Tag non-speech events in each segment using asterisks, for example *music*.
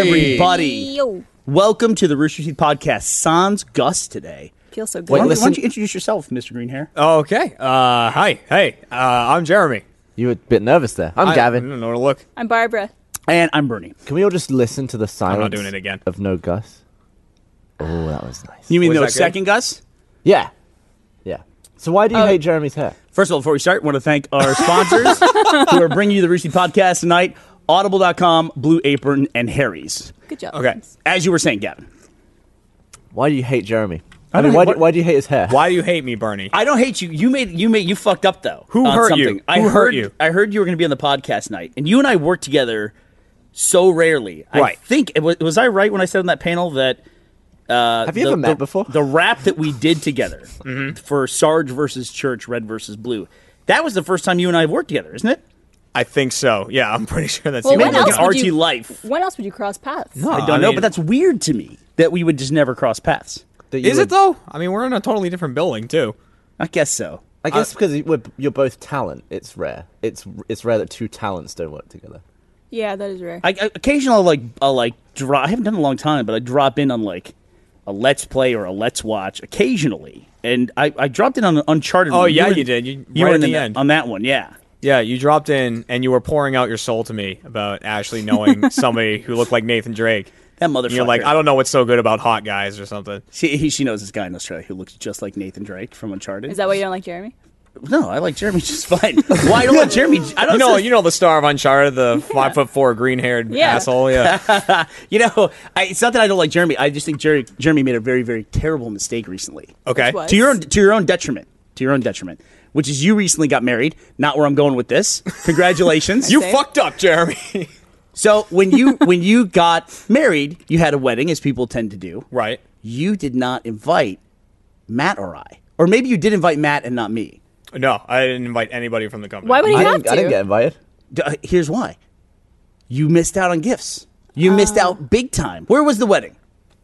everybody. Yo, Welcome to the Rooster Teeth Podcast. Sans Gus today. feel so good. Why don't, why listen- don't you introduce yourself, Mr. Greenhair? Okay. Uh, hi. Hey. Uh, I'm Jeremy. You were a bit nervous there. I'm I- I Gavin. don't know where to look. I'm Barbara. And I'm Bernie. Can we all just listen to the silence? not doing it again. Of no Gus. Oh, that was nice. You mean Was the that good? second Gus? Yeah, yeah. So why do Oh. you hate Jeremy's hair? First of all, before we start, want to thank our sponsors who are bringing you the Rooster Teeth Podcast tonight Audible.com, Blue Apron, and Harry's. Good job. Okay. As you were saying, Gavin, Why do you hate Jeremy? I I, don't mean, hate- why, what- do, why do you hate his hair? Why do you hate me, Bernie? I don't hate you. You made you made you fucked up though. Who on hurt you? something. I Who heard, hurt you? I heard you were going to be on the podcast night, and you and I work together so rarely. I Right. think it was, was I right when I said on that panel that Have you the- ever met the- before? The rap that we *laughs* did together Mm-hmm. for Sarge versus Church, Red versus Blue. That was the first time you and I have worked together, isn't it? I think so. Yeah, I'm pretty sure that's Well, the Maybe when only like else an guy. would RT you, Life. When else would you cross paths? No, I don't know, but that's weird to me that we would just never cross paths. That you Is it would- though? I mean, we're in a totally different building too. I guess so. I guess because you- we're, you're both talent. It's rare. It's it's rare that two talents don't work together. Yeah, that is rare. I, I occasionally I'll like I'll like drop. I haven't done it in a long time, but I drop in on like a Let's Play or a Let's Watch occasionally, and I, I dropped in on an Uncharted. Oh, one. yeah, were- you did. You- were right at in the that- end. on that one, yeah. Yeah, you dropped in and you were pouring out your soul to me about Ashley knowing somebody who looked like Nathan Drake. That And motherfucker. you're like, I don't know what's so good about hot guys or something. She he, she knows this guy in Australia who looks just like Nathan Drake from Uncharted. is that why you don't like Jeremy? No, I like Jeremy *laughs* just fine. Why don't I like Jeremy? I don't You know, You you know the star of Uncharted, the five foot four green haired Yeah. asshole. Yeah, know, I, it's not that I don't like Jeremy. I just think Jerry, Jeremy made a very, very terrible mistake recently. okay. Which was? To your own, to your own detriment. To your own detriment. Which is you recently got married. Not where I'm going with this. *laughs* Congratulations. You Say. fucked up, Jeremy. *laughs* so when you when you got married, you had a wedding, as people tend to do. right. You did not invite Matt or I, or maybe you did invite Matt and not me. No, I didn't invite anybody from the company. Why would he I have didn't, to? I didn't get invited. D- uh, here's why you missed out on gifts you missed out big time where was the wedding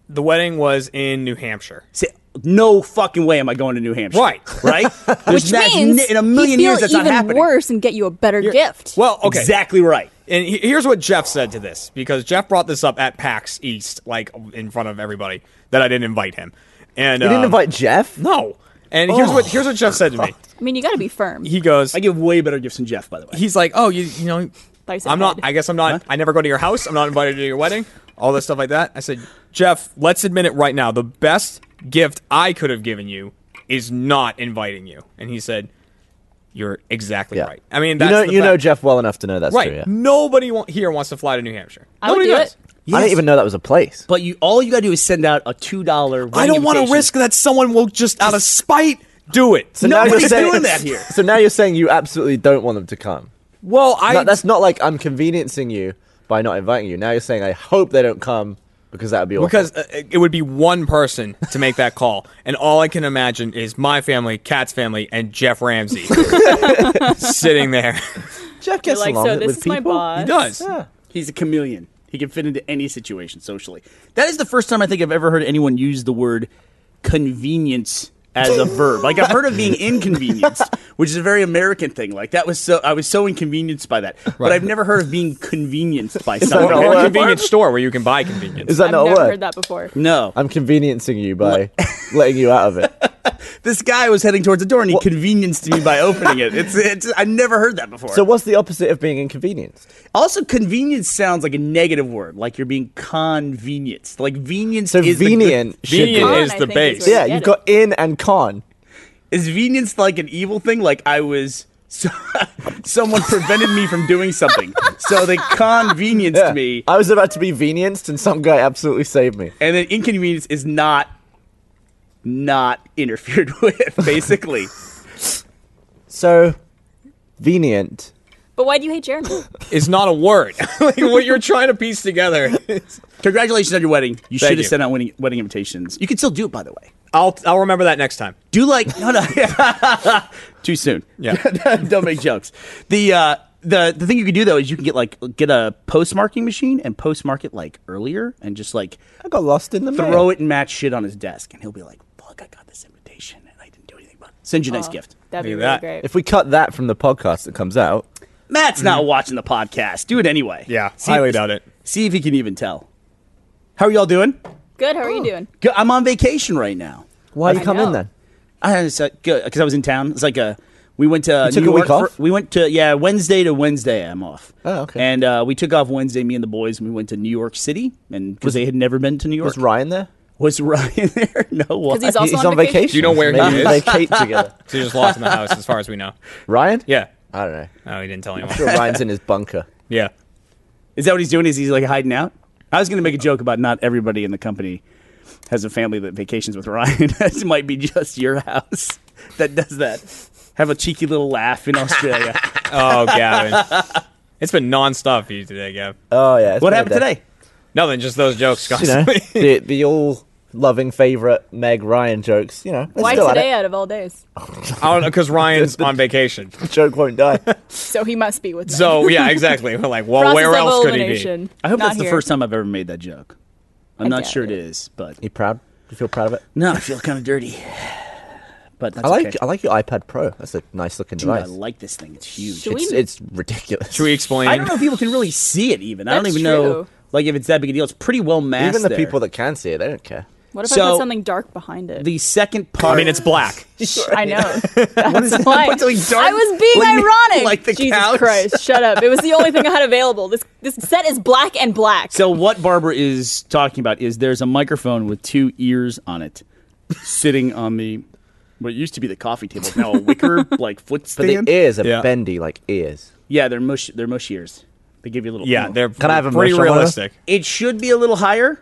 The wedding was in New Hampshire. Say, no fucking way am i going to new hampshire Right. *laughs* right Which means in a million he'd feel years that's even not happening worse and get you a better gift. Oh, Well, okay. exactly right And he- here's what Jeff said to this because Jeff brought this up at PAX East, like in front of everybody, that I didn't invite him. And You um, didn't invite Oh, Jeff. No. And here's what here's what Jeff said to me. I mean, you got to be firm. He goes, i give way better gifts than jeff by the way he's like, oh, you you know, Bicep I'm not. head. I guess I'm not. I never go to your house. I'm not invited to your wedding. All this stuff like that. I said, Jeff, let's admit it right now. The best gift I could have given you is not inviting you. And he said, you're exactly Yeah. right. I mean, you that's know the you know fact. Jeff well enough to know that's Right. Mm, true. Yeah. Nobody wa- here wants to fly to New Hampshire. I would Nobody do does. it. I Yes. didn't even know that was a place. but you all you gotta do is send out a two dollar I don't want to risk that someone will just out of spite do it. so now you're nobody's saying, *laughs* doing that here. So now you're saying you absolutely don't want them to come. Well, I No, that's not like I'm conveniencing you by not inviting you. Now you're saying I hope they don't come because that would be *laughs* awful. because uh, it would be one person to make that call, and all I can imagine is my family, Cat's family, and Jeff Ramsey sitting there. Jeff You're gets like, along so with, this with is people. my boss. He does. Yeah. he's a chameleon he can fit into any situation socially that is the first time i think i've ever heard anyone use the word convenience as a verb like i've heard of being *laughs* inconvenienced which is a very american thing like that was so i was so inconvenienced by that but i've never heard of being convenienced by someone not Or Well, a uh, convenience store where you can buy convenience. Is that I've not a never word? heard that before. no I'm conveniencing you by *laughs* letting you out of *laughs* it. this guy was heading towards the door and he convenienced me by opening it *laughs* it's, it's i've never heard that before So what's the opposite of being inconvenienced? also convenience sounds like a negative word like you're being convenienced like venience So is the good- venient should be. Venient Con, is I the think, is base. what you yeah, get you've it. got in and con. is venience like an evil thing? Like I was, *laughs* so, someone prevented me from doing something, so they convenienced Yeah. me, I was about to be venienced and some guy absolutely saved me. and then inconvenience is not, not interfered *laughs* with, *laughs* basically. So venient. But why do you hate Jeremy? Is not a word. *laughs* like what you're trying to piece together. is- Congratulations on your wedding. You should have you. sent out wedding, wedding invitations. You can still do it, by the way. I'll I'll remember that next time. Do like no, no, *laughs* too soon. Yeah. *laughs* don't make jokes. The uh, the the thing you can do though is you can get like get a postmarking machine and postmark it like earlier and just like I got lost in the mail. throw it and match shit on his desk, and he'll be like, "Fuck, I got this invitation, and I didn't do anything about it." Send you a Uh-huh. nice gift. That'd be Look at really that. great. If we cut that from the podcast that comes out, Matt's not watching the podcast. Do it anyway. Yeah, Mm-hmm. highly doubt it. See if he can even tell. How are y'all doing? Good. How are you doing? Good. I'm on vacation right now. Why you I come know. in then? I was because I was in town. It's like a we went to uh, took New a York week for- off? we went to yeah Wednesday to Wednesday. I'm off. Oh, okay. And uh, we took off Wednesday, me and the boys, and we went to New York City, and because they had never been to New York. Was Ryan there? Was Ryan *laughs* there? No, why? he's also He's on on vacation. vacation. Do you know where he Maybe is? Vacate *laughs* together. So you're just lost in the house, as far as we know. Ryan? Yeah. I don't know. Oh, he didn't tell anyone. *laughs* I'm sure Ryan's in his bunker. Yeah. Is that what he's doing? Is he's like hiding out? I was going to make a joke about not everybody in the company has a family that vacations with Ryan. *laughs* this might be just your house *laughs* that does that. Have a cheeky little laugh in *laughs* Australia. Oh, Gavin. It's been non-stop for you today, Gav. Oh yeah. it's what bad happened there. today? Nothing, just those jokes You know, constantly. the, the all loving favorite Meg Ryan jokes. You know, they're Why still at today out of all days? *laughs* I don't know, because *laughs* Ryan's on vacation. it. Joke *laughs* won't die. So he must be with. them. So, yeah, exactly. We're like, well, Process where of else could he be? elimination. I hope Not that's the here. first time I've ever made that joke. I'm I not doubt sure it it. is, but you proud? You feel proud of it? no, I feel kind of dirty. But that's I like okay. I like your iPad Pro. That's a nice looking Dude, I device. like this thing. It's huge. Should we- it's, it's ridiculous. Should we explain? I don't know if people can really see it. Even I don't That's even know true. like if it's that big a deal. It's pretty well masked. Even the there. people that can see it, they don't care. What if I So- put something dark behind it? the second part. I mean, *laughs* it's black. *laughs* I know. That's why. What's like dark- I was being *laughs* like- ironic. like the Jesus couch? Christ, shut up! It was the only thing I had available. This this set is black and black. So what Barbara is talking about is there's a microphone with two ears on it, sitting on the what used to be the coffee table, now a wicker like foot But stand. the ears are Yeah. bendy like ears. yeah, they're mush. They're mush ears. They give you a little. Yeah, they're Can I have a pretty Marshall Mathers? realistic. It should be a little higher.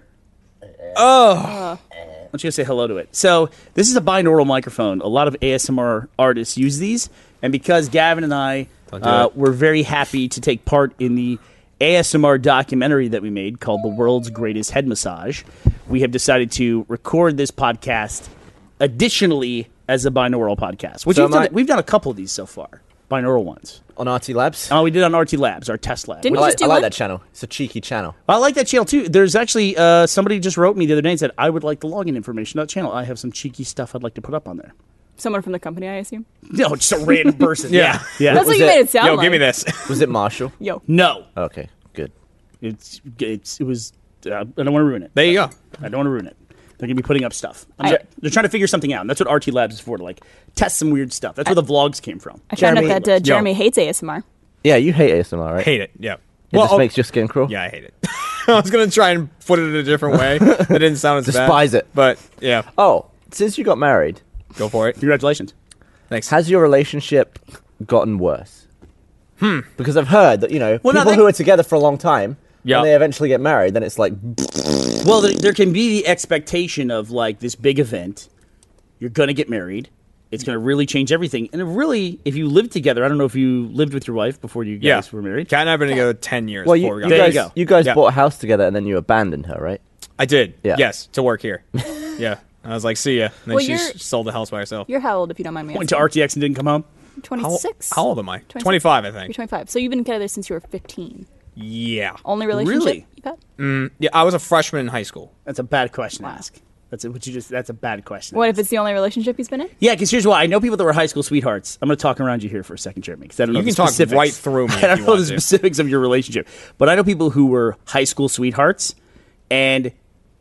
Oh. Why don't you say hello to it? So this is a binaural microphone. A lot of ASMR artists use these, and because Gavin and I Don't do uh, it. were very happy to take part in the ASMR documentary that we made called "The World's Greatest Head Massage," we have decided to record this podcast additionally as a binaural podcast. Which So we've, am done, I- we've done a couple of these so far, binaural ones. On RT Labs. Um, Oh, we did on RT Labs, our test lab. Didn't you I like, just do I like one? that channel. It's a cheeky channel. I like that channel too. There's actually uh, somebody just wrote me the other day and said I would like the login information to that channel. I have some cheeky stuff I'd like to put up on there. Someone from the company, I assume. No, just a random person. Yeah. *laughs* yeah. That's was what you it? made it sound Yo, like. give me this. *laughs* Was it Marshall? Yo, no, Okay, good. it's it's it was. Uh, I don't want to ruin it. There you go. I don't want to ruin it. They're gonna be putting up stuff. I'm I- try- they're trying to figure something out. And that's what RT Labs is for. To like test some weird stuff. That's where the vlogs came from. I found out Jeremy- that uh, Jeremy hates ASMR. Yeah, you hate ASMR, right? Hate it. Yeah. It just oh, makes your skin crawl. yeah, I hate it. *laughs* I was gonna try and put it in a different way. That didn't sound *laughs* as bad. Despise it. But yeah, Oh, since you got married, go for it. Congratulations. Thanks. has your relationship gotten worse? Hmm. Because I've heard that you know Well, no, people they- who are together for a long time, Yeah. when they eventually get married, then it's like Well, there, there can be the expectation of like this big event. You're going to get married. It's going to really change everything. And it really, if you live together, I don't know if you lived with your wife before you yeah, guys were married. Kat and I've been together ten years. well, before we you, got you There married. you guys, go. you guys Yeah. bought a house together and then you abandoned her, right? I did. Yeah. Yes, to work *laughs* here. Yeah. I was like, see ya. And then Well, she you're- s- sold the house by herself. You're how old, if you don't mind me Went to asking? RTX and didn't come home. How, 26. how old am I? 26. 25, I You're think. 25. So you've been together since you were 15. Yeah. Only relationship Really? you've had? Yeah, I was a freshman in high school. That's a bad question to ask. That's a, what you just. That's a bad question. to What ask. if it's the only relationship he's been in? Yeah, because here's why. I know people that were high school sweethearts. I'm going to talk around you here for a second, Jeremy, because I don't know. You the can talk specifics. right through me *laughs* I if don't you know want the to. specifics of your relationship, but I know people who were high school sweethearts, and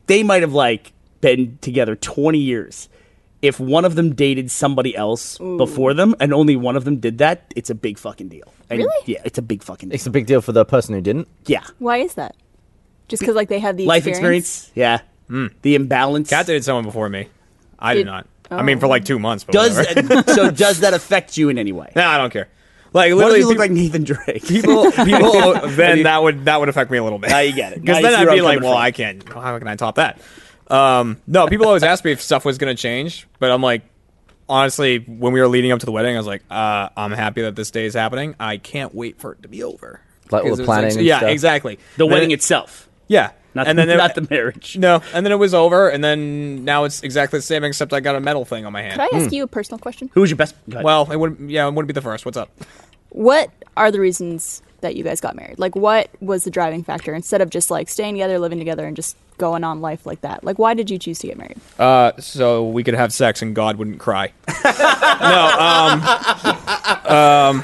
they might have like been together 20 years. If one of them dated somebody else before them, and only one of them did that, it's a big fucking deal. And Really? Yeah, it's a big fucking deal. It's a big deal for the person who didn't. yeah, Why is that? Just because like they have the life experience. Yeah, Hmm. the imbalance. Kat dated someone before me. I did, Did- Oh. not. I mean, for like two months. But does whatever. that, so? Does that affect you in any way? *laughs* Nah, I don't care. Like literally, What if you look people- like Nathan Drake? *laughs* people, people *laughs* then that would that would affect me a little bit. Now Ah, *laughs* you get it. Now Because you then see I'd where be I'm like, coming well, from. I can't. How can I top that? Um, no, people always ask me if stuff was going to change, but I'm like, honestly, when we were leading up to the wedding, I was like, uh, I'm happy that this day is happening. I can't wait for it to be over. Because Like all the it was like- planning and yeah, stuff. exactly. the And then wedding it- itself, yeah, not and then it- *laughs* not the marriage. *laughs* No, and then it was over, and then now it's exactly the same, except I got a metal thing on my hand. Could I ask you a personal question? Who was your best? go ahead. Well, it wouldn't. Yeah, it wouldn't be the first. What's up? What are the reasons that you guys got married? Like, what was the driving factor instead of just like staying together, living together, and just going on life like that? Like, why did you choose to get married? Uh, so we could have sex and God wouldn't cry. *laughs* no, um, um,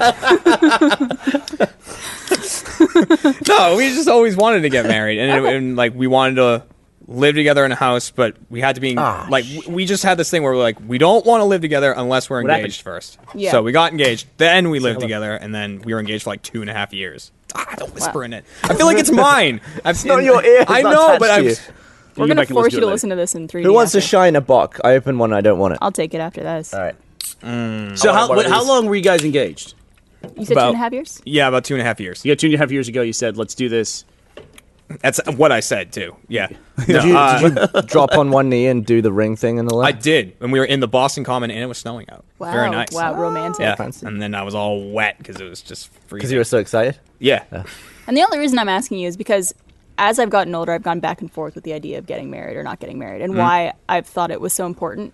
no, we just always wanted to get married, and, it- and like we wanted to live together in a house, but we had to be Ah, like w- we just had this thing where we're like we don't want to live together unless we're What happened? engaged first. Yeah. So we got engaged, then we lived together, and then we were engaged for like two and a half years. Ah, don't whisper Wow. in it. I feel like it's *laughs* mine. I've it's not your ear, it's I not know, but attached I to was. you. We're go gonna back and force you to it listen to this in three. Who wants to shine a bock? I open one. I don't want it. Uh, I'll take it after this. All right. later. So how, one what, of how these. long were you guys engaged? You said two About- and a half years. Yeah, about two and a half years. You got two and a half years ago. You said, "Let's do this." That's what I said too. Yeah. No, Did you, uh, *laughs* did you drop on one knee and do the ring thing and all I that? did, and we were in the Boston Common, and it was snowing out. Wow. Very nice. Wow. Romantic. Yeah. Fancy. And then I was all wet because it was just freezing. Because you were so excited. yeah. And the only reason I'm asking you is because as I've gotten older, I've gone back and forth with the idea of getting married or not getting married Mm-hmm. and why I've thought it was so important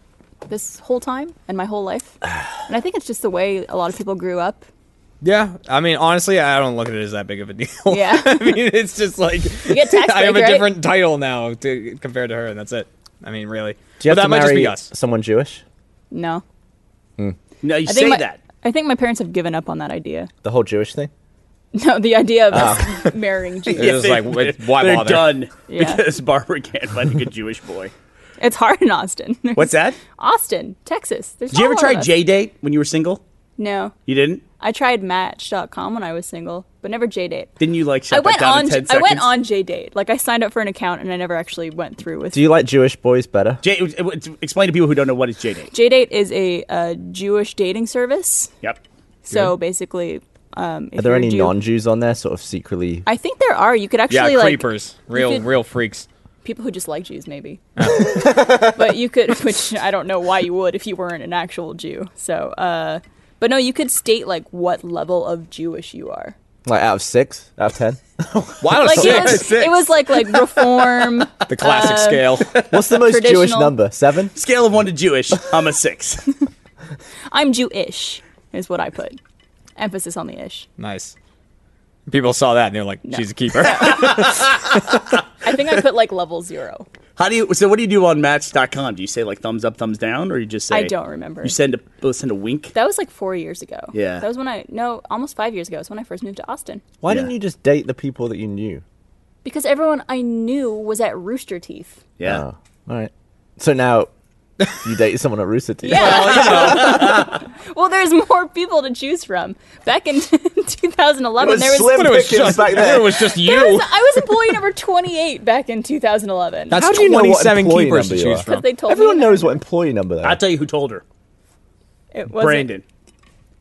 this whole time and my whole life. *sighs* and I think it's just the way a lot of people grew up. Yeah, I mean, honestly, I don't look at it as that big of a deal. *laughs* Yeah. I mean, it's just *laughs* like *laughs* get tax *laughs* I have break, a right? different title now to, compared to her, and that's it. I mean, really, Do you but have that to might marry just be us. someone Jewish? No. No, you I say my, that. I think my parents have given up on that idea. *laughs* The whole Jewish thing? No, the idea of Oh. us *laughs* *laughs* marrying Jesus. It's just they- like wh- why *laughs* They're bother? done Yeah. because Barbara can't find a good Jewish boy. It's hard in Austin. *laughs* There's- What's that? Austin, Texas. There's Did you not ever a lot of try us. J date when you were single? No. You didn't. I tried Match.com when I was single, but never J Date. Didn't you like shut I that went down on. in ten I seconds? went on J Date. Like I signed up for an account and I never actually went through with. Do you like Jewish boys better? J- it- it- explain to people who don't know what is J date. J Date is a, uh Jewish dating service. Yep. So basically, um, if Are there you're any Jew- non-Jews on there, sort of secretly? I think there are. You could Yeah, actually like creepers, real, could- real freaks. people who just like Jews, *laughs* maybe. *laughs* but you could, which I don't know why you would if you weren't an actual Jew. So, uh, but no, you could state like what level of Jewish you are. Like out of six, out of *laughs* ten. Why don't Like six? it was, it was like like reform. *laughs* the classic uh, scale. *laughs* What's the most Jewish Traditional. number? Seven. Scale of one to Jewish. I'm *laughs* a six. I'm Jewish, is what I put. Emphasis on the ish. nice. People saw that and they're like, "She's a *laughs* keeper." *laughs* I think I put like level zero. How do you? So what do you do on Match.com? Do you say like thumbs up, thumbs down, or you just say? I don't remember. You send a oh, send a wink. That was like four years ago. Yeah. That was when I no, almost five years ago. It's when I first moved to Austin Why Yeah. didn't you just date the people that you knew? because everyone I knew was at Rooster Teeth. Yeah. Oh, all right. So *laughs* now you date someone at Rooster *laughs* Teeth. well, there's more people to choose from. Back in *laughs* 2011, there was. slim But it was pickings just, back *laughs* then. it was just *laughs* there you. was- I was employee number 28 back in 2011. That's How do you know what 27 employee keepers to number you choose are? from. they told Everyone me knows what employee number they I'll are. tell you who told her. it was *laughs* Brandon.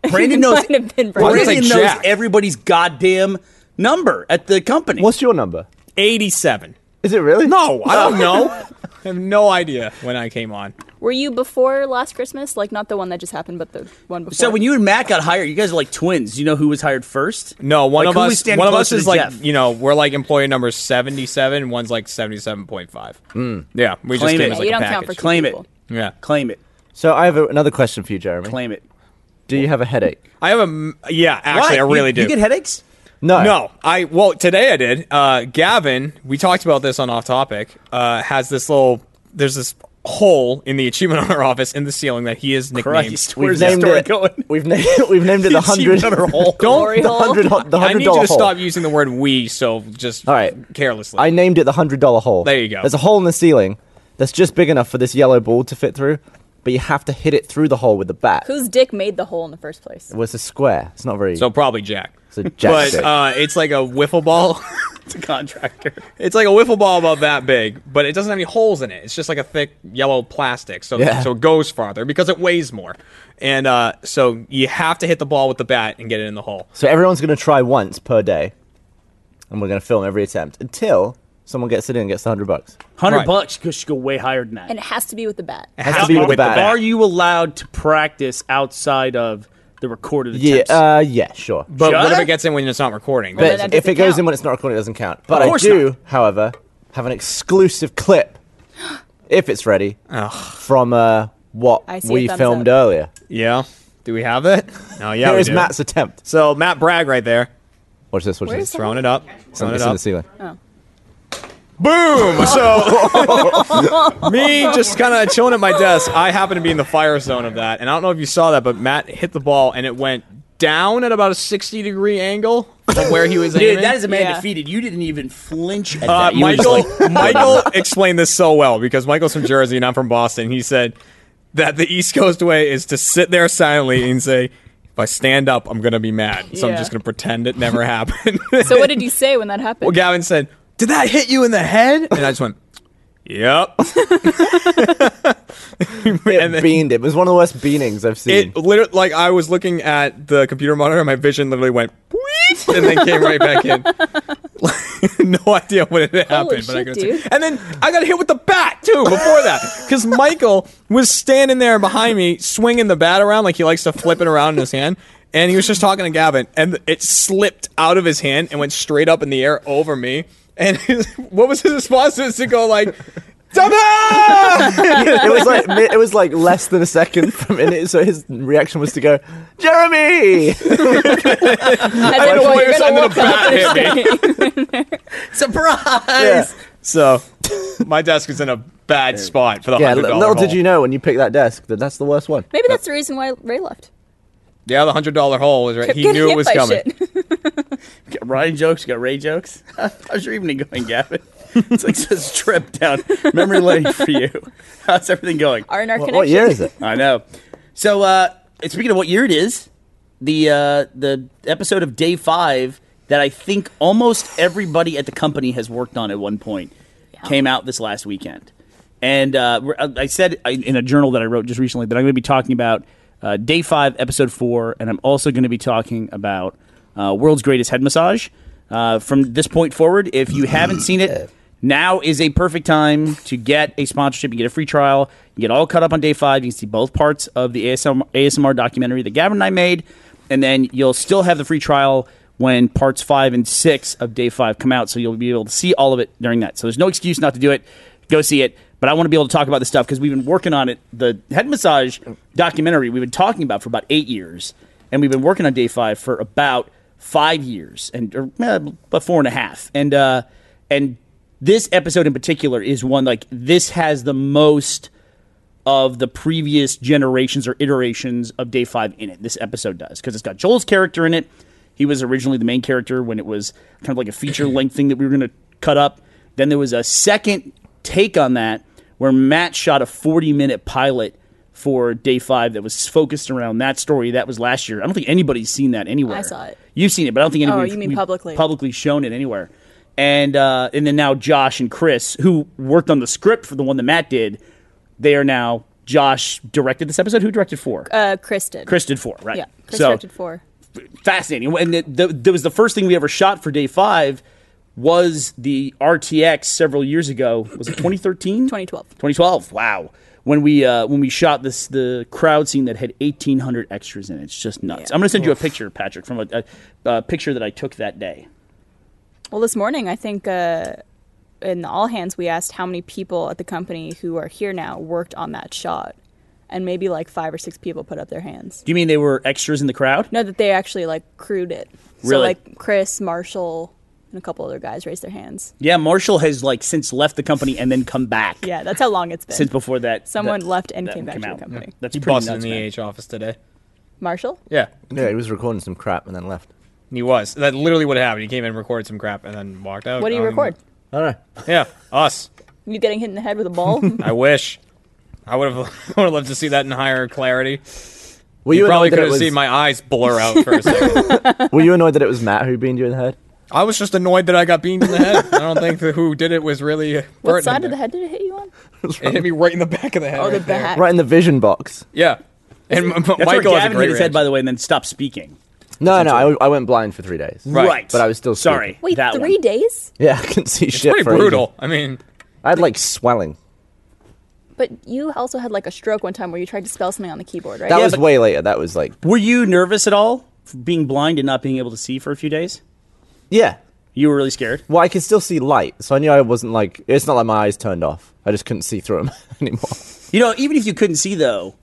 Brandon It knows. might have been Brandon. Brandon Like knows Jack. everybody's goddamn number at the company. What's your number? Eighty-seven. Is it really? *laughs* Oh, No, I don't *laughs* know. I have no idea when I came on. Were you before last Christmas? Like not the one that just happened, but the one before. So when you and Matt got hired, you guys are like twins. Do you know who was hired first? No, one Like, of who us. standing One of us closer is to like Jeff? you know we're like employee number seventy-seven. One's like seventy-seven point five. Mm. Yeah, we Claim just it. came as yeah, like you a don't count package. for two Claim it. people. yeah, Claim it. So I have a, another question for you, Jeremy. Claim it. Do you have a headache? I have a m- yeah. Actually, Why? I really you, do. You get headaches? No. no, I well today I did. Uh, Gavin, we talked about this on off topic. Uh, has this little there's this hole in the achievement *laughs* on our office in the ceiling that he is nicknamed. Christ, We've where's the named story it. going? *laughs* We've named. We've named it *laughs* the hundred. Another hole. Don't The hundred. ho- The I need hundred you dollar to hole. stop using the word "we" so just All right. carelessly. I named it the hundred dollar hole. There you go. There's a hole in the ceiling that's just big enough for this yellow ball to fit through, but you have to hit it through the hole with the bat. Whose dick made the hole in the first place? It was a square. It's not very. so probably Jack. it's a jack But stick. uh, it's like a wiffle ball. *laughs* It's a contractor. It's like a wiffle ball about that big, but it doesn't have any holes in it. It's just like a thick yellow plastic, so Yeah. so it goes farther because it weighs more. And uh, so you have to hit the ball with the bat and get it in the hole. so everyone's gonna try once per day, and we're gonna film every attempt until someone gets it in and gets the hundred bucks. Hundred Right. bucks because you go way higher than that. And it has to be with *laughs* the bat. It has to be with the bat. Are you allowed to practice outside of the recorded Yeah. attempts? Uh, yeah. Sure. But what if Should I? it gets in when it's not recording? But- But then that if it doesn't goes count. in when it's not recorded, it doesn't count. But I course do, not. however, have an *gasps* exclusive clip, if it's ready, from uh, what I see a we thumbs filmed up. earlier. yeah. Do we have it? No, yeah. Here we is do. Matt's attempt. So Matt Bragg right there, Watch this. Watch Where this. is throwing it up, It's throwing it in up. the ceiling. Boom! So *laughs* me just kind of chilling at my desk. I happen to be in the fire zone of that, and I don't know if you saw that, but Matt hit the ball and it went down at about a sixty degree angle from where he was aiming. Dude, that is a man Yeah. defeated. You didn't even flinch at Uh, that. You were just Michael like- Michael explained this so well because Michael's from Jersey and I'm from Boston. He said that the East Coast way is to sit there silently and say, "If I stand up, I'm gonna be mad, so I'm Yeah. just gonna pretend it never *laughs* happened." So what did you say when that happened? well, Gavin said, "Did that hit you in the head?" And I just went, "Yep." *laughs* and then beaned him. It was one of the worst beanings I've seen. it literally, like, I was looking at the computer monitor, and my vision literally went. "Bleep," And then came right back in. *laughs* no idea what had happened, but I shit, could dude. And then I got hit with the bat too before that, because Michael was standing there behind me, swinging the bat around like he likes to flip it around in his hand, and he was just talking to Gavin, and it slipped out of his hand and went straight up in the air over me. And his, *laughs* what was his response? Was to go like, "Dumbass!" it was like mi- it was like less than a *laughs* second from in it, so his reaction was to go, Jeremy. As if, well, you're Where's- gonna and then a walk up and bat hit me. surprise. Yeah, So my desk is in a bad spot for the yeah. hundred li- dollar. Little did you know when you picked that desk that that's the worst one. *laughs* Maybe that's the reason why Ray left. Yeah, the hundred dollar hole was right. Kept He getting knew it hit was by coming. shit. Got Ryan jokes, you got Ray jokes. *laughs* How's your evening going, Gavin? *laughs* It's like this trip down memory lane for you. *laughs* How's everything going? Are in our What, connection. what *laughs* year is it? I know. So, uh, and speaking of what year it is, the uh, the episode of day five that I think almost everybody at the company has worked on at one point came out this last weekend. And uh, we're- I I said I- in a journal that I wrote just recently that I'm going to be talking about uh, day five, episode four, and I'm also going to be talking about uh, world's greatest head massage. Uh, from this point forward, if you haven't seen it, now is a perfect time to get a sponsorship. You get a free trial. You get all caught up on day five. You can see both parts of the ASM, ASMR documentary that Gavin and I made, and then you'll still have the free trial when parts five and six of day five come out. So you'll be able to see all of it during that. So there's no excuse not to do it. Go see it. But I want to be able to talk about this stuff because we've been working on it. The head massage documentary we've been talking about for about eight years, and we've been working on day five for about five years and or, eh, about four and a half. And uh, and this episode in particular is one like this has the most of the previous generations or iterations of Day Five in it. This episode does because it's got Joel's character in it. He was originally the main character when it was kind of like a feature length thing that we were going to cut up. Then there was a second take on that where Matt shot a 40 minute pilot for Day Five that was focused around that story. That was last year. I don't think anybody's seen that anywhere. I saw it. You've seen it, but I don't think anybody. Oh, you mean publicly. Publicly shown it anywhere, and uh, and then now Josh and Chris, who worked on the script for the one that Matt did, they are now. Josh directed this episode. Who directed four? Uh, Chris did. Chris did four, right? Yeah, Chris so directed four. fascinating. And it, th- that was the first thing we ever shot for day five. Was the RTX several years ago? Was it 2013? 2012. 2012. Wow. When we uh, when we shot this the crowd scene that had 1,800 extras in it. It's just nuts. Yeah. I'm gonna send you a picture, Patrick, from a, a, a picture that I took that day. Well, this morning, I think uh, in the all hands, we asked how many people at the company who are here now worked on that shot. And maybe like five or six people put up their hands. Do you mean they were extras in the crowd? No, that they actually like crewed it. So, Really? like Chris, Marshall, and a couple other guys raised their hands. Yeah, Marshall has like since left the company and then come back. Yeah, that's how long *laughs* it's been. Since before that, Someone that- left and that came back came to the out. company. That's He pretty busted nuts, in the man. AH office today. Marshall? Yeah, Yeah, he was recording some crap and then left. he was. That literally what happened. He came in, recorded some crap, and then walked out. What do you I don't even- record? All right. Yeah, us. You getting hit in the head with a *laughs* ball? I wish. I would have. *laughs* I would have loved to see that in higher clarity. Were You, you, probably annoyed could that it have was, seen my eyes blur out for a *laughs* second. Were you annoyed that it was Matt who beaned you in the head? *laughs* I was just annoyed that I got beamed in the head. I don't think that who did it was really. what side of the head did it hit you on? It hit me right in the back of the head. Oh, the right there. back. Right in the vision box. Yeah. And M- M- That's Michael where has a Gavin great hit his head, by reaction. the way, and then stopped speaking. No, no, I, I went blind for three days. Right. But I was still sorry. speaking. Wait, that three one. days? *laughs* Yeah, I couldn't see shit. Pretty for ages. brutal. I mean, I had like swelling. But you also had like a stroke one time where you tried to spell something on the keyboard, right? That Yeah, was but- way later. That was like Were you nervous at all, f- being blind and not being able to see for a few days? yeah. You were really scared. Well, I could still see light, so I knew I wasn't like. It's not like my eyes turned off. I just couldn't see through them *laughs* anymore. You know, even if you couldn't see though,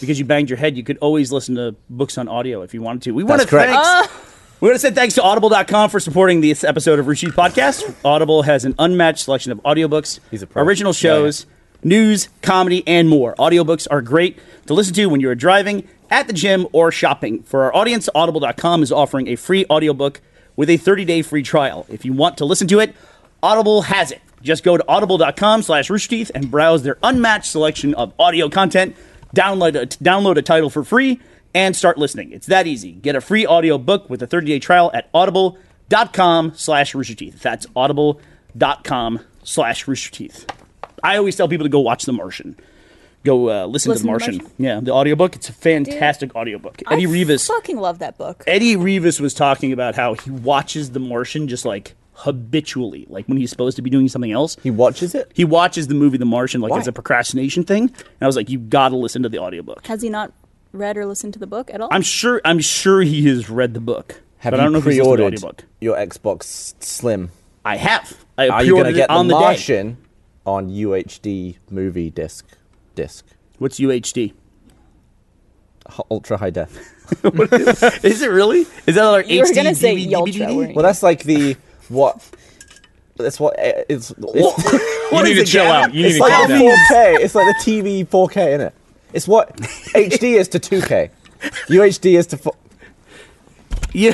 because you banged your head, you could always listen to books on audio if you wanted to. We want to That's correct. thanks. We want to say thanks to Audible.com for supporting this episode of Ruchi's podcast. Audible has an unmatched selection of audiobooks, He's a pro. original shows, news, comedy, and more. Audiobooks are great to listen to when you are driving, at the gym, or shopping. For our audience, Audible.com is offering a free audiobook with a 30-day free trial. If you want to listen to it, Audible has it. Just go to audible.com slash roosterteeth and browse their unmatched selection of audio content. Download a, download a title for free and start listening. It's that easy. Get a free audio book with a 30-day trial at audible.com slash roosterteeth. That's audible.com slash roosterteeth. I always tell people to go watch The Martian. Go uh, listen, Listen to to The Martian. Martian? Yeah, the audiobook. It's a fantastic audiobook. Eddie I Rivas. fucking love that book. Eddie Rivas was talking about how he watches The Martian just like habitually, like when he's supposed to be doing something else. He watches it. He watches the movie The Martian like Why? it's a procrastination thing. And I was like, you got to listen to the audiobook. Has he not read or listened to the book at all? I'm sure I'm sure he has read the book. Have but you I don't know if he's listened to pre-ordered the audiobook. your Xbox Slim? I have. I Are you pre-ordered it gonna get on the the, day. Martian on UHD movie disc? Disc, What's UHD? H- ultra high def. *laughs* Is it really? Is that like You were HD gonna say DVD? Yelcha, weren't you? Well, that's like the what. That's what uh, it's. *laughs* it's What need is to it, chill Gavin? out. You It's need to like calm the down. *laughs* 4K. It's like the TV 4K, isn't it? It's what HD is to 2K. UHD is to. 4- Yeah.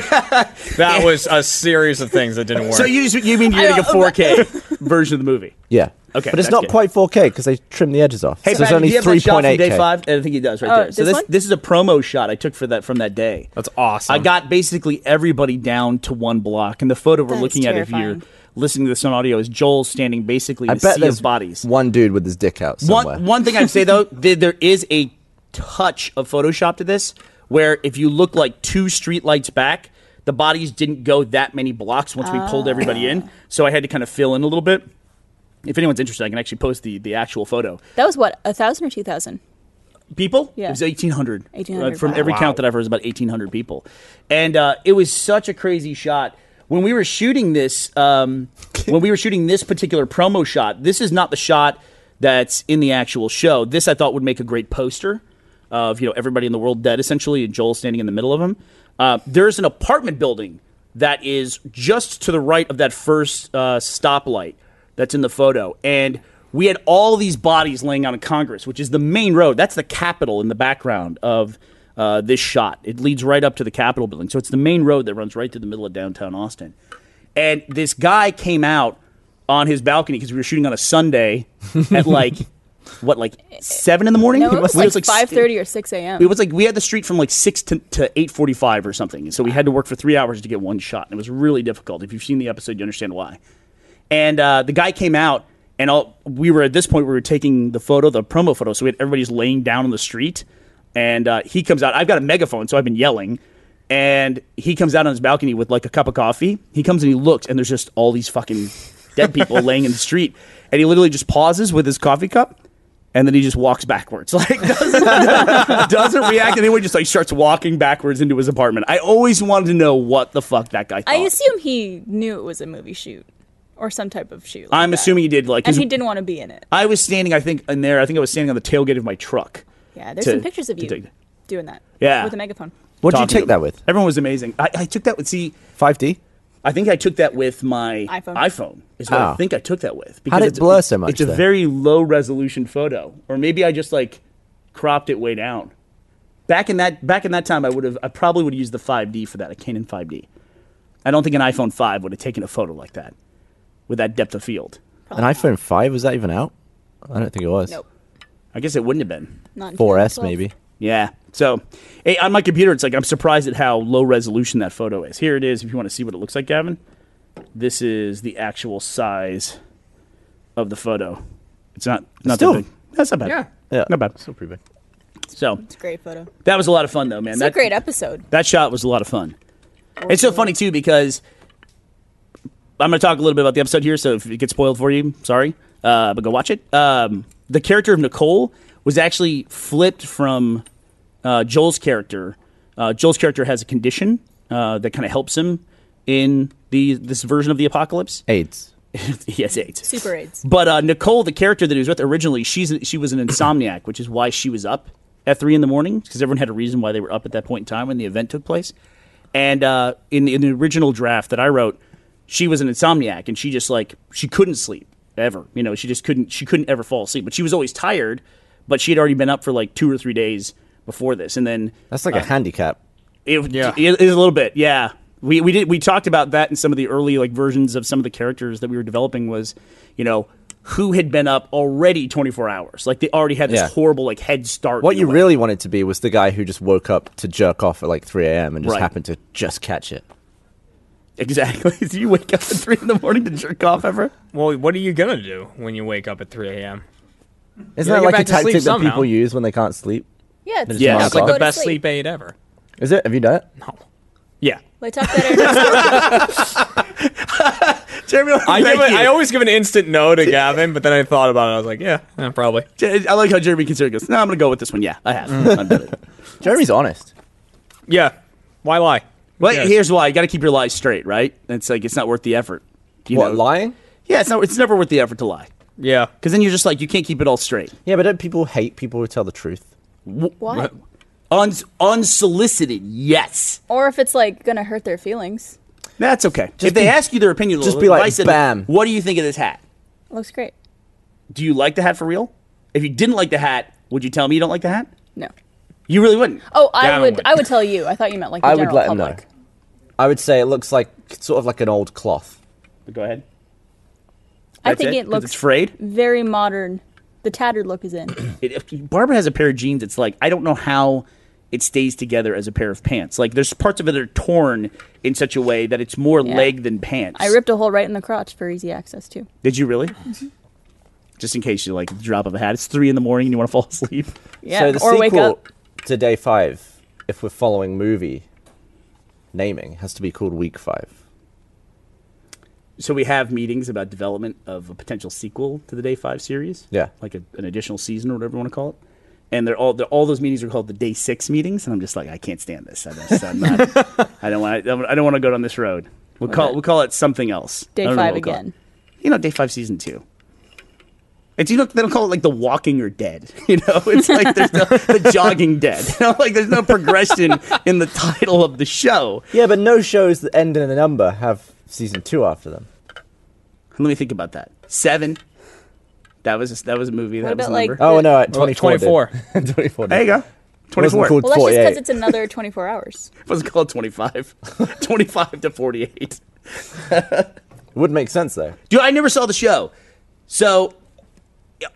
That was a series of things that didn't *laughs* work. So you just, you mean you're getting a *laughs* 4K version of the movie? yeah. Okay, But it's that's not good. quite 4K because they trim the edges off. Hey, so it's Pat, only do you have that shot from day 3.8K. five? I think he does right Oh, there. So this this one? this is a promo shot I took for that from that day. That's awesome. I got basically everybody down to one block, and the photo we're That's looking at if terrifying. you're listening to this on audio is Joel standing basically in I a bet sea there's of bodies. one dude with his dick out somewhere. One one thing I'd say though, th- there is a touch of Photoshop to this, where if you look like two streetlights back, the bodies didn't go that many blocks once we pulled everybody in, so I had to kind of fill in a little bit. If anyone's interested, I can actually post the the actual photo that was what a thousand or two thousand. people. Yeah. It was 1,800. 1,800, Uh, from wow. every Wow. count that I've heard, it was about 1,800 people. And uh, it was such a crazy shot. When we were shooting this, um, when we were shooting this particular promo shot, this is not the shot that's in the actual show. This I thought would make a great poster of you know everybody in the world dead essentially, and Joel standing in the middle of them. Uh, there's an apartment building that is just to the right of that first uh, stoplight that's in the photo. And we had all these bodies laying out in Congress, which is the main road. That's the Capitol in the background of uh, this shot. It leads right up to the Capitol building. So it's the main road that runs right through the middle of downtown Austin. And this guy came out on his balcony because we were shooting on a Sunday at like, *laughs* what, like seven in the morning? No, it was We like st- five thirty or six a.m. it was like we had the street from like six to, to eight forty five or something. So we had to work for three hours to get one shot, and it was really difficult. If you've seen the episode, you understand why. And uh, the guy came out, and all, we were at this point we were taking the photo, the promo photo. So we had everybody's laying down on the street, and uh, he comes out. I've got a megaphone, so I've been yelling. And he comes out on his balcony with like a cup of coffee. He comes and he looks, and there's just all these fucking dead people *laughs* laying in the street. And he literally just pauses with his coffee cup, and then he just walks backwards. *laughs* Like doesn't, doesn't *laughs* react and then he just like starts walking backwards into his apartment. I always wanted to know what the fuck that guy thought. I Oh. assume he knew it was a movie shoot or some type of shoot. like am that. assuming he did like and 'cause Uh, he didn't want to be in it. I was standing I think in there I think I was standing on the tailgate of my truck. Yeah, there's to- some pictures of to take- you doing that. Yeah. with a megaphone. what did you talking to take that him. with? Everyone was amazing. I, I took that with see 5D? I think I took that with my iPhone. is what I Oh. think I took that with. How'd it it's- blur so much, It's a though? very low resolution photo, or maybe I just like cropped it way down. Back in that back in that time, I would have I probably would have used the 5D for that, a Canon 5D. I don't think an iPhone 5 would have taken a photo like that with that depth of field. An iPhone 5? Was that even out? I don't think it was. Nope, I guess it wouldn't have been. not until 4S 12. maybe. Yeah. So hey, on my computer, it's like I'm surprised at how low resolution that photo is. Here it is. If you want to see what it looks like, Gavin, this is the actual size of the photo. It's not not Still- that big. That's not bad. Yeah. Yeah. Not bad. Still pretty big. So It's a great photo. that was a lot of fun, though, man. It's that, a great episode. that shot was a lot of fun. It's so funny too because I'm going to talk a little bit about the episode here. So if it gets spoiled for you, sorry, uh, but go watch it. Um, the character of Nicole was actually flipped from uh, Joel's character. Uh, Joel's character has a condition uh, that kind of helps him in the this version of the apocalypse. *laughs* AIDS. he has AIDS. Super AIDS. But uh, Nicole, the character that he was with originally, she's she was an insomniac, which is why she was up at three in the morning because everyone had a reason why they were up at that point in time when the event took place. And uh, in, in the original draft that I wrote, she was an insomniac and she just like she couldn't sleep ever. You know, she just couldn't she couldn't ever fall asleep. But she was always tired. But she had already been up for like two or three days before this, and then uh, That's like a handicap. it, Yeah. it is a little bit, yeah. We we did we talked about that in some of the early like versions of some of the characters that we were developing was, you know, who had been up already 24 hours. Like they already had this Yeah. horrible like head start. What in a you way. really wanted to be was the guy who just woke up to jerk off at like 3 a.m. and just Right. happened to just catch it. Exactly. *laughs* Do you wake up at 3 in the morning to jerk off ever? Well, what are you gonna do when you wake up at 3 a.m.? Isn't gotta that get like a back to sleep tactic that somehow. people use when they can't sleep? Yeah, it's, Yeah, knock That's like off? Go the to best sleep. sleep aid ever. Is it? Have you done it? No. Yeah. Let's talk *laughs* better. Jeremy, I, give thank it, you. I always give an instant no to Gavin, but then I thought about it. I was like, yeah, yeah, probably. Jer- I like how Jeremy considered goes. No, I'm going to go with this one. Yeah, I have. I'm better. Jeremy's honest. Yeah. Why lie? Well, Yes. here's why: you got to keep your lies straight, right? It's like it's not worth the effort. You What, know? lying? Yeah, it's not. It's never worth the effort to lie, Yeah. because then you're just like you can't keep it all straight. Yeah, but don't people hate people who tell the truth? Why? Uns- unsolicited, yes, Or if it's like gonna hurt their feelings, that's okay. if be- they ask you their opinion, just if be like, I said, "Bam." What do you think of this hat? it looks great. Do you like the hat for real? If you didn't like the hat, would you tell me you don't like the hat? No. You really wouldn't. Oh, I Gavin would. would. I would tell you. I thought you meant like the I would general let him know. public. I would say it looks like sort of like an old cloth. Go ahead. I That's think it, 'Cause looks it's frayed. very modern. The tattered look is in. *clears throat* It, if Barbara has a pair of jeans. It's like I don't know how it stays together as a pair of pants. Like there's parts of it that are torn in such a way that it's more Yeah. leg than pants. I ripped a hole right in the crotch for easy access too. Did you really? Just in case you like the drop of a hat. It's three in the morning and you want to fall asleep. Yeah. so the or sequel wake up. to day five, if we're following movie naming, has to be called week five. So we have meetings about development of a potential sequel to the Day Five series. Yeah. like a, an additional season or whatever you want to call it. And they're all they're, all those meetings are called the Day Six meetings. And I'm just like, I can't stand this. I just, I'm not, I don't want. I don't want to go down this road. We'll call it, we'll call it something else. I Day don't know five what we'll call it. again. You know, Day Five season two. It's you know they don't call it like the walking or dead. *laughs* You know, it's like *laughs* there's no, the jogging dead. *laughs* You know, like there's no progression in the title of the show. Yeah, but no shows that end in a number have season two after them. Let me think about that. Seven. That was a, that was a movie. What that was about, a number. like, Oh no, at Well, 24. dude. 24. *laughs* 24. dude. there you go. 24. Wasn't Well, It called that's just because 48. it's another 24 hours. *laughs* wasn't called *laughs* 25. 25 to 48. It would make sense though. Dude, I never saw the show. So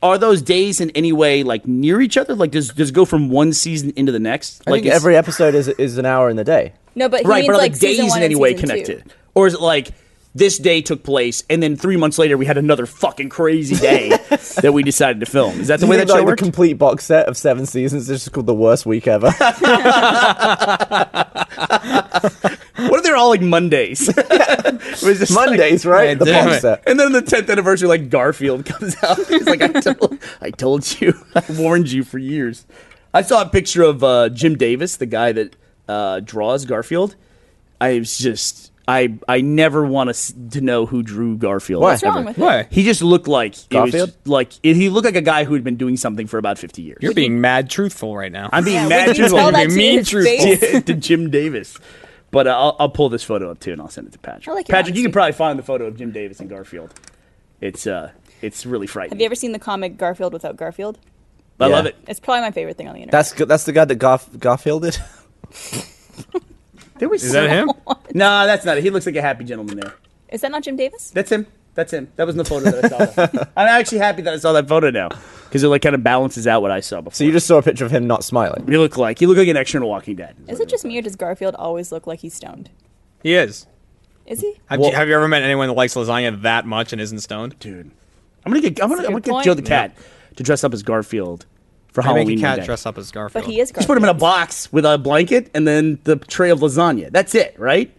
are those days in any way like near each other? Like does does it go from one season into the next? I like think is- every episode is is an hour in the day. No, but he right, means but are like the season days one and in any way season two. connected? Or is it like this day took place and then three months later we had another fucking crazy *laughs* day that we decided to film? Is that the Do you way think, that show like, worked? the complete box set of seven seasons is just called the worst week ever. what if they're all like Mondays? *laughs* It was just like- *laughs* Mondays, right? The damn box it. set. And then the tenth anniversary, like Garfield *laughs* comes out. He's like, I told, I told you, *laughs* I warned you for years. I saw a picture of uh, Jim Davis, the guy that uh, draws Garfield. I was just, I, I never want to to know who drew Garfield. Why? What's wrong with it? Why? He just looked like it was Garfield? just like he looked like a guy who had been doing something for about fifty years. You're being mad truthful right now. I'm being Yeah, mad would you truthful. tell You're that being to mean his truthful. *laughs* face? to, to Jim Davis. But uh, I'll, I'll pull this photo up too, and I'll send it to Patrick. I like your Patrick, you can honesty. probably find the photo of Jim Davis and Garfield. It's uh, it's really frightening. Have you ever seen the comic Garfield without Garfield? I Yeah. love it. It's probably my favorite thing on the internet. That's g- that's the guy that Garf- Garfield did. *laughs* There was Is that *laughs* him? No, that's not it. He looks like a happy gentleman there. Is that not Jim Davis? That's him. That's him. That was in the photo that I *laughs* saw. I'm actually happy that I saw that photo now because it like kind of balances out what I saw before. So you just saw a picture of him not smiling. you look like you look like an extra in Walking Dead. Is it just me or does Garfield always look like he's stoned? He is. Is he? Have, you, have you ever met anyone that likes lasagna that much and isn't stoned? dude? I'm gonna get I'm gonna, I'm gonna good get point. Joe the cat to dress up as Garfield for I Halloween. make a one cat day. dress up as Garfield. But he is Garfield. Just put him in a box with a blanket and then the tray of lasagna. That's it, right?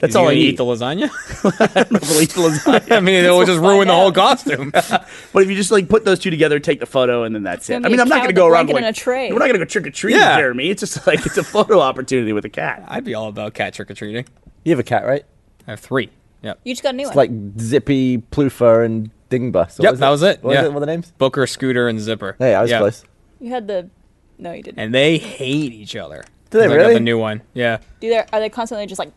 That's Is he all I gonna need. eat *laughs* the lasagna? *laughs* *laughs* Probably eat the lasagna. I mean, it will just We'll ruin the whole find *laughs* costume. But if you just like put those two together, take the photo, and then that's it. Gonna I be mean, a I'm not cat going to with go a around blanket like and a tray. we're not going to go trick or treating, Yeah. Jeremy. It's just like it's a photo opportunity with a cat. I'd be all about cat trick or treating. You have a cat, right? I have three. Yep. You just got a new one. It's like Zippy, Plufa, and Dingbus. Yep, that was it. What yeah. was it? What are the names? Booker, Scooter, and Zipper. Hey, I was Yeah. close. you had the. No, you didn't. And they hate each other. Do they I got really? The new one. Yeah. Do they? Are they constantly just like?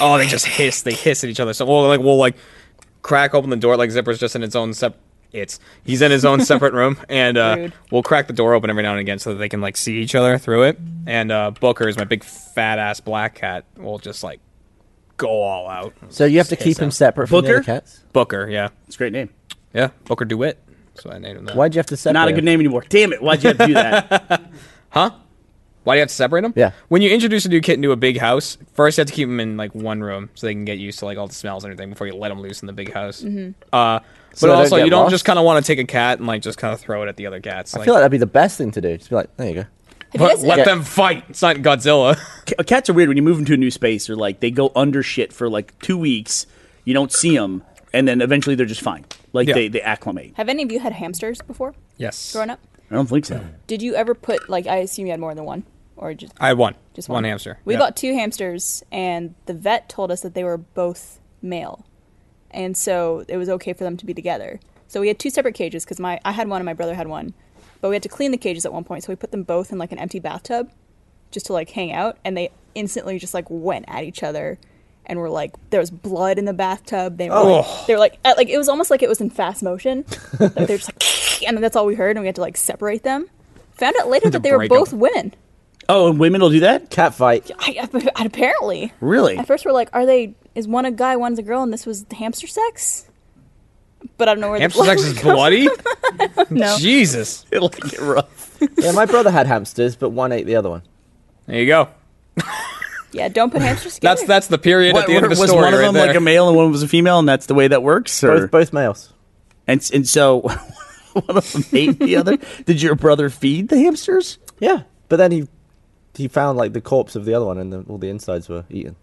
Oh, they just hiss. They hiss at each other. So we'll like we'll like crack open the door. Like Zipper's just in its own sep. It's he's in his *laughs* own separate room, and uh, Rude. we'll crack the door open every now and again so that they can like see each other through it. And uh, Booker is my big fat ass black cat. Will just like go all out. So you have to keep him separate from the Booker? other cats. Booker, yeah, It's a great name. yeah, Booker Dewitt. That's why I named him that. Why'd you have to separate? Not a good him? name anymore. Damn it! Why'd you have to *laughs* do that? Why do you have to separate them? Yeah. When you introduce a new kitten to a big house, first you have to keep them in like one room so they can get used to like all the smells and everything before you let them loose in the big house. Mm-hmm. Uh, but So they don't also, get you don't lost? just kind of want to take a cat and like just kind of throw it at the other cats. I feel like that'd be the best thing to do. Just be like, there you go. Have you but guys, let Yeah. them fight. It's not Godzilla. *laughs* C- Cats are weird. When you move into a new space, they're like they go under shit for like two weeks. You don't see them, and then eventually they're just fine. Like Yeah. they they acclimate. have any of you had hamsters before yes. growing up? I don't think so. Did you ever put like I assume you had more than one or just I had one. just one one, hamster. We Yeah. bought two hamsters, and the vet told us that they were both male, and so it was okay for them to be together. So we had two separate cages because my I had one and my brother had one, but we had to clean the cages at one point, so we put them both in like an empty bathtub, just to like hang out, and they instantly just like went at each other. And were like, there was blood in the bathtub. They were, Oh. like, they were like, at, like, it was almost like it was in fast *laughs* motion. like, they're just like, *laughs* and then that's all we heard, and we had to like separate them. Found out later that they were break 'em. both women. Oh, and women will do that. Cat fight. I, I- *laughs* apparently. Really? *laughs* At first, we're like, "Are they? Is one a guy, one's a girl, and this was hamster sex?" But I don't know where Hamster the *laughs* sex is bloody. no. Jesus. It'll get rough. yeah, my brother *laughs* had hamsters, but one ate the other one. There you go. Yeah, don't put hamsters together. That's that's the period at the end of the was story one of right them there. like a male and one was a female, and that's the way that works? Or? Both, both males. And and so *laughs* one of them ate the other. Did your brother feed the hamsters? Yeah, but then he he found like the corpse of the other one, and the, all the insides were eaten.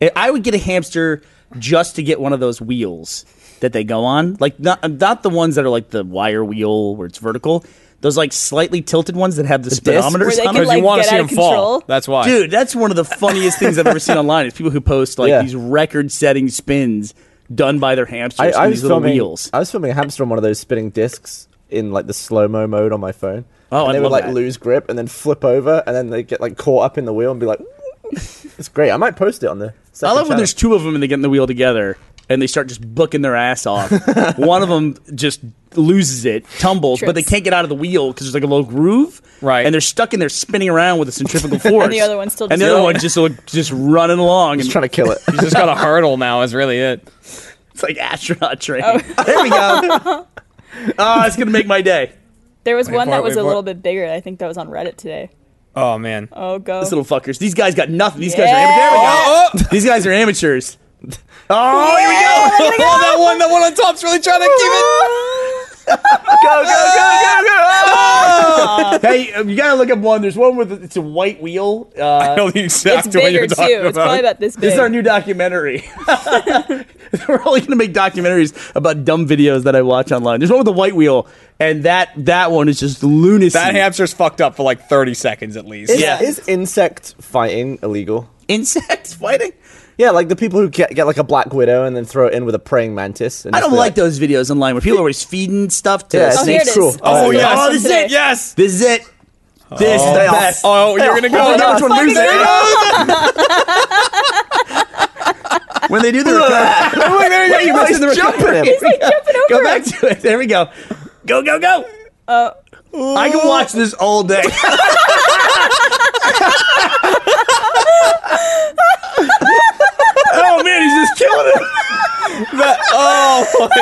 I- Eh, I would get a hamster just to get one of those wheels that they go on, like not not the ones that are like the wire wheel where it's vertical. Those like slightly tilted ones that have the, Where speedometers they can, on them. Because you like, want to get see out him of fall. control. That's why. Dude, that's one of the funniest things I've ever seen online. Is people who post like Yeah. these record-setting spins done by their hamsters I, in I was these little filming. wheels. I was filming a hamster on one of those spinning discs in like the slow mo mode on my phone. Oh, and I'd they love would like that. lose grip and then flip over, and then they get like caught up in the wheel and be like, *laughs* "It's great." I might post it on the. I second love when channel. there's two of them and they get in the wheel together and they start just booking their ass *laughs* off. One of them just loses it, tumbles, but they Trips. can't get out of the wheel because there's like a little groove. Right. And they're stuck in there spinning around with a *laughs* centrifugal force. And the other one's still And the just other going. one just, like, just running along. *laughs* Just and trying to kill it. You just got a hurdle now. Is really it. It's like astronaut training. Oh. *laughs* There we go. *laughs* Ah, it's going to make my day. there was one for it, that was wait a for little it. bit bigger. I think that was on Reddit today. Oh man. *laughs* Oh, go. These little fuckers. These guys got nothing. These guys are Yeah. amateurs. These guys are amateurs. Oh, here we go. Oh, that one, that one on top's really trying to keep it. go, go, go, go, *laughs* go. hey, um, you gotta look up one. There's one with it's a white wheel. Uh, I *laughs* know the exact it's one bigger you're too. talking It's probably about this big. this is our *laughs* new documentary. *laughs* We're only gonna make documentaries about dumb videos that I watch online. There's one with a white wheel, and that that one is just lunacy. that hamster's fucked up for like 30 seconds at least. Is, *laughs* Yeah. is insect fighting illegal? insects fighting. Yeah, like the people who get, get like a black widow and then throw it in with a praying mantis. And I just don't be like those videos online where people are always feeding stuff to Yeah, the Oh, it's here it snakes. is. cruel. Oh, Oh, yes. yeah. Oh, this is it. Yes. This is it. This is the Oh. best. Oh, you're going to go. Oh, no, which one fucking loses it? hell. when they do the recovery. *laughs* Wait, there you go. You guys missed the jumping recovery. him. Here He's, we like, go. jumping over Go him. back to it. There we go. Go, go, go. I can watch this all day. oh man, he's just killing it. *laughs* oh, Look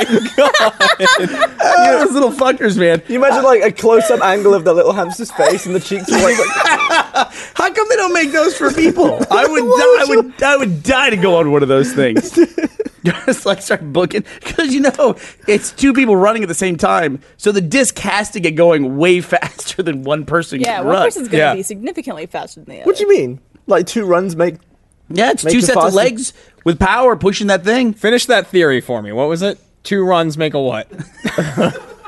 at those little fuckers, man. *laughs* You imagine like a close up angle of the little hamster's face and the cheeks are like, *laughs* like How come they don't make those for people? *laughs* I would, die, I would, I would die to go on one of those *laughs* things. Just like start booking because you know it's two people running at the same time, so the disc has to get going way *laughs* faster than one person. Yeah, can one run. person's gonna Yeah. be significantly faster than the other. What do you mean? Like two runs make Yeah, it's Make two it sets of faster. legs with power pushing that thing. Finish that theory for me. What was it? Two runs make a what?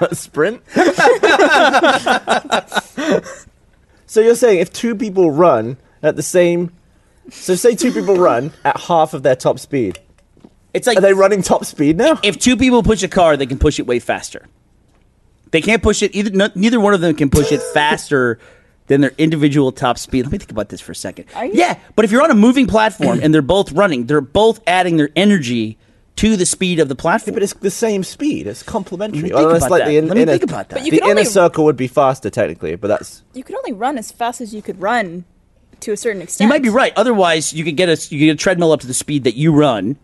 a sprint? so you're saying if two people run at the same so say two people run at half of their top speed. It's like Are they running top speed now? if two people push a car, they can push it way faster. They can't push it either. No, neither one of them can push it faster than their individual top speed. Let me think about this for a second. Are you- Yeah, but if you're on a moving platform and they're both running, they're both adding their energy to the speed of the platform. But it's the same speed. It's complementary. Let me think Unless about like that. the in, Let me inner, think about that. But you the can inner only- circle would be faster technically, but that's You could only run as fast as you could run to a certain extent. You might be right. Otherwise, you could get a you could get a treadmill up to the speed that you run,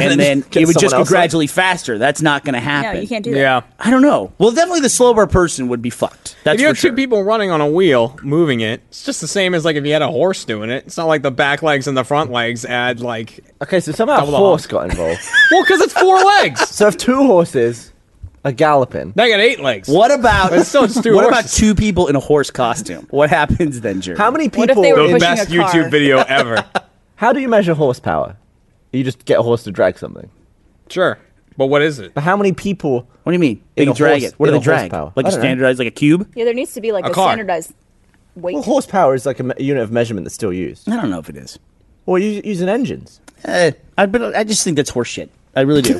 and then then get it would someone just go else up. gradually faster. That's not going to happen. No, you can't do that. Yeah. I don't know. Well, definitely the slower person would be fucked. That's If you for have sure. two people running on a wheel moving it, it's just the same as like if you had a horse doing it. It's not like the back legs and the front legs add like Okay, so somehow Double a the horse got involved. well because it's four *laughs* legs. *laughs* so if two horses are galloping, Now you got eight legs. What about It's still just two what about horses. two people in a horse costume? What happens then, Jerry? how many What if people? they were in- The pushing best a car. YouTube video *laughs* ever. how do you measure horsepower? You just get a horse to drag something. sure, but what is it? But how many people? What do you mean? They In can a drag horse- it. What do in they a drag? horsepower. Like I a don't know. standardized, like a cube? Yeah, there needs to be like A a, car. standardized weight. Well, horsepower is like a me- unit of measurement that's still used. I don't know if it is. Or you using engines. Eh, I but I just think that's horseshit. I really do.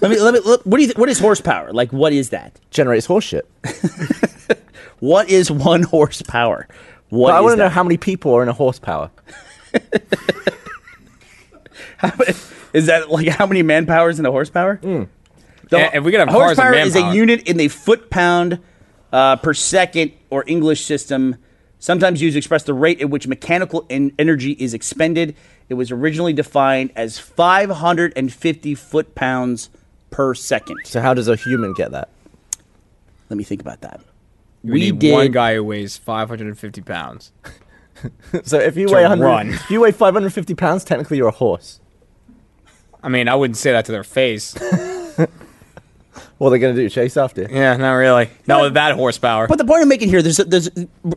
let me let me. Look, what do you? Th- what is horsepower? Like what is that? Generates horse shit. What is one horsepower? What But I is want to know that? how many people are in a horsepower. Is that like how many manpowers in a horsepower? The, Yeah, if we could have cars and horsepower is a manpower. unit in the foot pound uh, per second or English system, sometimes used to express the rate at which mechanical en- energy is expended. It was originally defined as 550 foot pounds per second. So how does a human get that? Let me think about that. We, We need did- one guy who weighs 550 pounds. *laughs* So if you weigh 100, run. if you weigh 550 pounds, technically you're a horse. I mean, I wouldn't say that to their face. What are they going to do? Chase after? you? yeah, not really. Not with that horsepower. But the point I'm making here, there's, there's,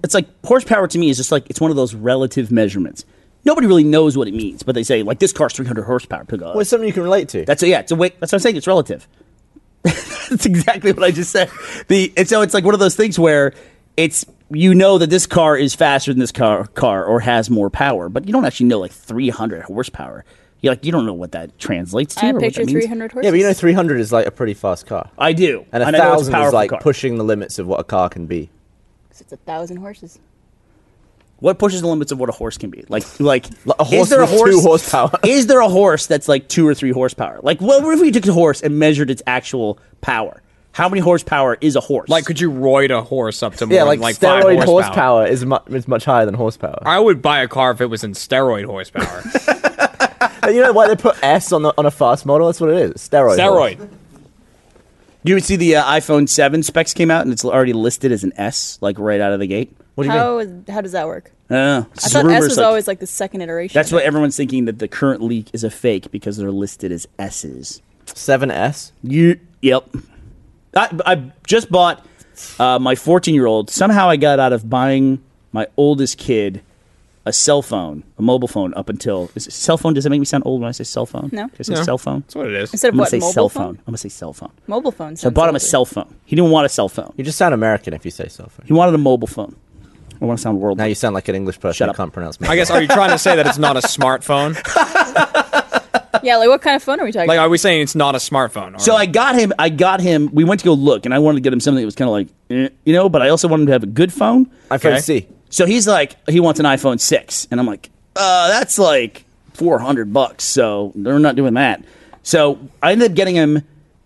it's like horsepower to me is just like it's one of those relative measurements. Nobody really knows what it means, but they say like this car's 300 horsepower. People go, "Oh, Well, it's something you can relate to. That's yeah. It's a weight. That's what I'm saying. It's relative. *laughs* that's exactly what I just said. The and so it's like one of those things where it's you know that this car is faster than this car car or has more power, but you don't actually know like 300 horsepower. You like you don't know what that translates to. I or what that picture means. 300 horses. yeah, but you know, 300 is like a pretty fast car, I do, and a I know it's thousand is powerful like car. pushing the limits of what a car can be. 'Cause it's a thousand horses. What pushes the limits of what a horse can be? Like, like, Like a horse is there a with horse? two horsepower. *laughs* is there a horse that's like two or three horsepower? Like, well, what if we took a horse and measured its actual power? How many horsepower is a horse? like, could you roid a horse up to more Yeah, than, like, like five steroid horsepower? horsepower is, mu- is much higher than horsepower. *laughs* I would buy a car if it was in steroid horsepower. And you know why they put S on the, on a fast model? That's what it is. It's steroid. horse. steroid. Do you see the uh, iPhone 7 specs came out and it's already listed as an S, like right out of the gate? What do you mean? How is, how does that work? I don't know. It's I just thought S rumors, was like- always like the second iteration. That's what everyone's thinking that the current leak is a fake because they're listed as S's. Seven S. You, yep. I, I just bought uh, my 14 year old. Somehow I got out of buying my oldest kid a cell phone, a mobile phone, up until. Is it cell phone? Does that make me sound old when I say cell phone? No. Can I say No. cell phone? That's what it is. Instead of I'm going what to say mobile cell phone. phone? I'm going to say cell phone. Mobile phone. So I bought him a cell phone. He didn't want a cell phone. You just sound American if you say cell phone. He wanted a mobile phone. I want to sound worldly. Now you sound like an English person Shut who up. can't pronounce me. I guess, are you trying to say that it's not a smartphone? Yeah, like what kind of phone are we talking? Like, about? are we saying it's not a smartphone? Or, So I got him. I got him. We went to go look, and I wanted to get him something that was kind of like, eh, you know, but I also wanted him to have a good phone. iPhone Okay. C. So he's like, he wants an iPhone six, and I'm like, uh, that's like four hundred bucks. So they're not doing that. So I ended up getting him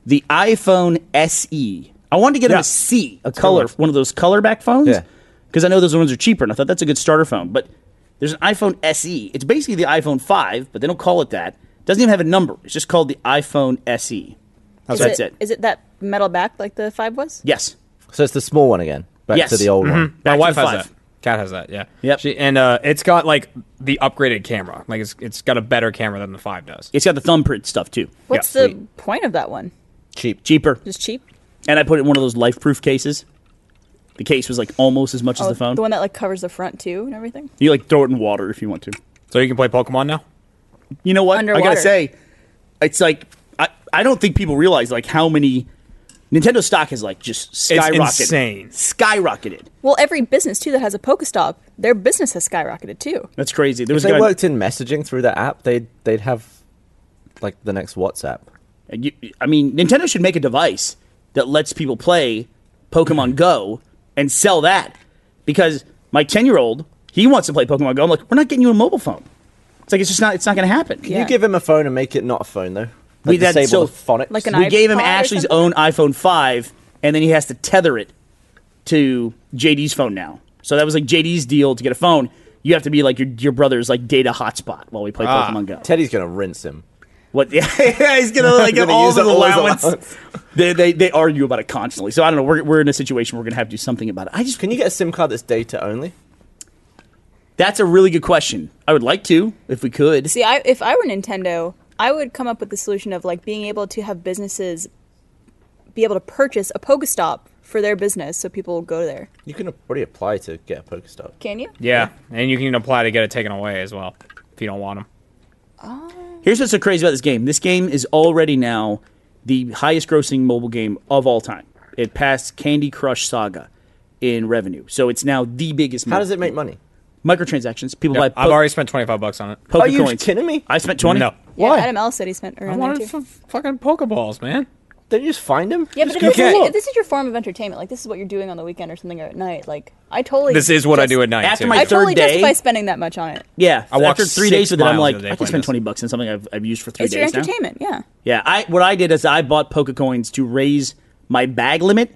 the iPhone SE. I wanted to get him Yeah. a C, a color, one of those color back phones. Yeah. Because I know those ones are cheaper, and I thought that's a good starter phone. But there's an iPhone SE. It's basically the iPhone five, but they don't call it that. Doesn't even have a number. It's just called the iPhone E. SE. is that's it. Is it that metal back like the five was? Yes. So it's the small one again. Back Yes. to the old one. my Back to wife the has five. that. Cat has that. Yeah. Yep. She, and uh, it's got like the upgraded camera. Like it's it's got a better camera than the five does. It's got the thumbprint stuff too. What's Yeah, the point of that one? Cheap. Cheaper. Just cheap. And I put it in one of those life proof cases. The case was like almost as much as the phone. one that like covers Oh, the front too and everything. you like throw it in water if you want to. So you can play Pokemon now. You know what? I Underwater. gotta say, it's like I, I don't think people realize like how many Nintendo stock has like just skyrocketed. insane. Skyrocketed. Well, every business too that has a Pokestop, their business has skyrocketed too. That's crazy. There was If a they guy, worked in messaging through that app, they'd they'd have like the next WhatsApp. you, I mean, Nintendo should make a device that lets people play Pokemon Go and sell that. Because my ten year old, he wants to play Pokemon Go. I'm like, we're not getting you a mobile phone. It's like it's just not it's not gonna happen. Yeah. You give him a phone and make it not a phone though. Like We- that's disable the so- phonics. Like an we gave him iPod or Ashley's something? own iPhone 5, and then he has to tether it to JD's phone now. So that was like JD's deal to get a phone. You have to be like your your brother's like data hotspot while we play Ah. Pokemon Go. Teddy's gonna rinse him. What? *laughs* Yeah, he's *laughs* gonna like get Gonna all of use his up all his allowance. allowance. they, they they argue about it constantly. So I don't know. We're, we're in a situation where we're gonna have to do something about it. I just Can you get a SIM card that's data only? that's a really good question. I would like to if we could. See, I, if I were Nintendo, I would come up with the solution of like being able to have businesses be able to purchase a Pokestop for their business, so people will go there. You can already apply to get a Pokestop. Can you? Yeah, and you can apply to get it taken away as well if you don't want them. Here's what's so crazy about this game. This game is already now the highest grossing mobile game of all time. It passed Candy Crush Saga in revenue. So it's now the biggest How mo- does it make money? microtransactions. People buy I've po- already spent twenty five bucks on it. Poke Are you coins. kidding me? I spent 20. No, Yeah, Why? Adam L said he spent I around there wanted too. f- fucking Pokeballs, man. Don't you just find him? yeah, but if go this, get- if this is your form of entertainment, like this is what you're doing on the weekend or something or at night, like I totally. This is what I just- do at night. After too. my I totally Third day? justify spending that much on it. Yeah. I walked After three six days with it, I'm miles like, the other day I could playing spend this. 20 bucks on something I've, I've used for three It's your days now. entertainment, yeah. Yeah. I, what I did is I bought Poke coins to raise my bag limit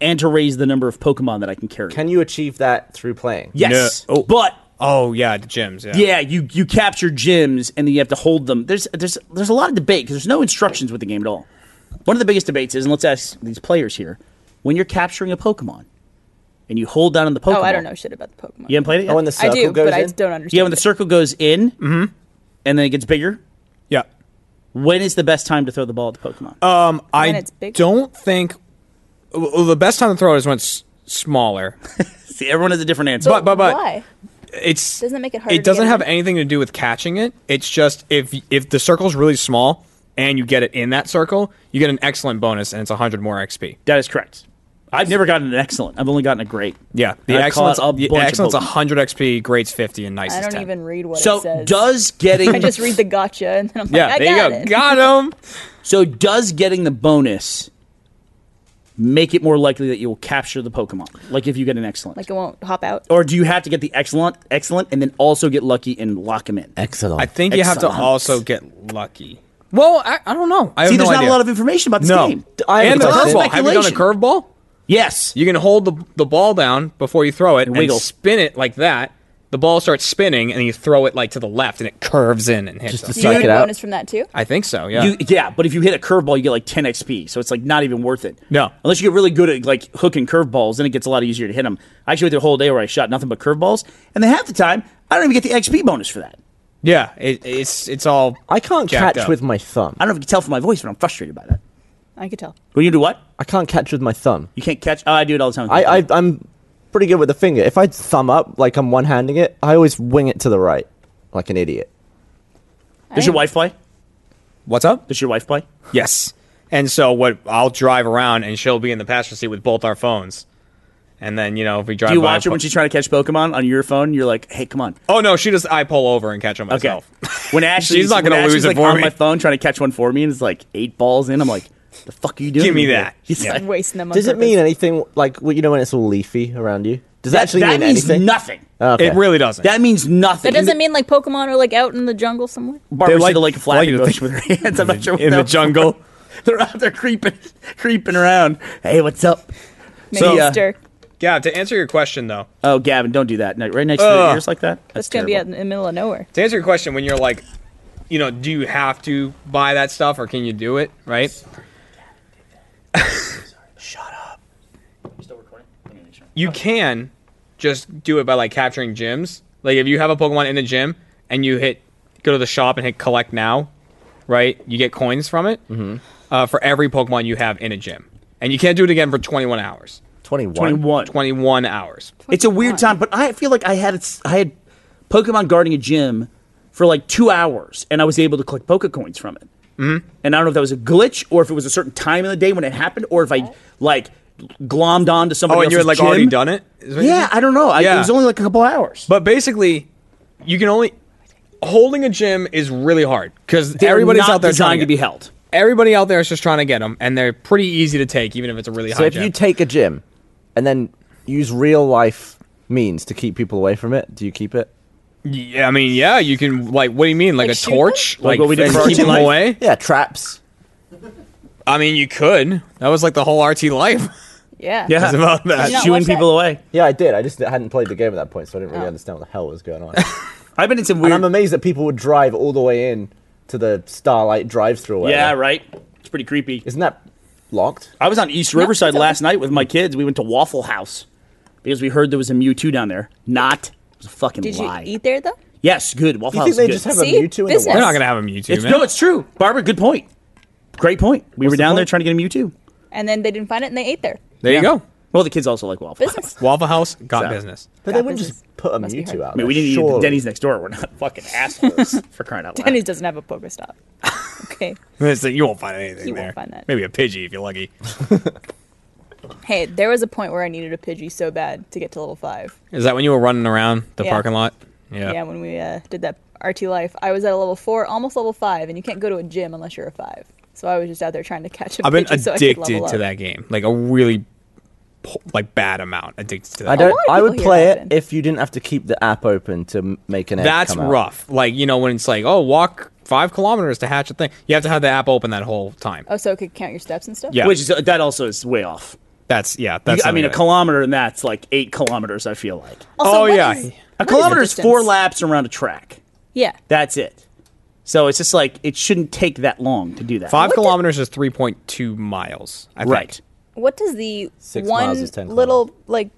and to raise the number of Pokemon that I can carry. Can you achieve that through playing? yes. No. Oh. But Oh yeah, the gyms. Yeah. Yeah, you you capture gyms and then you have to hold them. There's there's there's a lot of debate because there's no instructions with the game at all. One of the biggest debates is, and let's ask these players here: when you're capturing a Pokemon and you hold down on the Pokemon, Oh, I don't know shit about the Pokemon. You haven't played it yet. Oh, when the I circle do, goes but I in? don't understand. yeah, when the it. circle goes in and then it gets bigger. Yeah. When is the best time to throw the ball at the Pokemon? Um, When I it's big. don't think well, the best time to throw it is when it's smaller. See, everyone has a different answer. But- but- but- why It's doesn't it make it harder? it doesn't to get have in? anything to do with catching it. It's just if if the circle's really small and you get it in that circle, you get an excellent bonus and it's 100 more XP. that is correct. I've never gotten an excellent. I've only gotten a great. Yeah, the And I caught excellence a the bunch of excellence Pokemon. 100 XP, grades 50 and nice I is don't 10. even read what it So says. does *laughs* getting I just read the gotcha, and then I'm like, Yeah, I there got you it. go. Got him. So does getting the bonus make it more likely that you will capture the Pokemon? Like if you get an excellent, Like it won't hop out. or do you have to get the excellent, excellent, and then also get lucky and lock him in? Excellent. *laughs* I think you have to Excellent. also get lucky. Well, I, I don't know. I have See, no there's not idea. a lot of information about this no. game. I have and a the question. curveball. Have you done a Speculation. curveball? Yes, You can hold the, the ball down before you throw it and, wiggle. spin it like that. The ball starts spinning and you throw it like to the left and it curves in and hits. Just us. to Do you Suck get it a out. bonus from that too? I think so. Yeah. You, yeah, but if you hit a curveball, you get like 10 XP, so it's like not even worth it. No. unless you get really good at like hooking curveballs, then it gets a lot easier to hit them. I actually went through a whole day where I shot nothing but curveballs, and then half the time I don't even get the XP bonus for that. yeah. It, it's it's all. I can't jacked catch up. with my thumb. I don't know if you can tell from my voice, but I'm frustrated by that. I could tell. When you do what? I can't catch with my thumb. You can't catch. Oh, I do it all the time. I, I I'm pretty good with the finger. If I thumb up like I'm one handing it, I always wing it to the right, like an idiot. Does your wife play? What's up? Does your wife play? Yes. And so what? I'll drive around and she'll be in the passenger seat with both our phones. And then you know if we drive. Do you by a watch her fo- when she's trying to catch Pokemon on your phone? You're like, hey, come on. Oh no, she just I pull over and catch them Okay. myself. *laughs* When Ashley, She's not when gonna Ashley's, lose it like, for on me. my phone trying to catch one for me, and it's like eight balls in. I'm like, the fuck are you doing? Give me here?" that. *laughs* He's Yeah. like, Wasting them. on Does it mean purpose. anything? Like well, you know when it's all leafy around you? Does that, that, actually that mean means anything? Uh, nothing. Okay. It really doesn't. That means nothing. That doesn't mean like Pokemon are like out in the jungle somewhere. Barbara They like- like, like a flag like you to bush with her *laughs* hands. I'm not sure. what in that the was. jungle. *laughs* they're out there creeping, *laughs* creeping around. Hey, what's up? Maybe So- a stir. Yeah. To answer your question though, Oh, Gavin, don't do that. No, Right next to Ugh. their ears like that. That's gonna be out in the middle of nowhere. to answer your question, when you're like, you know, do you have to buy that stuff or can you do it? Right? You Oh. can just do it by like capturing gyms. Like if you have a Pokemon in a gym and you hit go to the shop and hit collect now, right? You get coins from it Mm-hmm. uh, for every Pokemon you have in a gym, and you can't do it again for 21 hours. Twenty-one. Twenty-one. 21 hours. It's a weird time, but I feel like I had s- I had Pokemon guarding a gym for like two hours, and I was able to collect Pokecoins from it. Mm-hmm. And I don't know if that was a glitch or if it was a certain time in the day when it happened, or if I like glommed on to somebody. Oh, and you had else's like gym. already done it. Is what you Yeah, mean? I don't know. I, It Yeah. was only like a couple hours. But basically, you can only holding a gym is really hard because They're everybody's not out there trying designed to be get- held. Everybody out there is just trying to get them, and they're pretty easy to take, even if it's a really So high if gym. you take a gym, and then use real life means to keep people away from it, do you keep it? yeah, I mean, yeah, you can like. What do you mean, like, Like a shoot them? torch, Like what we did and for keep RT them Life? away? Yeah, traps. I mean, you could. That was like the whole RT life. *laughs* Yeah. Yeah. It's about that. Did you not Shooing watch that? people away. Yeah, I did. I just hadn't played the game at that point, so I didn't really Oh. understand what the hell was going on. *laughs* I've been in some and weird. I'm amazed that people would drive all the way in to the Starlight drive-through. area. yeah, right. It's pretty creepy. Isn't that locked? I was on East Riverside last night with my kids. We went to Waffle House because we heard there was a Mewtwo down there. Not. It was a fucking Did you lie. eat there though? Yes, good. Waffle You House think is they good. just have See? a Mewtwo in Business. the They're wild? not gonna have a Mewtwo, It's, man. no, it's true. Barbara, good point. Great point. We were the down there point? trying to get a Mewtwo. And then they didn't find it and they ate there. there you Yeah. go. Well, the kids also like Waffle House. *laughs* Business. Waffle House got So. business. *laughs* But they God, wouldn't this just put a must be Mewtwo hard. out. I mean, there, we didn't eat surely. at Denny's next door. We're not fucking *laughs* assholes for crying out loud. Denny's doesn't have a Pokestop. Okay. It's like, you won't find anything You there. won't find that. Maybe a Pidgey if you're lucky. Hey, there was a point where I needed a Pidgey so bad to get to level five. Is that when you were running around the Yeah. parking lot? Yeah, when we uh, did that RT life, I was at a level four, almost level five, and you can't go to a gym unless you're a five. So I was just out there trying to catch a I've been Pidgey so I could addicted level to up. that game, like a really po- like bad amount addicted to that. I lot don't. of I people would here play have it been. if you didn't have to keep the app open to m- make an. egg That's come out. rough. Like you know when it's like, oh, walk five kilometers to hatch a thing. You have to have the app open that whole time. Oh, so it could count your steps and stuff? Yeah. Which is that also is way off. That's yeah. That's I not mean, a good. kilometer and that's like eight kilometers. I feel like Also, Oh, what yeah. is- A a what the kilometer is four distance? laps around a track. Yeah. That's it. So it's just like it shouldn't take that long to do that. Five What the- kilometers is three point two miles. I think. right? What does the Six one miles is 10 little, like,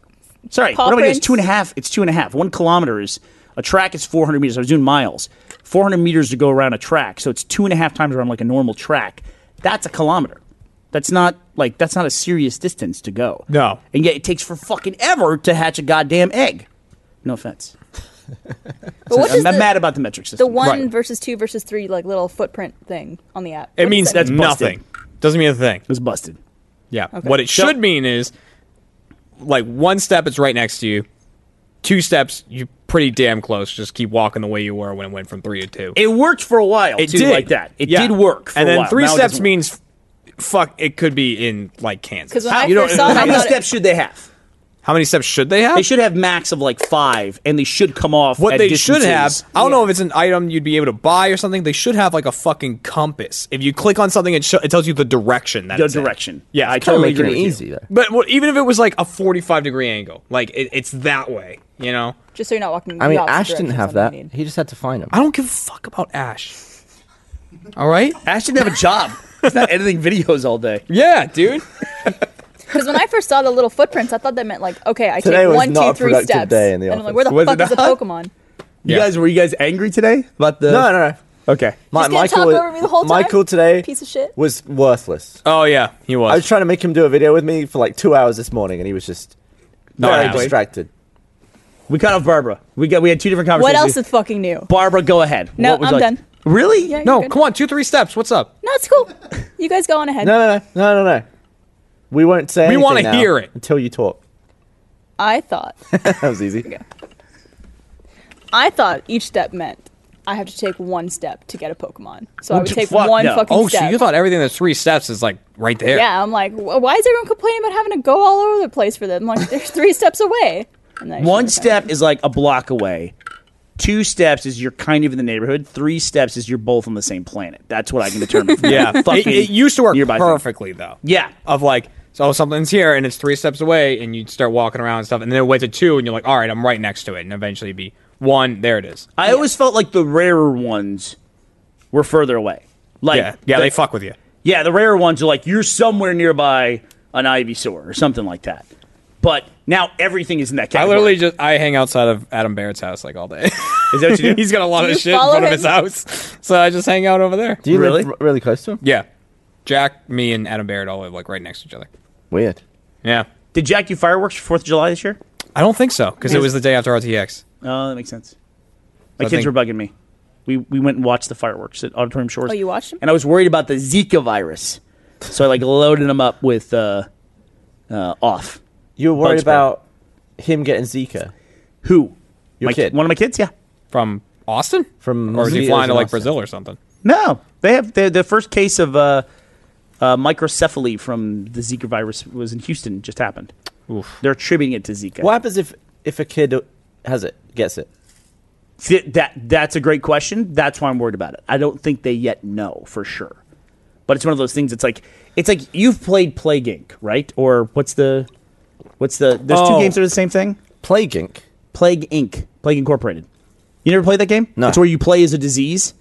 Sorry, Paw what am I doing? It's prints. two and a half. It's two and a half. One kilometer is a track is four hundred meters. I was doing miles. Four hundred meters to go around a track, so it's two and a half times around like a normal track. That's a kilometer. That's not like that's not a serious distance to go. No. and yet it takes for fucking ever to hatch a goddamn egg. No offense. but what does I'm, the, mad about the metric the system. one Right. versus two versus three, like, little footprint thing on the app? It means that that's mean? nothing. Doesn't mean a thing. was busted. Yeah. What it So- should mean is like one step it's right next to you. Two steps, you're pretty damn close. Just keep walking the way you were when it went from three to two. It worked for a while. too, like that. It Yeah. did work. For and a then while. three Now it steps doesn't means f- fuck. It could be in like Kansas. Because when How, I work. first saw it, how I many thought it, steps should they have? how many steps should they have? They should have max of like five, and they should come off. what at they should have. distances. I don't Yeah. know if it's an item you'd be able to buy or something. They should have like a fucking compass. If you click on something, it, sho it tells you the direction. That The it's in. direction. Yeah, I It's kinda totally making agree. it with you. easy, though. But well, even if it was like a 45 degree angle, like it, it's that way. You know. just so you're not walking I mean, the opposite Ash didn't direction, have that. something you need. He just had to find him. I don't give a fuck about Ash. *laughs* All right. Ash didn't have a job. He's not editing videos all day. Yeah, dude. Because when I first saw the little footprints, I thought that meant like, okay, I Today take was one, not two, a three productive steps, day in the and I'm like, office. where the Was fuck it is the not? *laughs* Pokemon? You guys were you guys angry today about the? No, no, no. Okay. My, He's gonna talk over me the whole time? Michael today Piece of shit. was worthless. Oh yeah, he was. I was trying to make him do a video with me for like two hours this morning, and he was just Not very happy. distracted. We cut off Barbara. We got we had two different What conversations. else is fucking new? Barbara, go ahead. No, What would you I'm like- done. Really? Yeah, no, you're good. come on, two three steps. What's up? No, it's cool. You guys go on ahead. No, no, no, no, no, no. We won't say. We anything wanna now hear it. until you talk. *laughs* I thought, that was easy. I thought each step meant I have to take one step to get a Pokemon. So I would the take fuck? one No. fucking Oh, step. so you thought everything that's three steps is like right there? yeah, I'm like, wh- why is everyone complaining about having to go all over the place for them? Like, there's three *laughs* steps away. And then I should've One found step is like a block away. Two steps is you're kind of in the neighborhood. Three steps is you're both on the same planet. That's what I can *laughs* determine. from Yeah, that it, fucking it used to work nearby thing. perfectly though. Yeah. of like, so something's here and it's three steps away, and you start walking around and stuff, and then it went to two, and you're like, all right, I'm right next to it, and eventually it'd be one. There it is. I always felt like the rarer ones were further away. Like yeah, yeah, the- they fuck with you. Yeah, the rarer ones are like you're somewhere nearby an Ivysaur or something like that. But now everything is in that I category. literally just I hang outside of Adam Barrett's house like all *laughs* day. is that what you do? He's got a lot Do of you shit in follow front of him? his house, *laughs* so I just hang out over there. Do you Really? live r- really close to him? Yeah, Jack, me, and Adam Barrett all live like right next to each other. Weird. Yeah, Did Jack do fireworks for Fourth of July this year? I don't think so because it was the day after RTX. Oh, that makes sense. My So I kids think- were bugging me. We we went and watched the fireworks at Auditorium Shores. Oh, you watched 'em? And I was worried about the Zika virus, so I like loaded them up with uh, uh, off. You were worried Bug spray. about him getting Zika Who? Your my kid. One of my kids. Yeah. from Austin, From- or is he Zito's flying to in like Austin. Brazil or something? No, they have the the first case of uh, uh, microcephaly from the Zika virus was in Houston. Just happened. They're attributing it to Zika. What happens if if a kid has it, gets it? Th- that that's a great question. That's why I'm worried about it. I don't think they yet know for sure. But it's one of those things. It's like it's like you've played Plague Inc. right? Or what's the what's the? There's two Oh. games that are the same thing. Plague Inc. Plague Inc. Plague Incorporated. You never played that game? No. It's where you play as a disease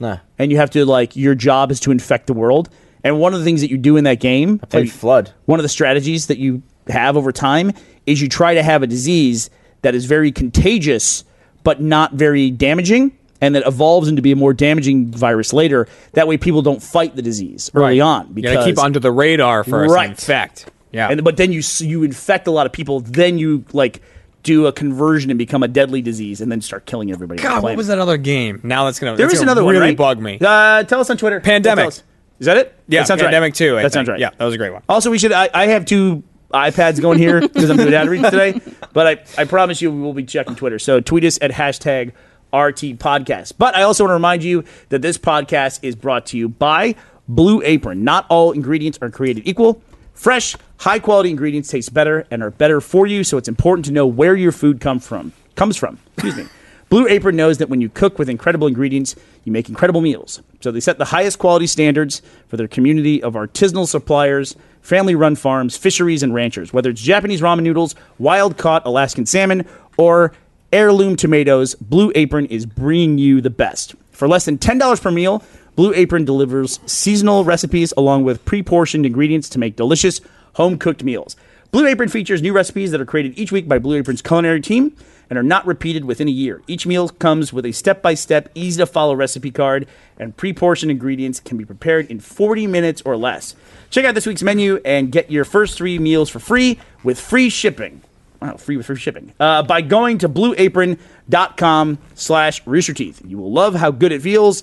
No. and you have to like your job is to infect the world. And one of the things that you do in that game, Played and Flood. one of the strategies that you have over time is you try to have a disease that is very contagious but not very damaging and that evolves into be a more damaging virus later. That way people don't fight the disease early on you because gotta keep under the radar first. Right. In fact, yeah. and but then you s- you infect a lot of people, then you like do a conversion and become a deadly disease and then start killing everybody. on the God, what planet. was that other game? Now that's gonna There is that's gonna another one. really right? bug me. Uh, tell us on Twitter. Pandemic. Tell us. Is that it? Yeah, that sounds Pandemic right. too, I that sounds think. right. Yeah, that was a great one. Also, we should. I, I have two iPads *laughs* going here because I'm doing outreach today, but I, I promise you we will be checking Twitter. So tweet us at hashtag RT Podcast. But I also want to remind you that this podcast is brought to you by Blue Apron. Not all ingredients are created equal. Fresh, high quality ingredients taste better and are better for you, so it's important to know where your food come from comes from. Excuse me. Blue Apron knows that when you cook with incredible ingredients, you make incredible meals. So they set the highest quality standards for their community of artisanal suppliers, family run farms, fisheries, and ranchers, whether it's Japanese ramen noodles, wild caught Alaskan salmon, or heirloom tomatoes, Blue Apron is bringing you the best. For less than $10 per meal, Blue Apron delivers seasonal recipes along with pre portioned ingredients to make delicious home cooked meals. Blue Apron features new recipes that are created each week by Blue Apron's culinary team and are not repeated within a year. Each meal comes with a step by step, easy to follow recipe card, and pre portioned ingredients can be prepared in 40 minutes or less. Check out this week's menu and get your first three meals for free with free shipping. Wow, free with free shipping. Uh, by going to blueapron.com slash rooster teeth. You will love how good it feels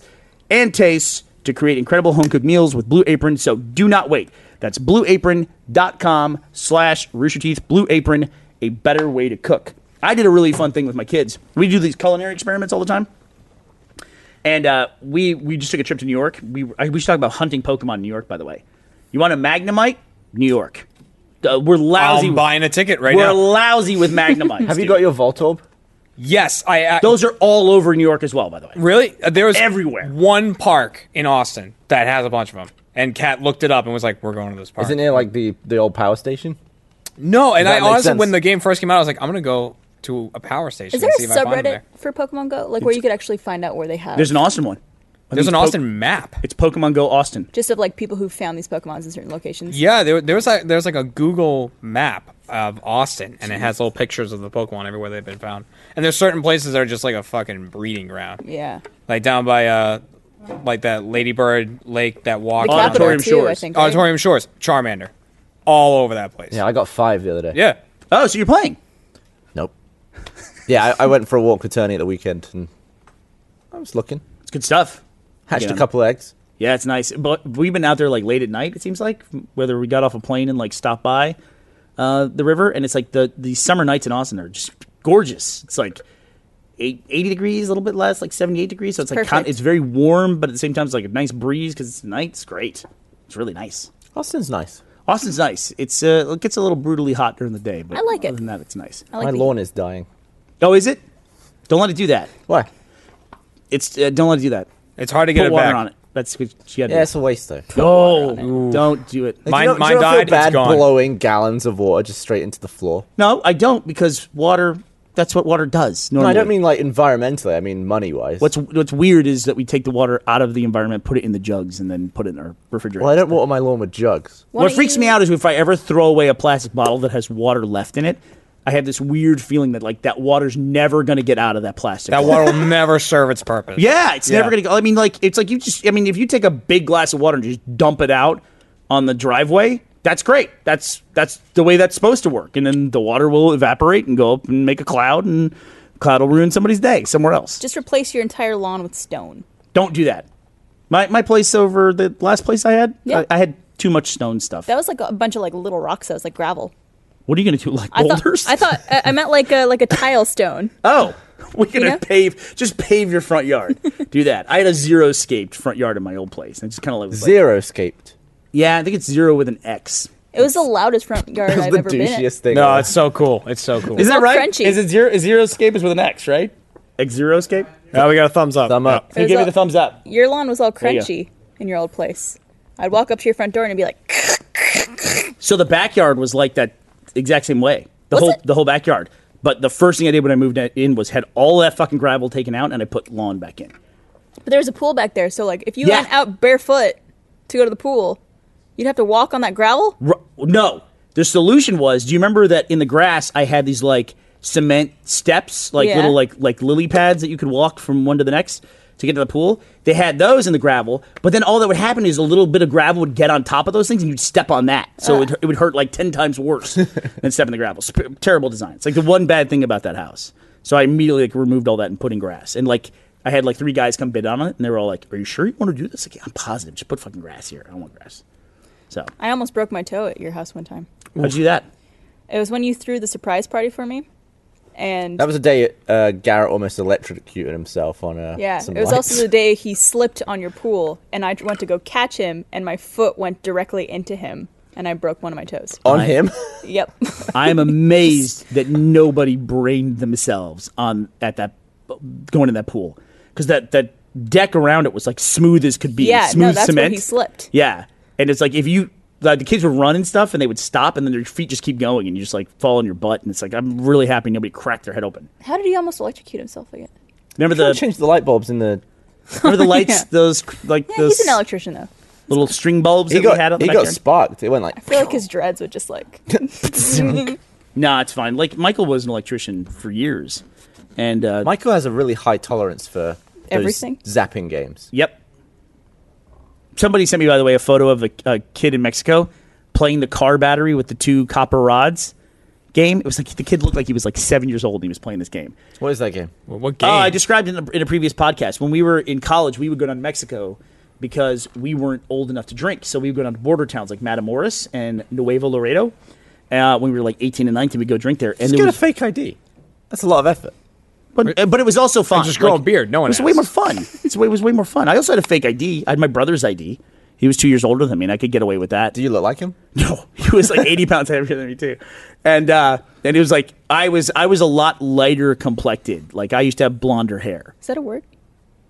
and tastes to create incredible home cooked meals with Blue Apron, so do not wait. That's blueapron.com slash rooster teeth. Blue Apron, a better way to cook. I did a really fun thing with my kids. We do these culinary experiments all the time. And uh, we we just took a trip to New York. We I- we should talk about hunting Pokemon in New York, by the way. You want a Magnemite? New York. Uh, we're lousy. I'm with- buying a ticket right we're now. lousy with Magnemite. *laughs* Have you got your Voltorb? yes, I, I Those are all over New York as well, by the way. Really? Uh, There was Everywhere. One park in Austin that has a bunch of them. And Kat looked it up and was like, "We're going to this park." Isn't it like the, the old power station? no, and That I makes honestly, sense. when the game first came out, I was like, "I'm gonna go to a power station." Is there and a see if I find them there. subreddit for Pokemon Go, like where you could actually find out where they have? There's an Austin one. I There's think an it's Austin Po- map. it's Pokemon Go Austin. just of like people who found these Pokemons in certain locations. Yeah, there, there was like, there's like a Google map of Austin, and it has little pictures of the Pokemon everywhere they've been found. And there's certain places that are just like a fucking breeding ground, Yeah. like down by uh, like that Ladybird Lake that walk. The down- capital Auditorium too, I Shores. think. right? Auditorium Shores, Charmander, all over that place. Yeah, I got five the other day. yeah. Oh, so you're playing? Nope. *laughs* Yeah, I, I went for a walk with Tony at the weekend and I was looking. It's good stuff. Hatched Yeah. a couple eggs. Yeah, it's nice. But we've been out there like late at night. It seems like whether we got off a plane and like stopped by uh, the river, and it's like the the summer nights in Austin are just gorgeous. It's like. eight- 80 degrees, a little bit less, like 78 degrees. So it's like, con- Perfect. it's very warm, but at the same time, it's like a nice breeze because it's night. It's great. It's really nice. Austin's nice. Austin's nice. It's uh, it gets a little brutally hot during the day, but I like it. Other than that, it's nice. I like My the- lawn is dying. Oh, is it? Don't let it do that. Why? It's uh, don't let it do that. It's hard to get Put it water back. on it. That's what she had. Yeah, to it's a waste though. do. Oh. No, don't do it. Mine- do you not, do mine you not died, Feel it's bad gone. blowing gallons of water just straight into the floor. No, I don't because water. That's what water does. No, Normally. I don't mean like environmentally. I mean money wise. What's What's weird is that we take the water out of the environment, put it in the jugs, and then put it in our refrigerator. well, I don't water my lawn with jugs. Why what don't freaks you- me out is if I ever throw away a plastic bottle that has water left in it. I have this weird feeling that like that water's never gonna get out of that plastic. That bottle. water will never serve its purpose. Yeah, it's Yeah. never gonna go. I mean, like it's like you just. I mean, if you take a big glass of water and just dump it out on the driveway, that's great. That's that's the way that's supposed to work. And then the water will evaporate and go up and make a cloud, and cloud will ruin somebody's day somewhere else. Just replace your entire lawn with stone. Don't do that. My my place over the last place I had, Yeah. I, I had too much stone stuff. That was like a bunch of like little rocks. That was like gravel. what are you gonna do, like I thought. boulders? I thought. I, I meant like a like a tile stone. *laughs* Oh, we're gonna know? pave. Just pave your front *laughs* yard. do that. I had a zero scaped front yard in my old place. I just kind of like was like- Zero escaped. yeah, I think it's zero with an X. It was the loudest *laughs* front yard That was I've the ever been in. douchiest thing. No, ever. it's so cool. It's so cool. Is Well, that right? Frenchie. Is it zero? Is zero escape is with an X, right? X zero escape. Yeah, we got a thumbs up. thumb up. He was gave me a- the thumbs up. Your lawn was all you go. crunchy in your old place. I'd walk up to your front door and it'd be like, So the backyard was like that exact same way. The Was whole it? the whole backyard. But the first thing I did when I moved in was had all that fucking gravel taken out and I put lawn back in. but there was a pool back there, so like if you Yeah. went out barefoot to go to the pool, you'd have to walk on that gravel. R- no, the solution was. Do you remember that in the grass I had these like cement steps, like Yeah. little like like lily pads that you could walk from one to the next to get to the pool? They had those in the gravel, but then all that would happen is a little bit of gravel would get on top of those things and you'd step on that, so it, it would hurt like ten times worse than stepping the gravel. Sp- terrible design. It's like the one bad thing about that house. So I immediately like removed all that and put in grass and like. I had like three guys come bid on it, and they were all like, "Are you sure you want to do this?" Like, "Yeah, I'm positive. Just put fucking grass here. I don't want grass. So I almost broke my toe at your house one time. how'd you do that? It was when you threw the surprise party for me, and That was a day uh, Garrett almost electrocuted himself on a. yeah, some it was lights. also the day he slipped on your pool, and I went to go catch him, and my foot went directly into him, and I broke one of my toes. *laughs* on Right. him. Yep. *laughs* I'm amazed that nobody brained themselves on at that going in that pool because that that deck around it was like smooth as could be. yeah, smooth no, that's cement. where he slipped. Yeah, and it's like if you like the kids would run and stuff, and they would stop, and then their feet just keep going, and you just like fall on your butt, and it's like I'm really happy nobody cracked their head open. How did he almost electrocute himself again? Remember *laughs* Trying to the change the light bulbs in the. remember the *laughs* lights, Yeah. those like Yeah, those he's an electrician though. little string bulbs He that got, we had on the he got backyard. sparked. It went like. I feel like his dreads would just *laughs* like nah, it's fine. Like Michael was an electrician for years, and uh, Michael has a really high tolerance for those Everything? zapping games. Yep. Somebody sent me, by the way, a photo of a, a kid in Mexico playing the car battery with the two copper rods game. It was like the kid looked like he was like seven years old and he was playing this game. What is that game? Well, what Oh, game? I described in a, in a previous podcast when we were in college, we would go down to Mexico because we weren't old enough to drink, so we would go down to border towns like Matamoros and Nuevo Laredo. Uh, when we were like eighteen and nineteen, we'd go drink there, and Just there get was- a fake ID. That's a lot of effort. but, uh, but it was also fun. just grow a beard, no one It was asks. way more fun. It's way, it was way more fun. I also had a fake ID. I had my brother's ID. He was two years older than me, and I could get away with that. *laughs* Do you look like him? No, he was like eighty pounds heavier than me too, and uh, and it was like I was I was a lot lighter complected. Like I used to have blonder hair, Is that a word?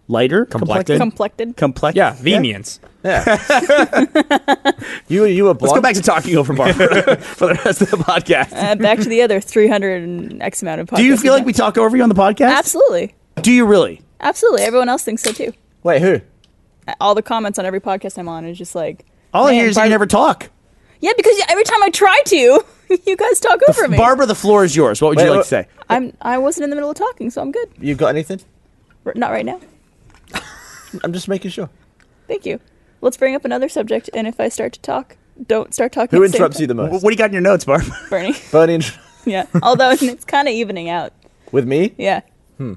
lighter Complected? Complected. complected. yeah, Venians. *laughs* Yeah. you you were blonde. Let's go back to talking *laughs* over bar for *laughs* for the rest of the podcast. Uh, back to the other 300 and X amount of podcasts. *laughs* Do you feel like we talk over you on the podcast? *laughs* Absolutely. Do you really? Absolutely. Everyone else thinks so too. Uh, Wait, who? All the comments on every podcast I'm on is just like. All I "Man, hear is Bar- you never talk. Yeah, because every time I try to, *laughs* you guys talk over me. Barbara, the floor is yours. What would Wait, you like wait. to say? I'm, I wasn't in the middle of talking, so I'm good. You got anything? R- Not right now. I'm just making sure. Thank you. Let's bring up another subject, and if I start to talk, don't start talking. Who at the same interrupts you time. the Wh- *laughs* most? What do you got in your notes, Barb? Bernie. *laughs* Bernie inter- yeah. Although *laughs* it's kind of evening out. *laughs* with me? Yeah. Hmm.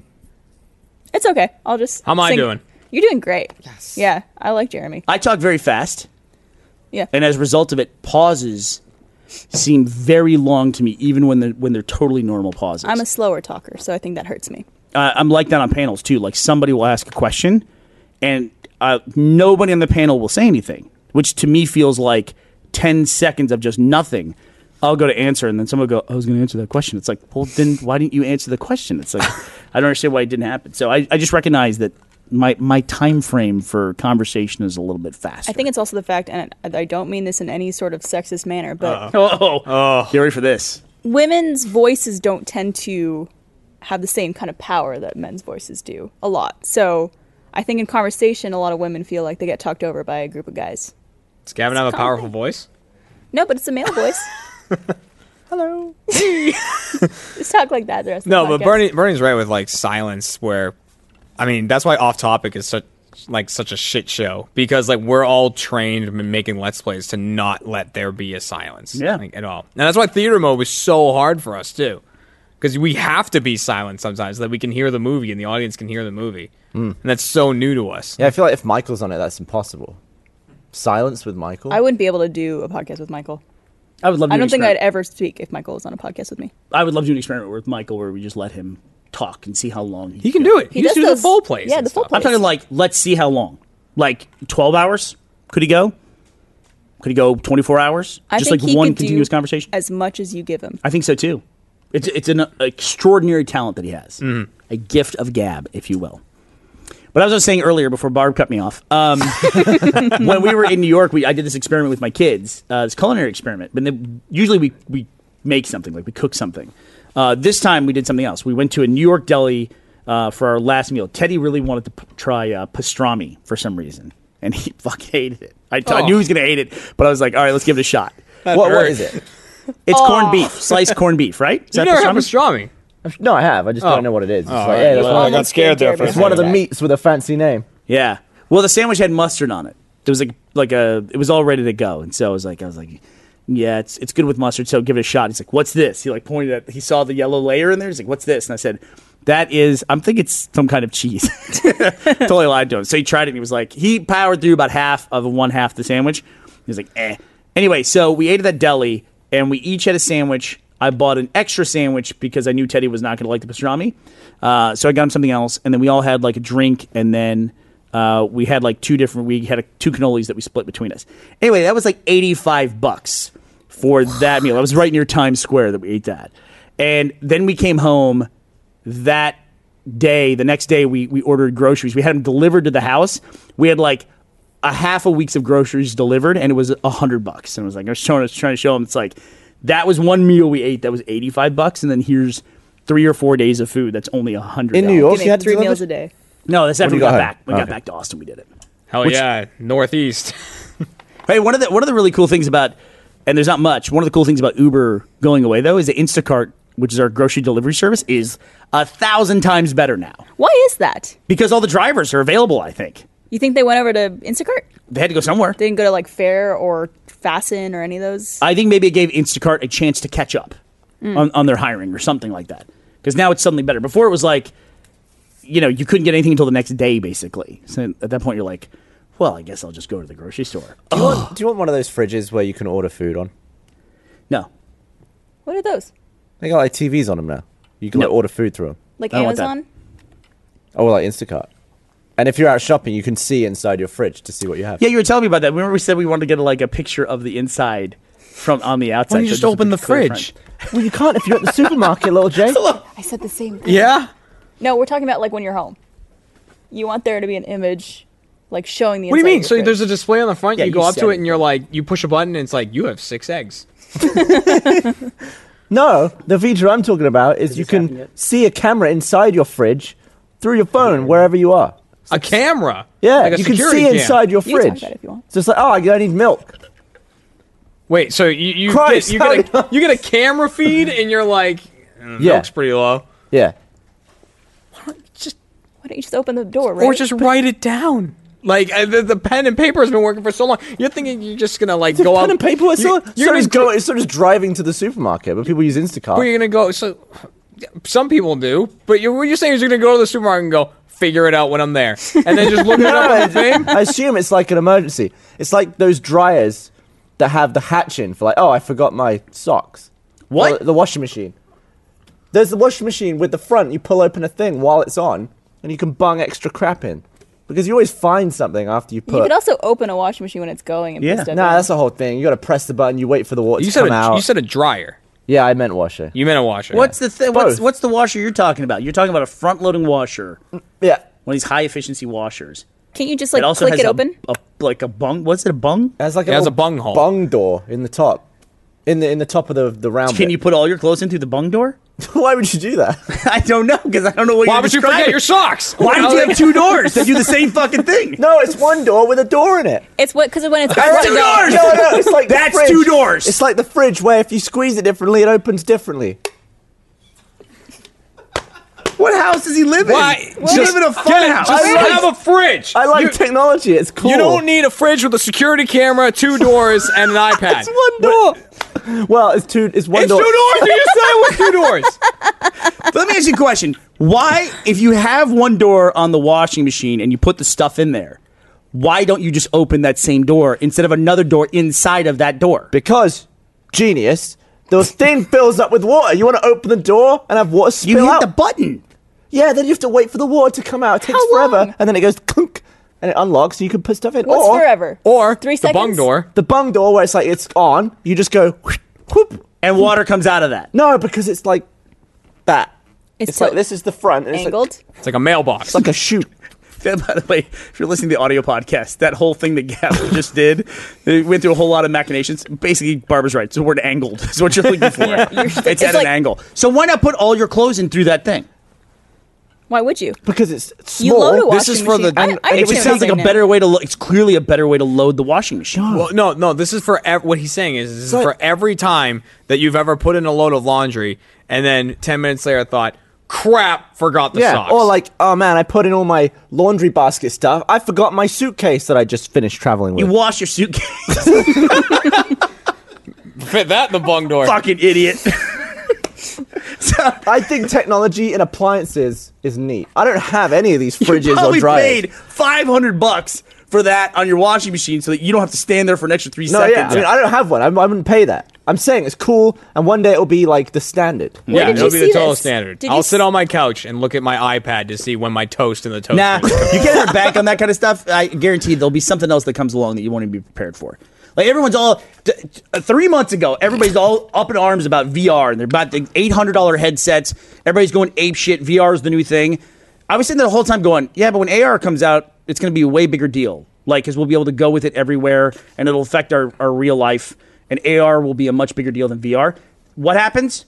It's okay. I'll just. How am I sing- doing? You're doing great. Yes. Yeah, I like Jeremy. I talk very fast. Yeah. and as a result of it, pauses seem very long to me, even when they're, when they're totally normal pauses. I'm a slower talker, so I think that hurts me. uh, I'm like that on panels too. Like somebody will ask a question, and uh, nobody on the panel will say anything, which to me feels like ten seconds of just nothing. I'll go to answer, and then someone will go, "I was going to answer that question." It's like, well, then why didn't you answer the question? It's like *laughs* I don't understand why it didn't happen. So I, I just recognize that my my time frame for conversation is a little bit faster. I think it's also the fact, and I don't mean this in any sort of sexist manner, but Oh, oh, you ready for this? women's voices don't tend to have the same kind of power that men's voices do a lot. So I think in conversation, a lot of women feel like they get talked over by a group of guys. Does Gavin have a Complected. powerful voice? No, but it's a male voice. *laughs* Hello. *laughs* Just talk like that the rest of No, the but podcast. Bernie, Bernie's right with like silence. Where, I mean, that's why off topic is such like such a shit show because like we're all trained in making let's plays to not let there be a silence, Yeah. like, at all. And that's why theater mode was so hard for us too, because we have to be silent sometimes so that we can hear the movie and the audience can hear the movie, and that's so new to us. Yeah, I feel like if Michael's on it, that's impossible. Silence with Michael. I wouldn't be able to do a podcast with Michael. I would love. To I do an don't think experiment. I'd ever speak if Michael was on a podcast with me. I would love to do an experiment with Michael where we just let him talk and see how long he, He can do it. He, He just does does those- the full plays. yeah, and the full stuff. I'm talking like let's see how long, like 12 hours. Could he go? Could he go 24 hours? I just think like he one could do continuous conversation. As much as you give him. I think so too. uh, It's it's an extraordinary talent that he has, a gift of gab, if you will. But as I was saying earlier, before Barb cut me off, um, *laughs* when we were in New York, we I did this experiment with my kids, uh, this culinary experiment. But then usually we we make something, like we cook something. Uh, this time we did something else. We went to a New York deli uh, for our last meal. Teddy really wanted to p- try uh, pastrami for some reason, and he *laughs* fucking hated it. I t- I Oh. knew he was gonna hate it, but I was like, all right, let's give it a shot. What, what hurt. is it? It's corned Aw. beef, sliced corned beef, right? Is Oh. You that never had pastrami? pastrami. No, I have. I just Oh. don't know what it is. It's, like, alright, yeah, that's well, one Oh, of I got that's scared good, there for a Jeremy. It's one of the Yeah. meats with a fancy name. Yeah. Well, the sandwich had mustard on it. It was like like a it was all ready to go, and so I was like I was like, yeah, it's it's good with mustard. So give it a shot. He's like, what's this? He like pointed at he saw the yellow layer in there. He's like, what's this? And I said. That is, I'm thinking it's some kind of cheese. totally lied to him. So he tried it and he was like, he powered through about half of one half the sandwich. He was like, eh. Anyway, so we ate at that deli and we each had a sandwich. I bought an extra sandwich because I knew Teddy was not going to like the pastrami. Uh, so I got him something else. And then we all had like a drink and then uh, we had like two different we had a, two cannolis that we split between us anyway that was like 85 bucks for that meal that was right near times square that we ate that and then we came home that day the next day we, we ordered groceries we had them delivered to the house we had like a half a week's of groceries delivered and it was a hundred bucks and i was like i was, showing, I was trying to show him it's like that was one meal we ate that was 85 bucks and then here's three or four days of food that's only a hundred In New York, You you had make three to deliver- meals a day. no that's after When we got, you got home. back we got Okay. back to austin we did it Hell Which- yeah, *laughs* Northeast. Hey, one of the one of the really cool things about and there's not much. One of the cool things about Uber going away though is that Instacart, which is our grocery delivery service, is a thousand times better now Why is that? because all the drivers are available. I think You think they went over to Instacart? they had to go somewhere. They didn't go to like Fair or Fasten or any of those. I think maybe it gave Instacart a chance to catch up on, on their hiring or something like that. Because now it's suddenly better. Before it was like, you know, you couldn't get anything until the next day, basically. So at that point, you're like, well, I guess I'll just go to the grocery store. Do you, want, do you want one of those fridges where you can order food on? No, What are those? They got like TVs on them now. You can No. like, order food through them. Like I don't want that. Amazon? Or like Instacart. And if you're out shopping, you can see inside your fridge to see what you have. Yeah, you were telling me about that. Remember we said we wanted to get like a picture of the inside from on the outside. Why don't you so just it doesn't open the look clear fridge? front. Well, you can't if you're at the supermarket, little *laughs* Jay. I said the same thing. yeah. No, we're talking about like when you're home. You want there to be an image like showing the What do you inside mean? of So your there's a fridge. display on the front. Yeah, you go you up to said it and it. you're like, you push a button and it's like, you have six eggs. No, the feature I'm talking about is you it's happened can yet? see a camera inside your fridge through your phone wherever you are. A camera. Yeah, Like a you can security see cam. inside your You can talk fridge. about it if you want. So it's like, oh, I I need milk. Wait, so you you, Christ, get, you, how get a, you get a camera feed and you're like, mm, Yeah. milk's pretty low. Yeah. Why don't you just open the door, right? Or just write it down. Like uh, the, the pen and paper has been working for so long. You're thinking you're just gonna like go pen out and paper. It's You're, sort you're so gonna is go. go, it's sort of driving to the supermarket, but people use Instacart. *laughs* Where you're gonna go? So some people do, but you're, what you're saying is you're gonna go to the supermarket and go figure it out when I'm there, and then just look it up *laughs* on the thing. I assume it's like an emergency. It's like those dryers that have the hatch in for like, oh, I forgot my socks. What? Or The, washing machine. There's the washing machine with the front. You pull open a thing while it's on, and you can bung extra crap in because you always find something after you put. You could also open a washing machine when it's going and Yeah. put stuff nah, in. that's the whole thing. You got to press the button. You wait for the water You to said come a, out. you said a dryer. yeah, I meant washer. You meant a washer. What's the thing? What's, Both. what's the washer you're talking about? You're talking about a front-loading washer, one yeah, of these high-efficiency washers. Can't you just like it Uh, also click has it a- open? A, like a bung. What's it? A bung? that's like It has little a bung hole. bung door in the top, in the in the top of the the round. Can bit. *laughs* you put all your clothes in through the bung door? Why would you do that? *laughs* I don't know because I don't know what Why you're would you describing. forget your socks? Why would you have two doors that do the same fucking thing? No, it's one door with a door in it. It's what because when it's That's going two out- doors! No, no, it's like the That's fridge. two doors! It's like the fridge where if you squeeze it differently, it opens differently. What house does he live in? Why? Does he live in a fun Get- house? Just I like- have a fridge. I like You- technology. It's cool. You don't need a fridge with a security camera, two doors, and an iPad. It's one door. *laughs* well, it's two. It's one It's two door. doors. *laughs* You just said it was two doors. Let me ask you a question. Why, if you have one door on the washing machine and you put the stuff in there, why don't you just open that same door instead of another door inside of that door? Because genius. The thing fills up with water. You want to open the door and have water spill You hit out. the button. yeah, then you have to wait for the water to come out. It takes How forever, long? and then it goes clunk, and it unlocks, so you can put stuff in. What's or forever? Or three the seconds. bung door. the bung door where it's like it's on. You just go whoosh, whoop. And water comes out of that. No, because it's like that. It's, It's like this is the front. And it's like- angled. It's like a mailbox. It's like a shoot. That, *laughs* by the way, if you're listening to the audio podcast, that whole thing that Gab *laughs* just did, it went through a whole lot of machinations. Basically, Barbara's right. It's the word angled. *laughs* It's what you're looking for. you're- it's, it's at like- an angle. So why not put all your clothes in through that thing? Why would you? because it's small. You load a This washing is for the. machine. I- I understand what it just you're sounds like a saying now. better way to. Lo- it's clearly a better way to load the washing machine. Well, no, no. This is for ev- what he's saying is this is So- for every time that you've ever put in a load of laundry and then ten minutes later thought, "Crap, forgot the yeah, socks." or like, oh man, I put in all my laundry basket stuff. I forgot my suitcase that I just finished traveling *laughs* with. You wash your suitcase, fit that in the bung door. fucking idiot. *laughs* so, *laughs* I think technology and appliances is neat. I don't have any of these you fridges or probably dryers. paid 500 bucks for that on your washing machine so that you don't have to stand there for an extra three no, seconds. yeah, I mean, I don't have one. I, I wouldn't pay that. I'm saying it's cool, and one day it'll be like the standard. Yeah, did it'll you be see the total this? standard. Did I'll you sit s- on my couch and look at my iPad to see when my toast in the toaster. Nah, is you get her back on that kind of stuff. I guarantee there'll be something else that comes along that you won't even be prepared for. Like everyone's all t- t- uh, three months ago, everybody's all up in arms about VR and they're about the eight hundred dollar headsets. Everybody's going ape shit. VR is the new thing. I was sitting there the whole time going, yeah, but when AR comes out, it's going to be a way bigger deal. Like, because we'll be able to go with it everywhere and it'll affect our, our real life. And AR will be a much bigger deal than VR. What happens?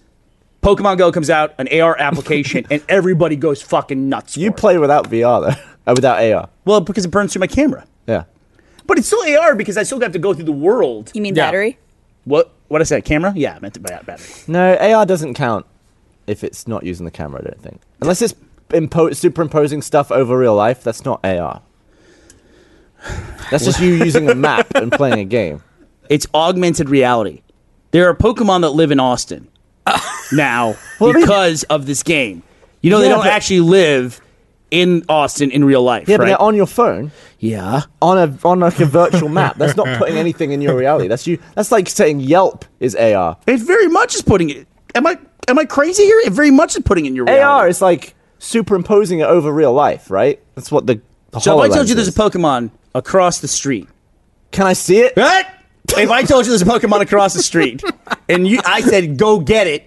Pokemon Go comes out, an AR *laughs* application, and everybody goes fucking nuts. You for it. play without VR though, *laughs* uh, without AR. Well, because it burns through my camera. Yeah. But it's still AR because I still have to go through the world. You mean Yeah. battery? What? What I said? Camera? Yeah, I meant to buy out battery. No, AR doesn't count if it's not using the camera. I don't think, unless it's impo- superimposing stuff over real life. That's not AR. That's just you using *laughs* a map and playing a game. It's augmented reality. There are Pokemon that live in *laughs* Austin now Well, I mean- because of this game. You know, they Yeah, don't but- actually live in Austin in real life, Yeah, but right? they're on your phone. yeah. on a on like a virtual map. That's not putting anything in your reality. That's you. That's like saying Yelp is AR. It very much is putting it. Am I am I crazy here? It very much is putting in your reality. AR is like superimposing it over real life, right? That's what the, the so if I told HoloLens you there's a is. Pokemon across the street, Can I see it? What? If I told you there's a Pokemon across the street and you, I said, go get it,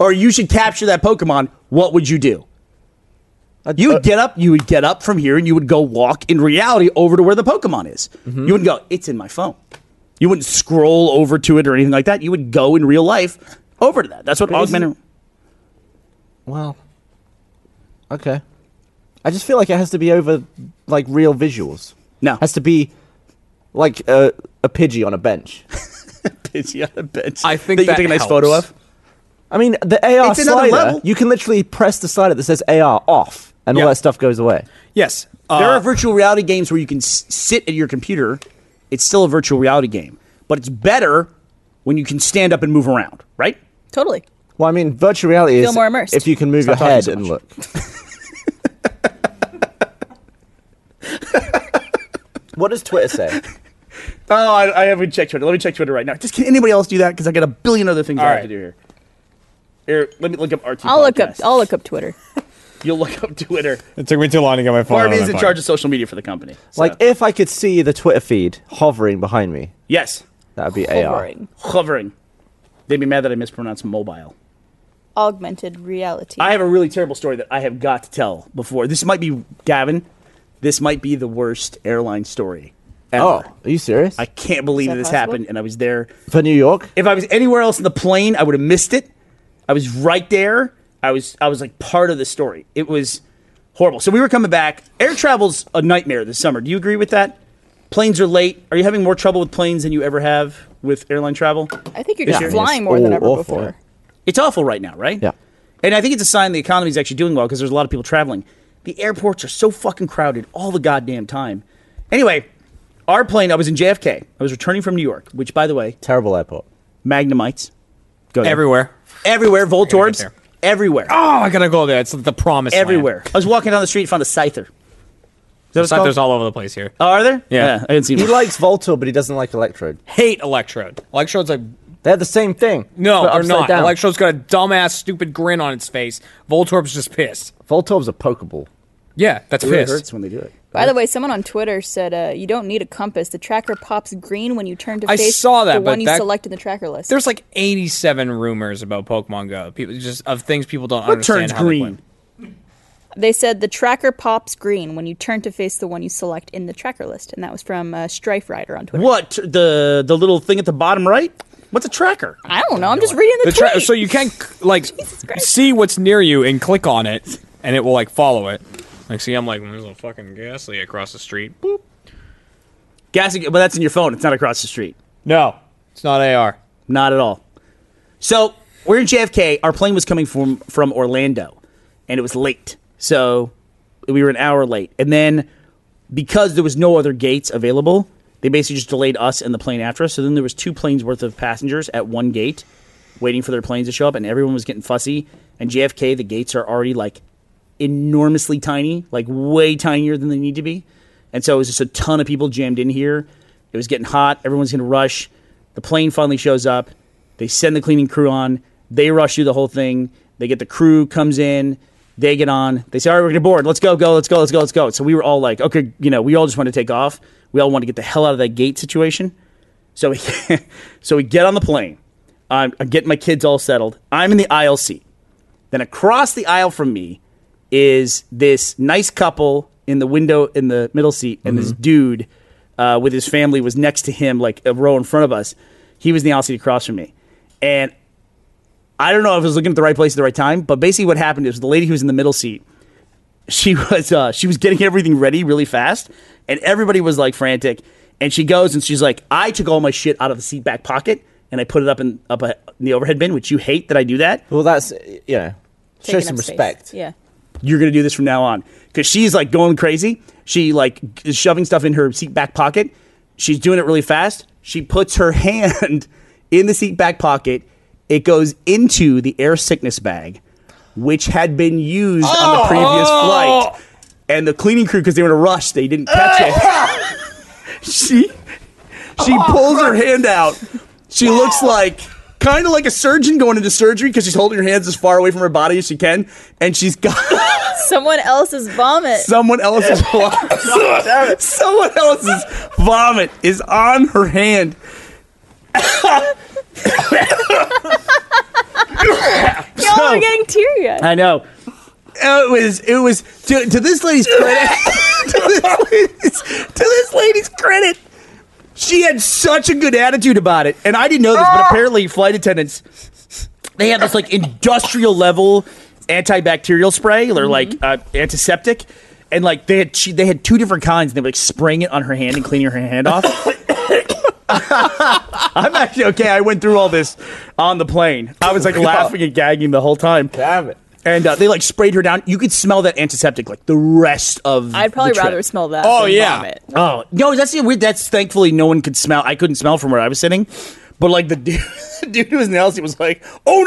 or you should capture that Pokemon, what would you do? You would get up, you would get up from here and you would go walk in reality over to where the Pokemon is. You wouldn't go, it's in my phone. You wouldn't scroll over to it or anything like that. You would go in real life over to that. That's what isn't- *laughs* augmented. Well, okay. I just feel like it has to be over like real visuals. No. has to be like a a pidgey on a bench. It's on the bench. I think that you that can take a nice photo helps. of. I mean, the AR It's another slider. level. You can literally press the slider that says AR off, and Yeah. all that stuff goes away. Yes, uh, There are virtual reality games where you can s- sit at your computer. It's still a virtual reality game, but it's better when you can stand up and move around, right? Totally. Well, I mean, virtual reality Feel is more immersed. if you can move Stop your talking head so and much. look. *laughs* what does Twitter say? Oh, I, I haven't checked Twitter. Let me check Twitter right now. Just can anybody else do that? Because I got a billion other things I All have to right. do here. Here, let me look up RT. I'll look up. podcast. I'll look up Twitter. You'll look up *laughs* Twitter. It took me too long to get my phone. Barb is in charge of social media for the company. so- Like, if I could see the Twitter feed hovering behind me, yes, that would be Hovering. hovering. They'd be mad that I mispronounced mobile. Augmented reality. I have a really terrible story that I have got to tell before. This might be Gavin. This might be the worst airline story ever. AR. Oh, are you serious? I can't believe that this possible? happened, and I was there. For New York? If I was anywhere else in the plane, I would have missed it. I was right there. I was I was like part of the story. It was horrible. So we were coming back. Air travel's a nightmare this summer. Do you agree with that? Planes are late. Are you having more trouble with planes than you ever have with airline travel? I think you're just I mean, flying it's more than all ever awful. before. It's awful right now, right? Yeah. And I think it's a sign the economy is actually doing well because there's a lot of people traveling. The airports are so fucking crowded all the goddamn time. Anyway, our plane, I was in JFK. I was returning from New York, which, by the way, Terrible airport. Magnemites. Go there. everywhere. Everywhere. Voltorbs. there. Everywhere. Oh, I gotta go there. It's the promise. land. everywhere. I was walking down the street and found a scyther. Is that what It's it's like called? there's all over the place here. oh, are there? Yeah. I didn't see He one. likes Voltor, but he doesn't like Electrode. Hate electrode. Electrode's like They're the same thing. no, but they're upside not. Down. Electrode's got a dumbass, stupid grin on its face. Voltorb's just pissed. Voltorb's a pokeball. Yeah, that's It really pissed. hurts when they do it. By the way, someone on Twitter said uh, you don't need a compass. The tracker pops green when you turn to I face saw that, the but one you that- select in the tracker list. There's like 87 rumors about Pokemon Go. People just of things people don't What understand. turns how they play. green? They said the tracker pops green when you turn to face the one you select in the tracker list, and that was from uh, Strife Rider on Twitter. What the the little thing at the bottom right? What's a tracker? I don't know. I'm just reading the, The tra- tweet. so you can like Christ. see what's near you and click on it, and it will like follow it. Like, see, I'm like, there's a fucking ghastly across the street. Boop. Gas, but that's in your phone. It's not across the street. No, it's not AR. Not at all. So we're in JFK. Our plane was coming from from Orlando, and it was late. So we were an hour late, and then because there was no other gates available, they basically just delayed us and the plane after us. So then there was two planes worth of passengers at one gate, waiting for their planes to show up, and everyone was getting fussy. And JFK, the gates are already like enormously tiny, like way tinier than they need to be. And so it was just a ton of people jammed in here. It was getting hot. Everyone's going to rush. The plane finally shows up. They send the cleaning crew on. They rush through the whole thing. They get the crew comes in. They get on. They say, "All right, we're going to board. Let's go, go, let's go, let's go, let's go." So we were all like, "Okay, you know, we all just want to take off. We all want to get the hell out of that gate situation." So we, *laughs* so we get on the plane. I'm, I'm getting my kids all settled. I'm in the aisle seat. Then across the aisle from me is this nice couple in the window in the middle seat, and this dude uh, with his family was next to him, like a row in front of us. He was in the aisle seat across from me, and I don't know if I was looking at the right place at the right time, but basically what happened is the lady who was in the middle seat, she *laughs* was uh, she was getting everything ready really fast, and everybody was like frantic. And she goes and she's like, "I took all my shit out of the seat back pocket and I put it up in up a, in the overhead bin, which you hate that I do that." Well, that's you know, show Taking some up space. respect. Yeah. you're going to do this from now on because she's like going crazy she like is shoving stuff in her seat back pocket she's doing it really fast she puts her *laughs* hand in the seat back pocket it goes into the air sickness bag which had been used on the previous flight and the cleaning crew because they were in a rush they didn't catch it *laughs* she she pulls her hand out she looks like kind of like a surgeon going into surgery because she's holding her hands as far away from her body as she can and she's got Someone else's vomit. someone else's *laughs* vomit. someone else's vomit is on her hand. Y'all so- are getting teary eyed. I know. It was it was to, to this lady's *laughs* credit. to, this lady's, to this lady's credit, she had such a good attitude about it, and I didn't know this, but apparently flight attendants they have this like industrial level antibacterial spray or like uh, antiseptic, and like they had she, they had two different kinds, and they were like spraying it on her hand and cleaning her hand *laughs* off. I'm actually okay. I went through all this on the plane. I *laughs* was like laughing and gagging the whole time. Damn it. And uh, they like sprayed her down. You could smell that antiseptic like the rest of. I'd probably the trip. rather smell that. Oh, than yeah. Vomit. Oh no, that's the weird. That's thankfully no one could smell. I couldn't smell from where I was sitting, but like the *laughs* dude, the dude who was in the house, he was like, "Oh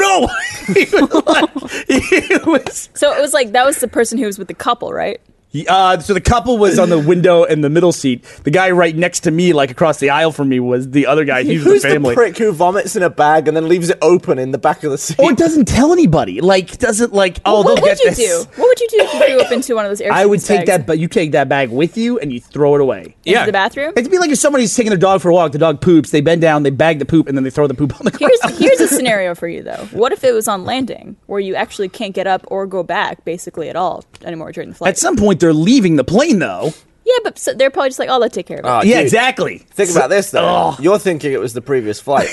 no!" *laughs* he was like, he was. So it was like that was the person who was with the couple, right? Uh, so the couple was on the window and the middle seat. The guy right next to me, like across the aisle from me, was the other guy. He was Who's the the, family. prick who vomits in a bag and then leaves it open in the back of the seat? Oh, it doesn't tell anybody. Like, doesn't like. Oh, what they'll would get you this. do? What would you do if you grew up into one of those air I would sickness take bags? that, but you take that bag with you and you throw it away. into Yeah. the bathroom. It'd be like if somebody's taking their dog for a walk, the dog poops, they bend down, they bag the poop, and then they throw the poop on the ground. Here's here's a scenario for you though. What if it was on landing where you actually can't get up or go back basically at all anymore during the flight? *laughs* At some point, they're leaving the plane, though. yeah, but so they're probably just like, "Oh, they'll take care of it." Oh, yeah, dude. exactly. Think about this though. Oh. You're thinking it was the *laughs* previous flight.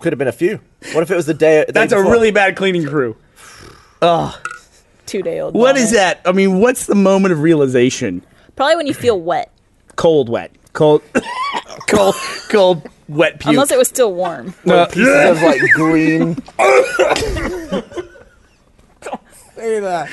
Could have been a few. What if it was the day? day That's a before? really bad cleaning crew. Two day old. What is that? I mean, what's the moment of realization? Probably when you feel wet, Cold, wet, cold, cold, cold, wet puke. unless it was still warm. Little pieces of *laughs* like green. die.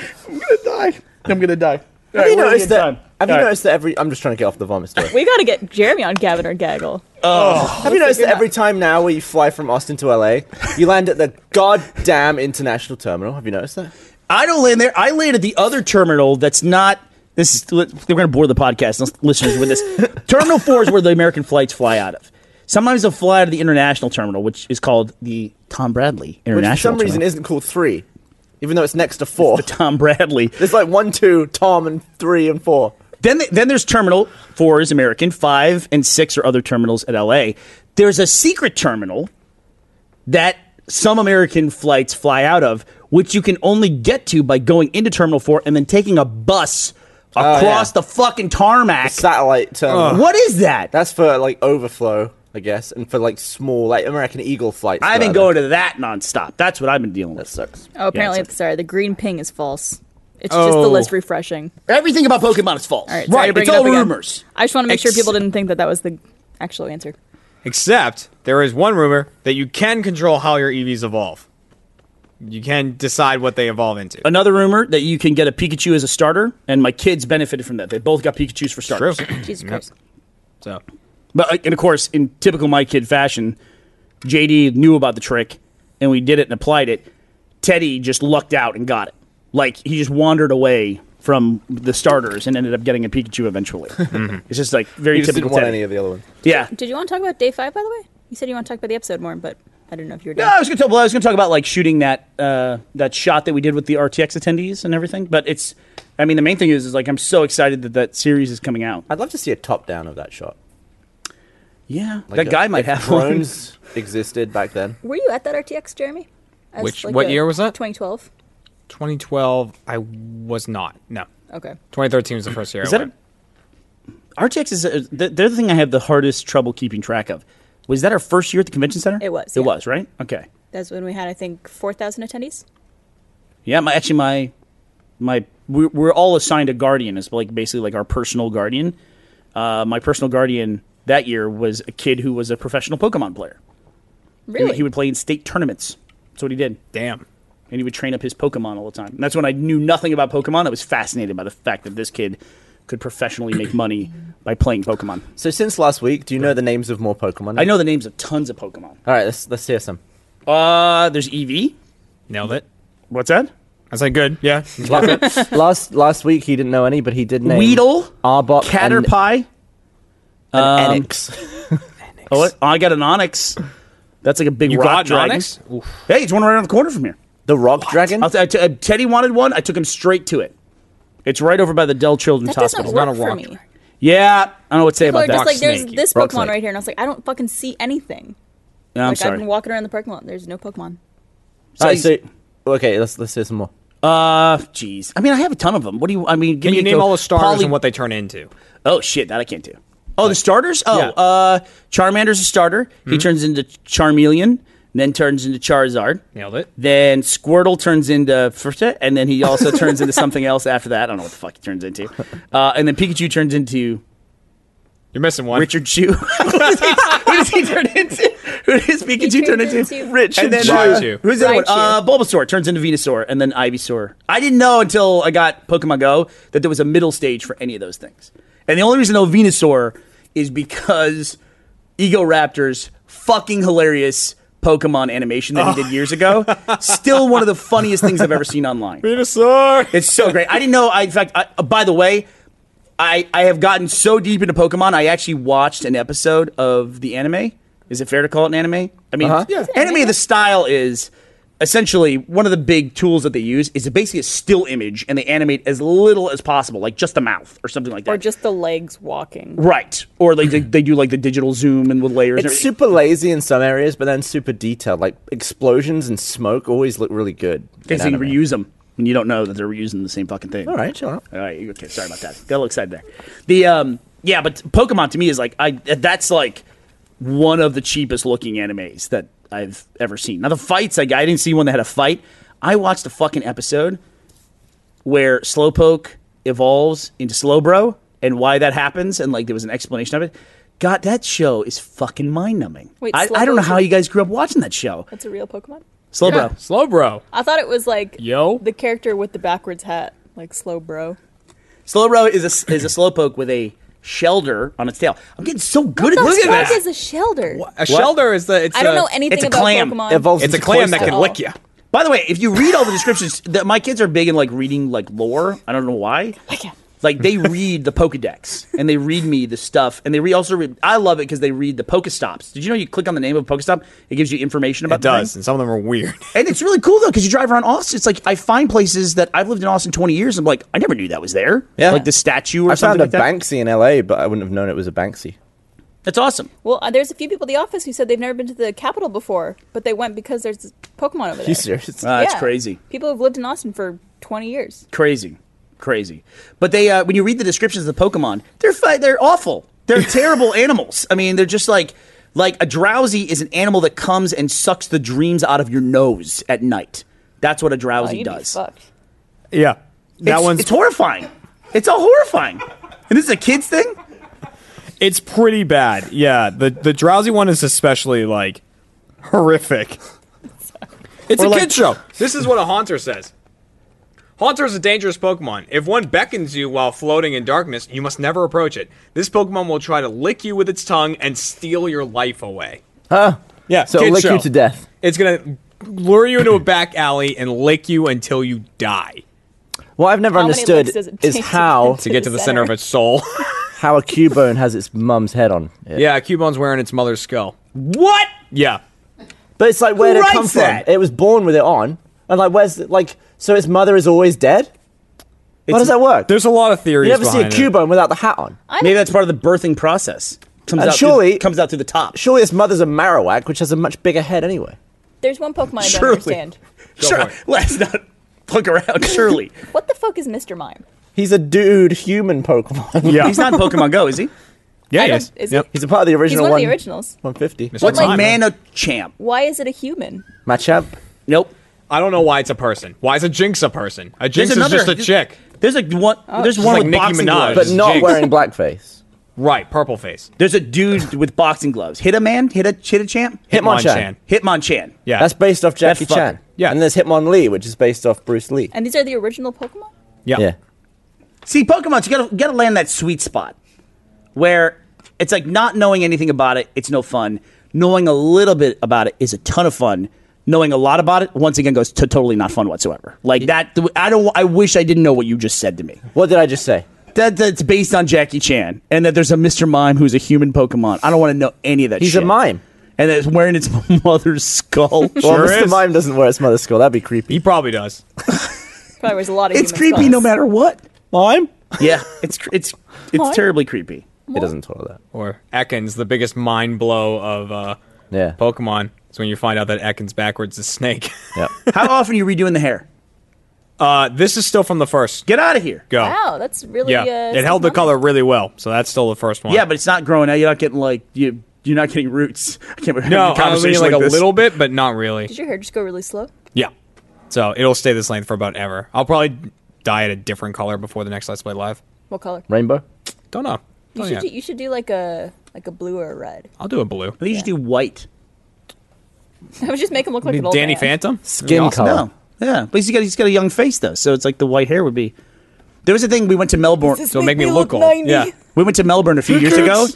I'm gonna die. Have you noticed that? Have you noticed that every? I'm just trying to get off the vomit story. We got to get Jeremy on Gavin or Gaggle. Have you noticed that every time now where you fly from Austin to LA, you land at the goddamn international terminal? Have you noticed that? I don't land there. I land at the other terminal that's not. This is we're going to bore the podcast listeners with this. *laughs* terminal four is where the American flights fly out of. Sometimes they'll fly out of the international terminal, which is called the Tom Bradley Which International. for some reason Terminal. isn't called three, even though it's next to four. the Tom Bradley. *laughs* There's like one, two, Tom, and three and four. Then th- then there's terminal four is American, five and six are other terminals at LA. There's a secret terminal that some American flights fly out of, which you can only get to by going into Terminal 4 and then taking a bus across Oh, yeah. the fucking tarmac. Satellite terminal. what is that? That's for like overflow, I guess, and for like small, like American Eagle flights. I've been rather. going to that nonstop. That's what I've been dealing That with. sucks. Oh, apparently, it's sorry, the green ping is false. It's Oh. just the list refreshing. Everything about Pokemon is false. All right, sorry right, to bring it's it all up again. rumors. I just want to make sure Ex- people didn't think that that was the actual *clears throat* answer. Except there is one rumor that you can control how your EVs evolve. You can decide what they evolve into. Another rumor that you can get a Pikachu as a starter, and my kids benefited from that. They both got Pikachu's for True. starters. Jesus Yep. Christ. So But uh, and of course, in typical my kid fashion, JD knew about the trick, and we did it and applied it. Teddy just lucked out and got it. Like he just wandered away from the starters and ended up getting a Pikachu *laughs* eventually. It's just like very You Mm-hmm. just typical didn't want Teddy. any of the other ones. yeah. Did you want to talk about day five, by the way? You said you want to talk about the episode more, but I didn't know if you were No, done. Oh, I was gonna talk. Well, I was gonna talk about like shooting that uh, that shot that we did with the RTX attendees and everything. But it's, I mean, the main thing is, is like I'm so excited that that series is coming out. I'd love to see a top down of that shot. Yeah, Like that a- guy might if have one. drones *laughs* existed back then. Were you at that RTX, Jeremy? As, Which- what a- year was that? 2012. 2012, I was not. No. Okay. 2013 was the first year. Is I that a, went. RTX is uh, the, the other thing I have the hardest trouble keeping track of. Was that our first year at the convention center? It was, It yeah. was right. Okay. That's when we had, I think, 4,000 attendees. Yeah. My actually my my we're, we're all assigned a guardian. It's like basically like our personal guardian. Uh, my personal guardian that year was a kid who was a professional Pokemon player. He- Really? He would play in state tournaments. That's what he did. Damn. And he would train up his Pokemon all the time. And that's when I knew nothing about Pokemon. I was fascinated by the fact that this kid could professionally make money by playing Pokemon. So since last week, do you know the names of more Pokemon? I know the names of tons of Pokemon. All right, let's let's hear *laughs* some. Uh, there's Eevee. Nailed it. What's that? I said good. Yeah. last, last last week he didn't know any, but he did name Weedle, Arbok, and, Caterpie. and um, Enix. Oh, what? I got an Onyx. That's like a big You rock got dragon. Onyx? Hey, it's one right around the corner from here. The Rock Dragon. I'll t- I t- uh, Teddy wanted one. I took him straight to it. It's right over by the Dell Children's That doesn't Hospital. work not a for rock me. dragon. Yeah, I don't know what to say People about are that. just like, there's snake. this Rock Pokemon snake. right here. And I was like, I don't fucking see anything. Yeah, I'm like, sorry. I've been walking around the parking lot. There's no Pokemon. All right, so- so, okay, let's let's hear some more. Uh, jeez. I mean, I have a ton of them. What do you? I mean, Can give me you a name go- all the stars Poly- and what they turn into? Oh shit, that I can't do. Oh, the starters. Oh, Yeah. Hmm. uh, Charmander's a starter. He turns into Charmeleon, then turns into Charizard. Nailed it. Then Squirtle turns into Frita, and then he also turns *laughs* into something else after that. I don't know what the fuck he turns into. Uh, and then Pikachu turns into You're missing one. Richard Chew. *laughs* who, does he, who does he turn into? Who does Pikachu He turn turns into? into- Richard and then, Raichu. Uh, who's the other one? Raichu. Uh, Bulbasaur turns into Venusaur, and then Ivysaur. I didn't know until I got Pokemon Go that there was a middle stage for any of those things. And the only reason I know Venusaur is because Egoraptor's fucking hilarious Pokemon animation that he did years ago. Still one of the funniest things I've ever seen *laughs* online. Venusaur. It's so great. I didn't know. I, in fact, I, uh, by the way, I I have gotten so deep into Pokemon. I actually watched an episode of the anime. Is it fair to call it an anime? I mean, Uh-huh. Yeah. anime. The style is essentially one of the big tools that they use is basically a still image, and they animate as little as possible, like just the mouth or something like that. Or just the legs walking. right. Or like they, they do like the digital zoom and with layers. and It's everything. super lazy in some areas, but then super detailed. Like explosions and smoke always look really good. Okay, in so you anime. reuse them, and you don't know that they're reusing the same fucking thing. All right, chill out. All right. Okay. Sorry about that. Got a little excited there. The um, yeah, but Pokemon to me is like I. That's like one of the cheapest looking animes that I've ever seen. Now the fights, like I didn't see one that had a fight. I watched a fucking episode where Slowpoke evolves into Slowbro and why that happens, and like there was an explanation of it. God, that show is fucking mind numbing. Wait, I, I don't know Slowpoke- how you guys grew up watching that show. That's a real Pokemon? Slowbro. Yeah. Slow bro. I thought it was like Yo. the character with the backwards hat, like slow bro. Slowbro is a is a slowpoke with a shelter on its tail. I'm getting so good at What this. the game. fuck is a shelter? A shelter is the. It's I don't a- know anything it's a about clam. Pokemon. Evolves It's a into clam that cloyster. can lick you. By the way, if you read all the descriptions, the, my kids are big in like reading like lore. I don't know why. Like, Like they read the Pokedex and they read me the stuff and they read also read. I love it because they read the Pokestops. Did you know you click on the name of a Pokestop, it gives you information about It the thing? does, and some of them are weird. And it's really cool though because you drive around Austin. It's like I find places that I've lived in Austin 20 years. I'm like I never knew that was there. Yeah. like the statue or I something found a like that. Banksy in LA, but I wouldn't have known it was a Banksy. That's awesome. Well, uh, there's a few people at the office who said they've never been to the capital before, but they went because there's Pokemon over there. You serious? Wow, Ah, that's crazy. People have lived in Austin for 20 years. Crazy, crazy. But they, uh, when you read the descriptions of the Pokemon, they're fi- they're awful. *laughs* They're terrible animals. I mean, they're just like like a drowsy is an animal that comes and sucks the dreams out of your nose at night. That's what a Oh, drowsy you'd be does. fucked. Yeah. That it's, one's it's horrifying. It's all horrifying. And this is a kids thing. It's pretty bad. Yeah, the the drowsy one is especially like horrific. It's Or a like- kid show. This is what a haunter says. Haunter is a dangerous Pokemon. If one beckons you while floating in darkness, you must never approach it. This Pokemon will try to lick you with its tongue and steal your life away. Huh? Yeah, So kid it'll lick show. you to death. It's gonna lure you into a back alley and lick you until you die. What I've never How many understood licks does it is take to how get To get to the center of its soul. *laughs* how a Cubone has its mum's head on. It. yeah, Cubone's wearing its mother's skull. What? Yeah. But it's like, where did it writes come that? from? It was born with it on, and like, where's the, like, so its mother is always dead. How does that work? There's a lot of theories. you never see a behind it. Cubone without the hat on. I Maybe that's part of the birthing process. Comes Uh, And out surely- through, comes out through the top. Surely its mother's a Marowak, which has a much bigger head anyway. There's one Pokemon I don't Surely. understand. Sure, for it. let's not fuck *laughs* around. Surely What the fuck is Mr. Mime? He's a dude human *laughs* Pokemon. Yeah. he's not in Pokemon Go, is he? Yeah, I he don't- is. is Yep. He's a part of the He's original one of the one- originals. 150. Mr. What's Mime. like Manochamp? Why is it a human? Machamp? Nope. I don't know why it's a person. Why is a Jinx a person? A Jinx There's is another- just a chick. There's like one. there's She's one Oh, like with Nicki Minaj. boxing But gloves. Just not jinx. *laughs* wearing blackface. Right, purple face. There's a dude with boxing gloves. Hit a man. Hit a hit a champ. Hitmonchan. Hitmonchan. Yeah. That's based off Jackie fucker. Chan. Yeah. And there's Hitmonlee, which is based off Bruce Lee. And these are the original Pokemon? yeah. Yeah. See, Pokemon's you gotta you gotta land that sweet spot where it's like not knowing anything about it. It's no fun. Knowing a little bit about it is a ton of fun. Knowing a lot about it once again goes to totally not fun whatsoever. Like that. I don't. I wish I didn't know what you just said to me. What did I just say? That that's based on Jackie Chan, and that there's a Mr. Mime who's a human Pokemon. I don't want to know any of that. He's shit. a mime. and that it's wearing its *laughs* mother's skull. well, Mr. is. Mime doesn't wear its mother's skull. That'd be creepy. He probably does. Probably wears a lot of it's human creepy skulls. no matter what. Mime? Yeah, it's cr- it's it's Mime? terribly *laughs* creepy. It doesn't talk like that. Or Ekans, the biggest mind blow of uh, Yeah. Pokemon. It's when you find out that Ekans backwards is Snake. *laughs* yeah. How often are you redoing the hair? uh, this is still from the first. Get out of here. Go. Wow, that's really. Yeah. Uh, it held the something. color really well, so that's still the first one. Yeah, but it's not growing out. You're not getting like you. You're not getting roots. *laughs* I can't remember no, a I mean conversation like, a this. little bit, but not really. Did your hair just go really slow? Yeah. So it'll stay this length for about ever. I'll probably dye it a different color before the next Let's Play Live. What color? *laughs* Rainbow? Don't know. You Don't should yet. do, you should do like a like a blue or a red. I'll do a blue. I think you should do white. *laughs* I would just make him look like an old Danny man. Phantom? Skin color. Oh. No, yeah, but he's got he's got a young face though, so it's like the white hair would be. There was a thing we went to *laughs* Melbourne. Just So make me look old. 90. *laughs* Yeah. We went to Melbourne a few years ago,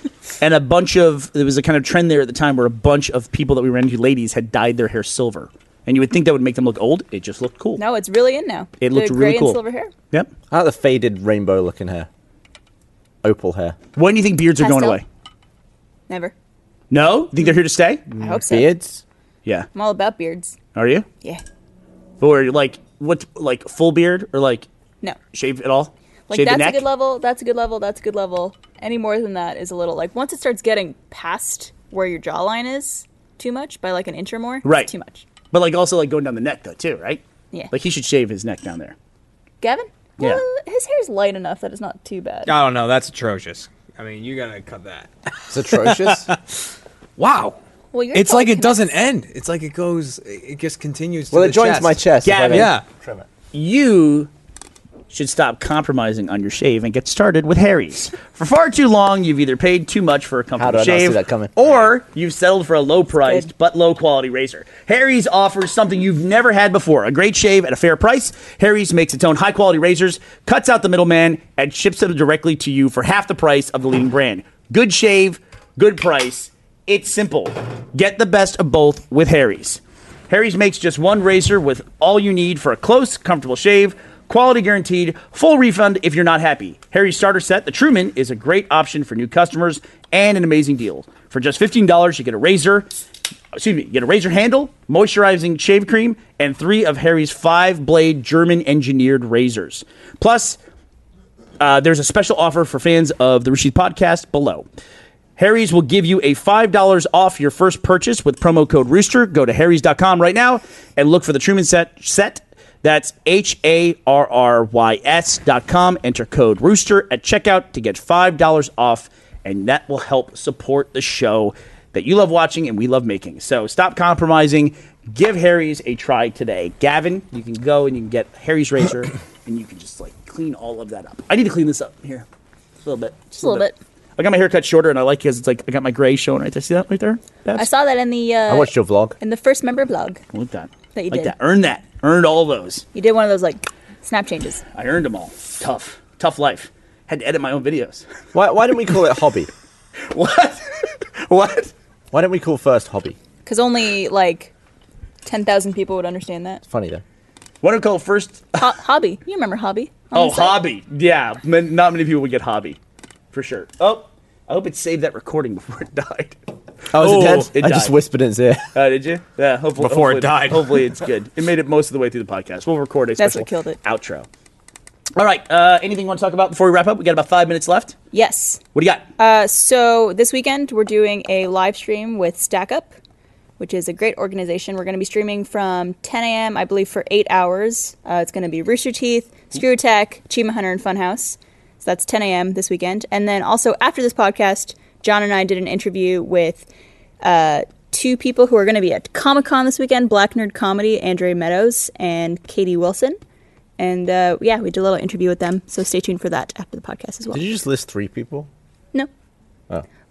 and a bunch of there was a kind of trend there at the time where a bunch of people that we ran into, ladies, had dyed their hair silver, and you would think that would make them look old. It just looked cool. No, it's really in now. It the looked gray really cool. and silver hair. Yep. I like the faded rainbow looking hair. Opal hair. When do you think beards are going Pastel? away? Never. No, you think they're here to stay? I hope so. Beards? Yeah. I'm all about beards. Are you? Yeah. Or like what? Like full beard or like No. shave at all? Like shave the that's a neck? good level. That's a good level. That's a good level. Any more than that is a little like once it starts getting past where your jawline is too much by like an inch or more. it's Right. Too much. But like also like going down the neck though too, right? Yeah. Like he should shave his neck down there. Gavin. Yeah. Well, his hair's light enough that it's not too bad. I don't know. That's atrocious. I mean, you gotta cut that. It's *laughs* atrocious. *laughs* Wow. Well, your It's color like it connects. doesn't end. It's like it goes. It just continues. well, to it joins my chest. if I Gavin. may Yeah. trim it. you should stop compromising on your shave and get started with Harry's. For far too long, you've either paid too much for a comfortable How did I not see shave, that coming? or you've settled for a low-priced Good. but low-quality razor. Harry's offers something you've never had before: a great shave at a fair price. Harry's makes its own high-quality razors, cuts out the middleman, and ships them directly to you for half the price of the leading brand. Good shave, good price. It's simple. Get the best of both with Harry's. Harry's makes just one razor with all you need for a close, comfortable shave. Quality guaranteed, full refund if you're not happy. Harry's starter set, the Truman, is a great option for new customers and an amazing deal. For just $15, you get a razor, excuse me, you get a razor handle, moisturizing shave cream, and three of Harry's five blade German engineered razors. Plus, uh, there's a special offer for fans of the Rishi podcast below. Harry's will give you a $5 off your first purchase with promo code Rooster. Go to harrys.com right now and look for the Truman Set. set. That's H A R R Y S dot com. Enter code Rooster at checkout to get $5 off, and that will help support the show that you love watching and we love making. So stop compromising. Give Harry's a try today. Gavin, you can go and you can get Harry's *coughs* razor and you can just like clean all of that up. I need to clean this up here. A little bit. Just a little bit. I got my hair cut shorter and I like it 'cause it's like I got my gray showing right there. See that right there? I saw that in the uh, I watched your vlog. in the first member blog. Look that. That you like did. that. Earn that. Earned all those. You did one of those like snap changes. I earned them all. Tough. Tough life. Had to edit my own videos. Why, why don't we call it hobby? what? *laughs* what? Why don't we call first hobby? Because only like ten thousand people would understand that. Funny though. What do you call first? Ho- hobby, you remember hobby? on Oh, the site. hobby. Yeah. man- Not many people would get hobby. For sure. Oh, I hope it saved that recording before it *laughs* died. Oh, is Oh, it dead? it I just died. whispered in his ear. Uh, did you? Yeah, hopefully. Before it hopefully- died. Hopefully *laughs* it's good. It made it most of the way through the podcast. We'll record a That's special what killed it. outro. All right. Uh, anything you want to talk about before we wrap up? We got about five minutes left. Yes. What do you got? Uh, so this weekend we're doing a live stream with Stack Up, which is a great organization. We're going to be streaming from 10 a.m. I believe for eight hours. Uh, it's going to be Rooster Teeth, Screw Attack, Chima Hunter, and Funhouse. So that's 10 a.m. this weekend. And then also after this podcast, John and I did an interview with uh, two people who are going to be at Comic Con this weekend: Black Nerd Comedy, Andre Meadows, and Katie Wilson. And uh, yeah, we did a little interview with them. So stay tuned for that after the podcast as well. Did you just list three people? No.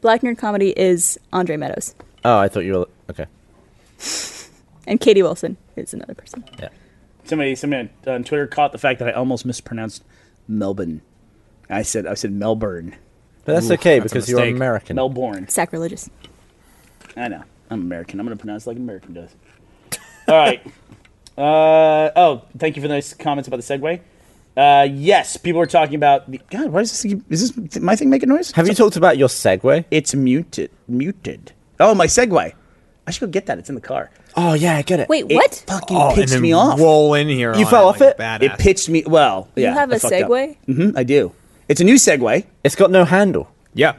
Black Nerd Comedy is Andre Meadows. Oh, I thought you were. Okay. And Katie Wilson is another person. Yeah. somebody somebody on- on Twitter caught the fact that I almost mispronounced Melbourne. I said I said Melbourne, But that's okay that's a because you're mistake. American. Melbourne. Sacrilegious. I know I'm American. I'm gonna pronounce it like an American does. All right. *laughs* Uh, oh, thank you for the nice comments about the segue. Uh, yes, people are talking about the God. Why is this? thing- Is this my thing making noise? Have you talked about your Segway? It's muted. Muted. Oh, my segue. I should go get that. It's in the car. Oh yeah, I get it. Wait, It what? fucking Oh, and pissed then me off. Roll in here. You on fell it, off like it? a It badass. pitched me. Well, yeah. have a a Segway? Mm-hmm. I do. It's a new Segway. It's got no handle. Yeah.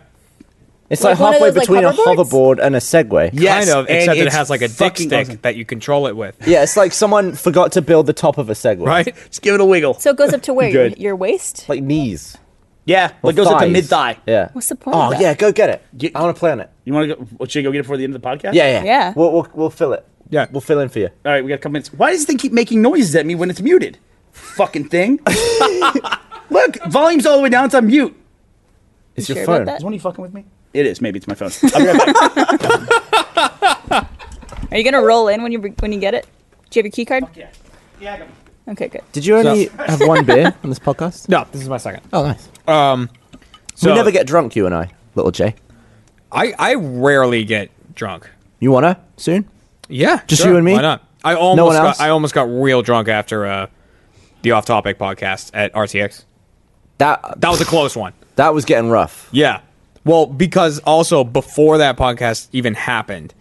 It's Like like, one of halfway those, like, between a hoverboards? hoverboard and a Segway. Yes, kind of, and except it it's has like a dick fucking stick awesome. that you control it with. *laughs* Yeah, it's like someone forgot to build the top of a Segway. Right? Just give it a wiggle. So it goes up to *laughs* where? your, Good. your waist? Like knees. Yeah, or like goes up to thighs. mid thigh. Yeah. What's the point of Oh that? yeah, go get it. Get- I want to play on it. You want to go? well, Should I go get it before the end of the podcast? Yeah, yeah. Yeah. We'll we'll, we'll fill it. Yeah. We'll fill in for you. All right, we got a couple minutes. Why does this thing keep making noises at me when it's muted? Fucking thing. Look, volume's all the way down. It's on mute. It's You your sure about phone. that? Is one of you fucking with me? It is. Maybe it's my phone. I'll be right back. Are you going to roll in when you when you get it? Do you have your key card? yeah. Yeah, I got Okay, good. Did you only have one beer on *laughs* this podcast? No, this is my second. Oh, nice. So we never get drunk, you and I, little Jay. I, I rarely get drunk. You wanna soon? Yeah, Just sure, you and me? Why not? I almost one got, else? I almost got real drunk after uh, the off topic podcast at RTX. That That was a close one. that was getting rough. Yeah. Well, because also before that podcast even happened,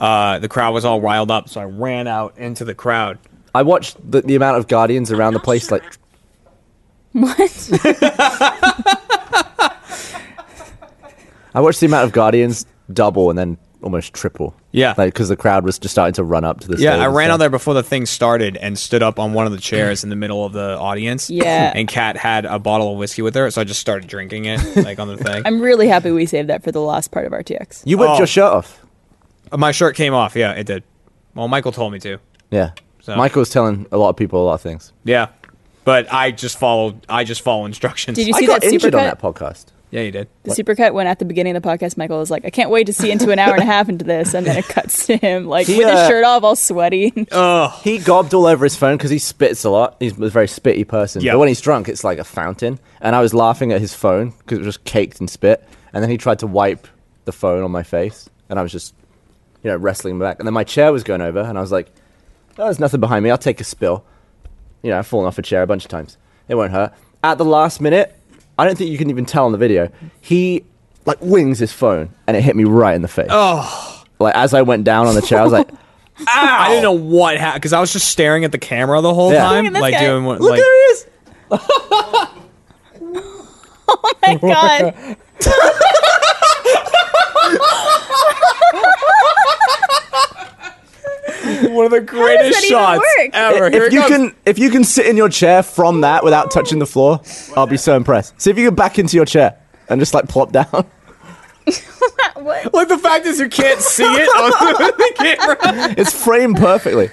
uh, the crowd was all riled up, so I ran out into the crowd. I watched the, the amount of guardians around the place. Like, What? *laughs* I watched the amount of guardians double and then almost triple. Yeah. like because the crowd was just starting to run up to the. Yeah, stage I and ran out stuff. there before the thing started and stood up on one of the chairs in the middle of the audience. Yeah. *laughs* And Kat had a bottle of whiskey with her, so I just started drinking it, like on the *laughs* thing. I'm really happy we saved that for the last part of RTX. You whipped Oh. your shirt off. My shirt came off. Yeah, it did. Well, Michael told me to. Yeah, So- Michael was telling a lot of people a lot of things. Yeah. But I just followed. I just follow instructions. Did you I see got that injured on supercut? that podcast. Yeah, you did. The supercut when at the beginning of the podcast, Michael was like, I can't wait to see into an hour and a half into this. And then it cuts to him, like, He, with his uh, Oh shirt off, all *laughs* sweaty. He gobbed all over his phone because he spits a lot. He's a very spitty person. Yeah. But when he's drunk, it's like a fountain. And I was laughing at his phone because it was just caked in spit. And then he tried to wipe the phone on my face, and I was just, you know, wrestling back. And then my chair was going over, and I was like, "Oh, there's nothing behind me. I'll take a spill." You know, I've fallen off a chair a bunch of times. It won't hurt. At the last minute, I don't think you can even tell on the video. He like wings his phone, and it hit me right in the face. Oh. Like as I went down on the chair, I was like. I didn't know what happened because I was just staring at the camera the whole Yeah. time, Look at this like guy. doing what, Look like there he is. oh my God. One of the greatest that even shots work? ever. Here If it you comes. can, if you can sit in your chair from that without touching the floor, I'll be so impressed. See if you can back into your chair and just like plop down. *laughs* What? Like the fact is you can't see it *laughs* on the *laughs* camera. It's framed perfectly.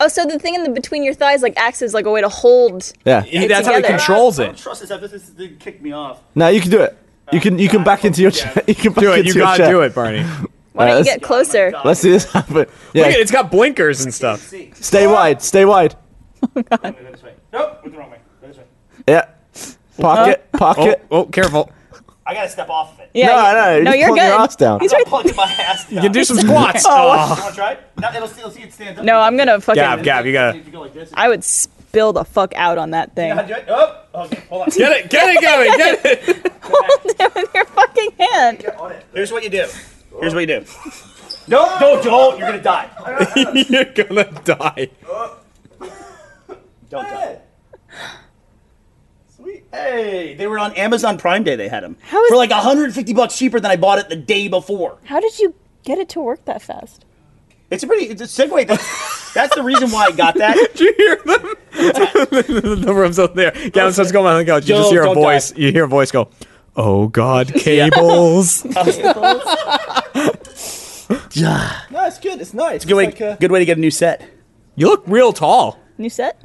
Oh, so the thing in the between your thighs like acts as like a way to hold. Yeah. That's how he together. controls I don't it. trust this. This is going to kick me off. No, you can do it. You can, you can back into your chair. *laughs* You can back Do it. into You your gotta chair. do it, *laughs* Barney. Why Uh, don't you that's- get closer? God. Let's see this happen. Look at it, Yeah. it's got blinkers and stuff. See. Stay wide. Stay wide. I'm gonna go this way. Nope, went the wrong way. Go this way. Yeah. Park it. Park Oh, it. oh, careful. I gotta step off of it. Yeah, No, yeah. no, no, you're just you're pulling good. your ass down. He's I'm right. plugging my ass down. You can do some *laughs* squats. Oh. Wanna try it? No, it'll see, it'll see it stand up. No, I'm gonna fucking. Gab, Gab, you gotta If you go like this, I would spill the fuck out on that thing How'd you do it? Oh, okay, hold on. get it, get it, get it, get it. *laughs* with your fucking hand. Get on it. Here's what you do. Here's what you do. No, don't, don't. You're gonna die. *laughs* You're gonna die. Don't die. Sweet. Hey, they were on Amazon Prime Day. They had them How is- for like 150 bucks cheaper than I bought it the day before. How did you get it to work that fast? It's a pretty it's a segue. That's, that's the reason why I *laughs* got that. Do you hear them? *laughs* the room's up there. Gavin starts going on the couch. You Don't- just hear a don't voice. You hear a voice go, "Oh *laughs* God, *laughs* cables." Uh, *laughs* No, it's good. It's nice. It's Good way, good way to get a new set. you look real tall. New set?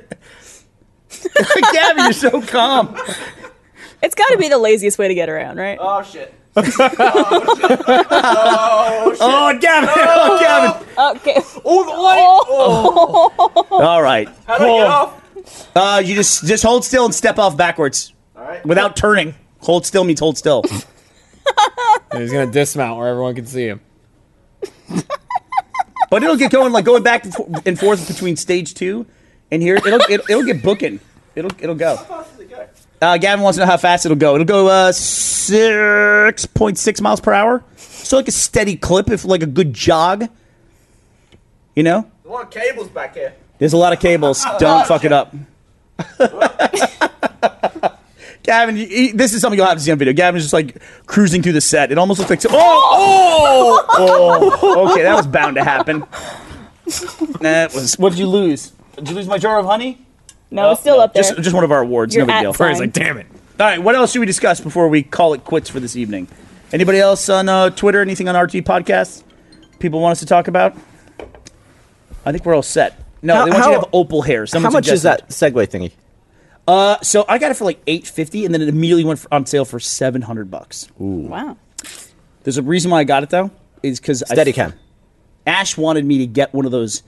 *laughs* Gavin, you're so calm. It's got to be the laziest way to get around, right? Oh shit. Oh shit. Oh, Gavin! Oh, *laughs* Gavin! okay. Oh, the light! All right. How do I get off? Uh, you just just hold still and step off backwards. All right. Without turning. Hold still means hold *laughs* still. he's gonna dismount where everyone can see him. but it'll get going like going back and fo- and forth between stage two and here. It'll it, it'll get booking. It'll it'll go. Uh, Gavin wants to know how fast it'll go. It'll go uh, six point six miles per hour. So like a steady clip, if like a good jog. You know, A lot of cables back here. there's a lot of *laughs* cables. Don't fuck it up. Gavin, you, he- this is something you'll have to see on video. Gavin's just like cruising through the set. It almost looks like so- oh, oh, oh. Okay, that was bound to happen. That was. What did you lose? Did you lose my jar of honey? No, it's still up there. Just, just one of our awards. Your no big at deal. sign. He's like, "Damn it." All right, what else should we discuss before we call it quits for this evening? Anybody else on uh, Twitter? Anything on RT podcasts? People want us to talk about? I think we're all set. No, How- they want you how- to have opal hair. How Someone much is suggested. that Segway thingy? Uh, so I got it for like eight fifty, and then it immediately went for, on sale for seven hundred bucks. wow. There's a reason why I got it though, is because Steadicam. Ash wanted me to get one of those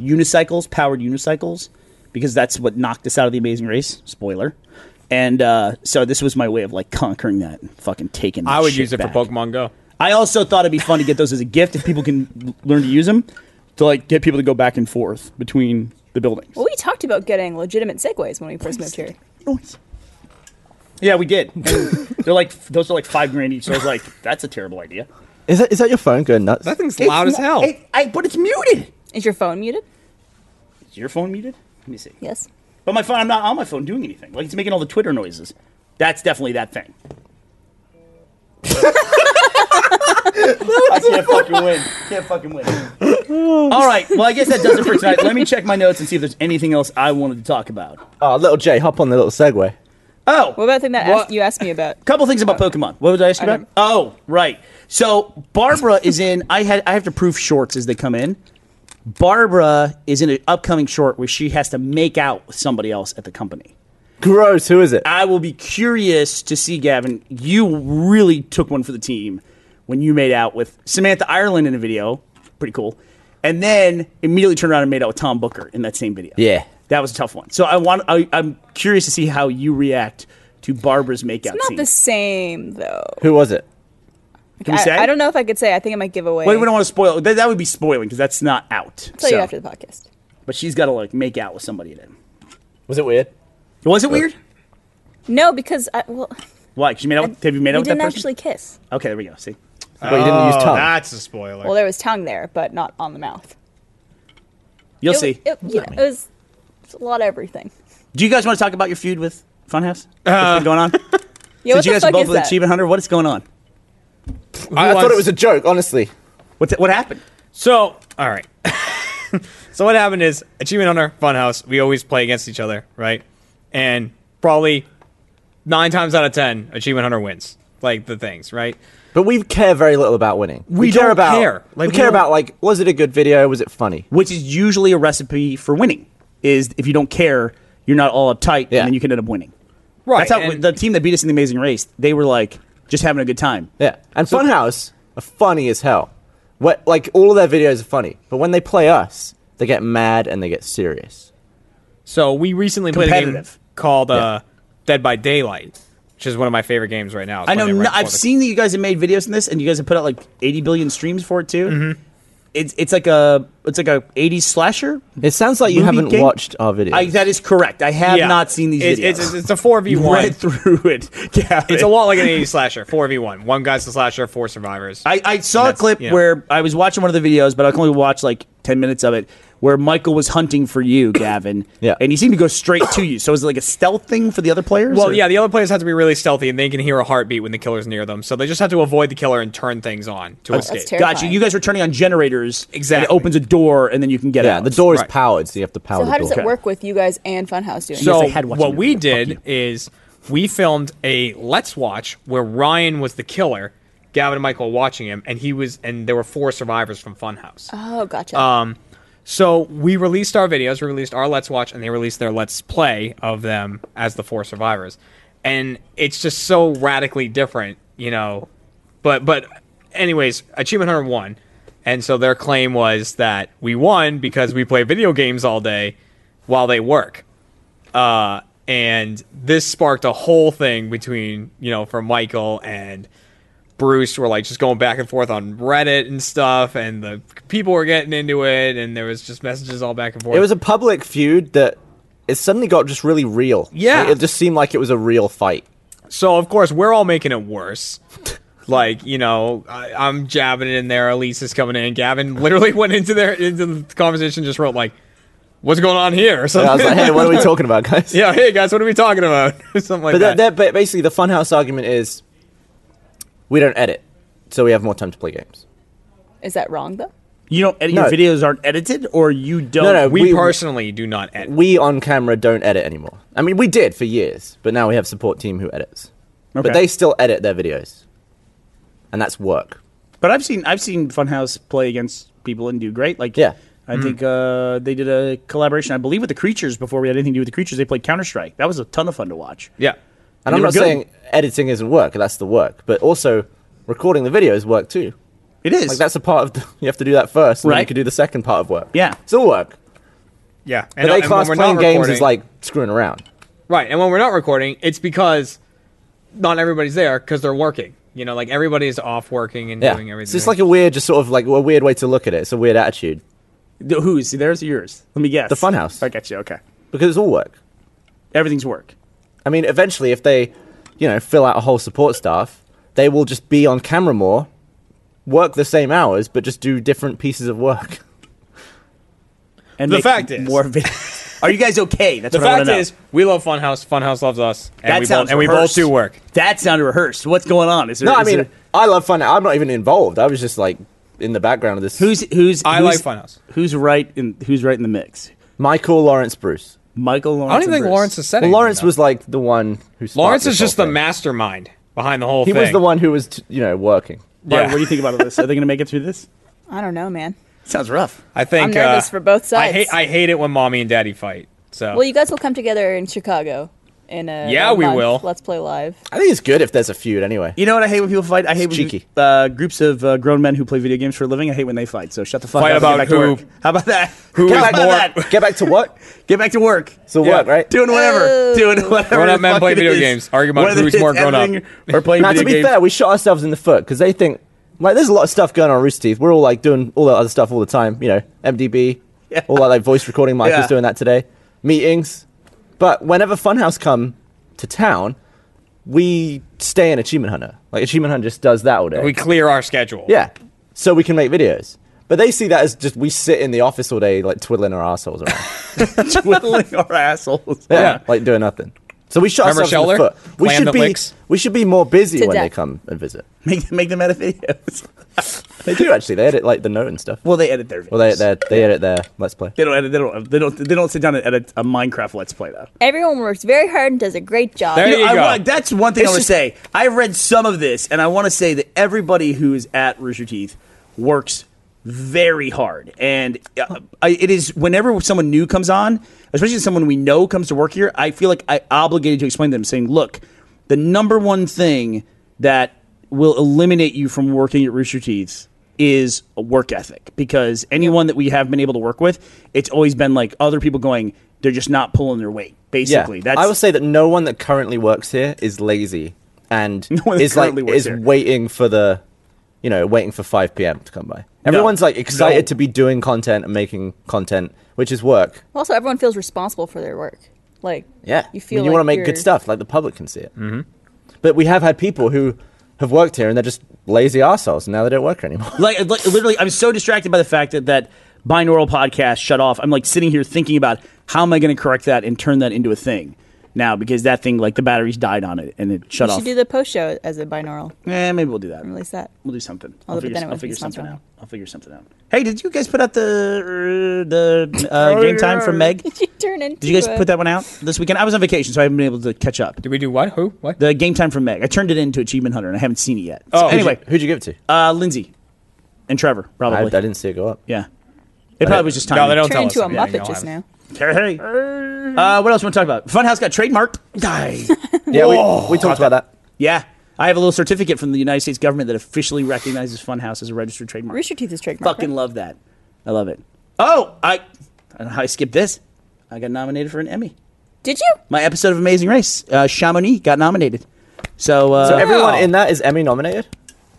unicycles, powered unicycles, because that's what knocked us out of the Amazing Race. Spoiler. And uh, so this was my way of like conquering that, and fucking taking. that I would shit use it back. for Pokemon Go. I also thought it'd be fun to get those as a gift if people can learn to use them, to like get people to go back and forth between the buildings. Well, we talked about getting legitimate segways when we first moved here. Yeah, we did. And they're like those are like five grand each. So I was like, that's a terrible idea. Is that is that your phone going nuts? That thing's loud as It's not- hell. it- I, but it's muted. Is your phone muted? Is your phone muted? Let me see. Yes. But my phone, I'm not on my phone doing anything. Like it's making all the Twitter noises. That's definitely that thing. I can't fucking win. Can't fucking win. All right. Well, I guess that does it for tonight. Let me check my notes and see if there's anything else I wanted to talk about. Oh, little Jay, hop on the little Segway. Oh, What about the thing that asked, you asked me *laughs* about? couple things about Pokemon. What was I asking I about? Oh, right. So Barbara is in. I had. I have to proof shorts as they come in. Barbara is in an upcoming short where she has to make out with somebody else at the company. Gross. Who is it? I will be curious to see, Gavin. You really took one for the team when you made out with Samantha Ireland in a video. Pretty cool. And then immediately turned around and made out with Tom Booker in that same video. Yeah. That was a tough one. So I want. I, I'm curious to see how you react to Barbara's makeout Not scene. the same though. Who was it? Can we I, say? I don't know if I could say. I think it might give away. But we don't want to spoil. That, that would be spoiling because that's not out. I'll tell So- you after the podcast. But she's got to like make out with somebody in it. Was it weird? Was it weird? No, because I well, Why? 'Cause you made out. With, have you made out we with that didn't person? actually kiss. okay, there we go. See, Wait, you didn't use Oh, tongue. That's a spoiler. Well, there was tongue there, but not on the mouth. you'll it, see. It, yeah, it was it's a lot of everything. Do you guys want to talk about your feud with Funhouse? Uh, What's been going *laughs* on? Yeah, Did what you the guys fuck both is with that? Achievement Hunter? What is going on? I, I thought it was a joke, honestly. What what happened? So, all right. *laughs* so what happened is Achievement Hunter, Funhouse, we always play against each other, right? And probably nine times out of ten, Achievement Hunter wins. Like the things, right? But we care very little about winning. We, don't care about care. Like, we we care don't- about like was it a good video? Was it funny? which is usually a recipe for winning. Is if you don't care, you're not all uptight, Yeah. and then you can end up winning. Right. That's how and- the team that beat us in the Amazing Race. They were like just having a good time. Yeah. And Funhouse are funny as hell. What like all of their videos are funny, but when they play us, they get mad and they get serious. So we recently played a game Competitive. called uh, Dead by Daylight, which is one of my favorite games right now. It's I know. playing it n right I've before the- seen that you guys have made videos in this, and you guys have put out like 80 billion streams for it too. Mm-hmm. It's it's like a it's like a 80s slasher. It sounds like you Movie haven't game? watched our videos. I, that is correct. I have Yeah. not seen these It's- videos. It's, it's a four v one. Read through it. *laughs* Yeah, It's a lot like an 80s slasher, four v one. One guy's the slasher, four survivors. I, I saw a That's- clip yeah. where I was watching one of the videos, but I could only watch like ten minutes of it, where Michael was hunting for *coughs* you, Gavin. Yeah. and he seemed to go straight to you. So is it like a stealth thing for the other players? well, or- yeah, the other players have to be really stealthy, and they can hear a heartbeat when the killer's near them, so they just have to avoid the killer and turn things on Oh, to escape. terrible. Gotcha. You guys were turning on generators. Exactly. And it opens a door, and then you can get yeah, out. the door is Right. powered, so you have to power So the how door. does it work with you guys and Funhouse doing? Yes, So I had watched what the we video. Fuck did is we filmed a Let's Watch where Ryan was the killer, Gavin and Michael were watching him, and he was, and there were four survivors from Funhouse. oh, gotcha. So we released our videos, we released our Let's Watch, and they released their Let's Play of them as the four survivors. And it's just so radically different, you know. But but anyways, Achievement Hunter won. And so their claim was that we won because we play video games all day while they work. Uh, and this sparked a whole thing between, you know, for Michael and Bruce were like just going back and forth on Reddit and stuff, and the people were getting into it, and there was just messages all back and forth. It was a public feud that it suddenly got just really real. Yeah. Like, it just seemed like it was a real fight. so of course we're all making it worse. like you know, I, I'm jabbing it in there. Elise is coming in. Gavin literally went into their into the conversation, just wrote like, "What's going on here?" Or And I was something. like, hey, what are we talking about, *laughs* guys? yeah, hey guys, what are we talking about? *laughs* Or something like But that. that, that, ba- basically, the Funhouse argument is we don't edit, so we have more time to play games. Is that wrong though? You don't edit No. your videos aren't edited, or you don't. No, no, we, we- personally do not edit. We on camera don't edit anymore. I mean, we did for years, but now we have support team who edits. Okay. But they still edit their videos, and that's work. But I've seen I've seen Funhouse play against people and do great. Like Yeah. Mm-hmm. I think uh, they did a collaboration, I believe, with the Creatures before we had anything to do with the Creatures. They played Counter Strike. That was a ton of fun to watch. yeah, And They I'm were not good. saying editing isn't work; that's the work. But also, recording the video is work too. It is. Like that's a part of the, *laughs* you have to do that first, and then you Right. can do the second part of work. Yeah. it's all work. yeah. But uh, they class when we're playing not games recording- as like screwing around. Right, and when we're not recording, it's because not everybody's there because they're working. You know, like everybody is off working and Yeah, doing everything. it's just like a weird, just sort of like a weird way to look at it. It's a weird attitude The- whose? Theirs or yours? Let me guess. The Funhouse. I got you. Okay. because it's all work. Everything's work. I mean, eventually, if they, you know, fill out a whole support staff, they will just be on camera more, work the same hours, but just do different pieces of work. And The make fact is- more videos. *laughs* Are you guys okay? That's the what I fact want to know. is, we love Funhouse. Funhouse loves us, and That we both sounds and we both rehearsed. do work. that sounded rehearsed. What's going on? Is there, *laughs* No, I is mean, there- I love fun. I'm not even involved. I was just like in the background of this. who's who's? I who's- like Funhouse. Who's right in who's right in the mix? Michael Lawrence Bruce? Michael Lawrence. I don't even and think Bruce. Lawrence is Well, setting. Lawrence was like the one who. sparked Lawrence this is just whole the thing. mastermind behind the whole He thing. was the one who was, t- you know, working. Brian, Yeah. what do you think about all this? Are they going to make it *laughs* through this? I don't know, man. Sounds rough. I think I'm nervous uh, for both I sides. hate I hate it when mommy and daddy fight. So Well, you guys will come together in Chicago in a Yeah, a we month. will. Let's play live. I think it's good if there's a feud anyway. You know what I hate when people fight? I hate when cheeky. uh, groups of uh, grown men who play video games for a living. I hate when they fight. So shut the fuck Fight up. and about get back to who- work. How about that? who How is about more- that? Get back to what? *laughs* Get back to work. It's all Yeah. work, right? Doing whatever. Oh. Doing whatever. Grown-up the men fuck play it video is. games. Argue about Whether who's it's more grown-up. editing Or playing Now, video to be games. fair, we shot ourselves in the foot because they think like there's a lot of stuff going on at Rooster Teeth. We're all like doing all that other stuff all the time. You know, MDB, Yeah. all that like voice recording. Mike Yeah. was doing that today. Meetings, but whenever Funhouse come to town, we stay in Achievement Hunter. Like Achievement Hunter just does that all day. we clear our schedule. yeah, so we can make videos. But they see that as just we sit in the office all day, like twiddling our assholes around. *laughs* twiddling our assholes. *laughs* Yeah, Yeah. like doing nothing. So we shot Remember ourselves in Scheller? the foot. We Clam should that be licks? we should be more busy To when they death. come and visit. Make them make them out of videos. They do actually. They edit like the note and stuff. Well, they edit their. Videos. Well, they edit their, they edit their let's play. They don't edit. They don't. They don't. They don't sit down and edit a Minecraft Let's Play though. Everyone works very hard and does a great job. There you I go. want- that's one thing It's I want just- to say. I read some of this, and I want to say that everybody who is at Rooster Teeth works very hard, and uh, I, it is whenever someone new comes on, especially someone we know comes to work here. I feel like I obligated to explain to them, saying, "Look, the number one thing that will eliminate you from working at Rooster Teeth." Is a work ethic because anyone that we have been able to work with, it's always been like other people going, they're just not pulling their weight. Basically, yeah. that's I will say that no one that currently works here is lazy and one that is like currently works is here. waiting for the, you know, waiting for 5 p.m. to come by. Everyone's like excited No. to be doing content and making content, which is work. Also, everyone feels responsible for their work. Like, Yeah, you feel I mean, like you want to make you're- good stuff, like the public can see it. Mm-hmm. But we have had people who have worked here and they're just lazy assholes, and now they don't work here anymore. *laughs* like, like literally i'm so distracted by the fact that that binaural podcast shut off i'm like sitting here thinking about how am i going to correct that and turn that into a thing now because that thing like the batteries died on it and it shut You off should do the post show as a binaural. *laughs* eh, maybe we'll do that Release that. *laughs* we'll do something Although, i'll but figure, then it I'll wouldn't be figure something sponsored. out i'll figure something out hey did you guys put out the uh, the uh, game time from meg Did you turn into? did you guys a- put that one out this weekend i was on vacation so i haven't been able to catch up Did we do what? Who? What? the game time from meg i turned it into achievement hunter and i haven't seen it yet Oh. So anyway Who'd you give it to? uh lindsay and trevor I, I probably didn't see it go up. yeah it probably was just time No, they don't Turn tell into us. a Yeah, you Muppet know, just I- now. Hey. Uh, what else want to talk about? Funhouse got trademarked. Die. Yeah, Oh, we, we talked about that. *laughs* yeah. I have a little certificate from the United States government that officially recognizes Funhouse as a registered trademark. Rooster Teeth is trademarked. Fucking right? love that. I love it. Oh, I, I don't know how I skipped this. I got nominated for an Emmy. Did you? *laughs* My episode of Amazing Race, uh, Chamonix, got nominated. So, uh, So everyone in that is Emmy nominated.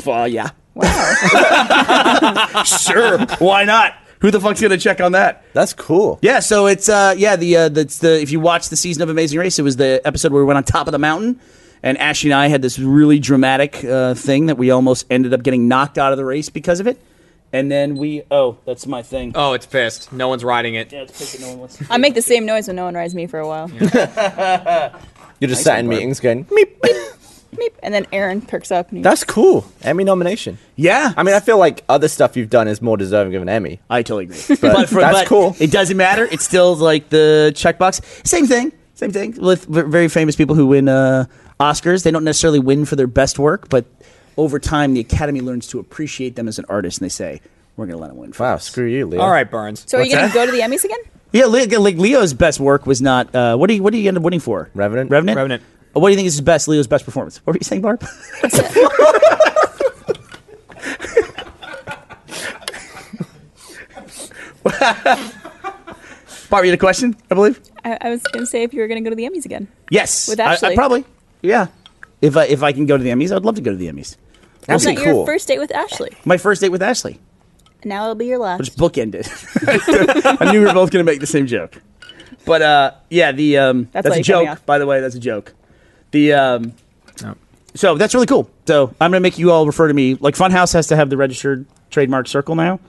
uh, yeah. *laughs* Wow. Sure. Why not? Who the fuck's going to check on that? That's cool. Yeah, so it's uh yeah the uh that's the if you watch the season of Amazing Race, it was the episode where we went on top of the mountain, and Ashley and I had this really dramatic uh, thing that we almost ended up getting knocked out of the race because of it, and then we oh that's my thing. Oh, it's pissed. No one's riding it. Yeah, it's pissing, no one wants- I make the same noise when no one rides me for a while. You're just sat in meetings going, meep, meep. Meep. *laughs* And then Aaron perks up and he That's cool. Emmy nomination. yeah, I mean, I feel like other stuff you've done is more deserving of an Emmy. I totally *laughs* agree. But, for, that's but cool. It doesn't matter. It's still like the checkbox. Same thing. Same thing with v- very famous people who win uh, Oscars. They don't necessarily win for their best work, but over time, the Academy learns to appreciate them as an artist, and they say, "We're going to let them win." For Wow, this." screw you, Leo. All right, Burns. So are you What's going that? to go to the Emmys again? Yeah, Le- like Leo's best work was not. Uh, what do you What do you end up winning for? Revenant. Revenant. Revenant. Uh, What do you think is his best? Leo's best performance. What were you saying, Barb? *laughs* Barb, you had a question, I believe. I, I was going to say if you were going to go to the Emmys again. Yes, With I- I, Ashley. probably. Yeah, if I, if I can go to the Emmys, I'd love to go to the Emmys. That'd Wasn't be that your cool. first date with Ashley? My first date with Ashley. Now it'll be your last. just bookend it. *laughs* I knew we were both going to make the same joke. But uh, yeah, the um, That's that's, why a you cut me joke. off. By the way, that's a joke. The um, No. so that's really cool. So I'm going to make you all refer to me like Funhouse has to have the registered trademark circle now.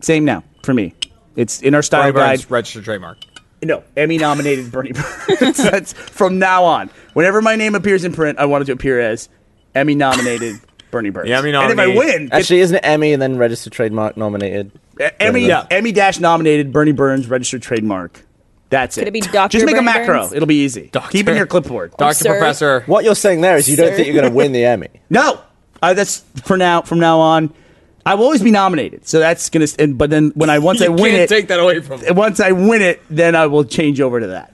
Same now for me. It's in our style Brian Burns, guide. registered trademark. Oh, No, Emmy nominated Bernie Burns. *laughs* that's from now on. Whenever my name appears in print, I want it to appear as Emmy nominated Bernie Burns. Yeah, Emmy and if I nominee. win, it's Actually, isn't it Emmy and then registered trademark nominated? E-, Emmy Yeah. Emmy dash nominated Bernie Burns registered trademark. That's it. it be Dr. Just make a Bernie macro. Burns? It'll be easy. Doctor. Keep it in your clipboard. Doctor sir. Professor. What you're saying there is you don't Sir. think you're going to win the Emmy. No, uh, that's for now. From now on, I will always be nominated. So that's gonna. And, but then when I once I *laughs* You win can't it, take that away from. and once I win it, then I will change over to that.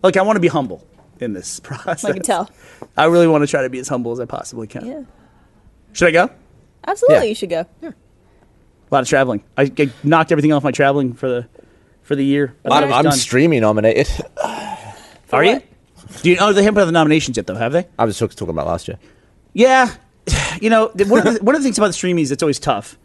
Like I want to be humble in this *laughs* process. I can tell. I really want to try to be as humble as I possibly can. Yeah. Should I go? A Absolutely, Yeah. you should go. lot of traveling. I, I knocked everything off my traveling for the for the year. I thought it I'm, was I'm done. streamy nominated. *laughs* Are you? what? Do you? Oh, they haven't put out the nominations yet, though, have they? I was just talking about last year. Yeah, *sighs* you know, the- one of the, one of the things about the streamies that's always tough.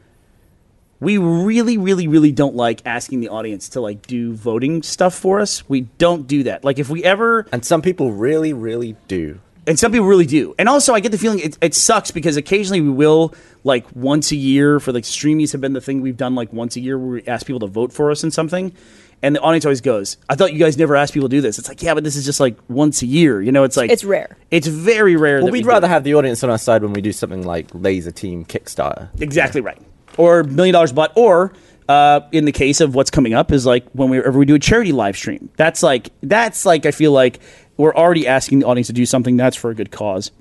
We really, really, really don't like asking the audience to like do voting stuff for us. We don't do that. Like if we ever, And some people really, really do. and some people really do. And also, I get the feeling it, it sucks because occasionally we will like once a year for like streamies have been the thing we've done like once a year where we ask people to vote for us in something. And the audience always goes, I thought you guys never asked people to do this. It's like, yeah, but this is just like once a year. You know, it's like It's rare. It's very rare. Well, that we we'd do it. rather have the audience on our side when we do something like Laser Team Kickstarter. Exactly right. or million dollars bought, or uh, in the case of what's coming up is like when we whenever we do a charity live stream. That's like that's like I feel like we're already asking the audience to do something that's for a good cause.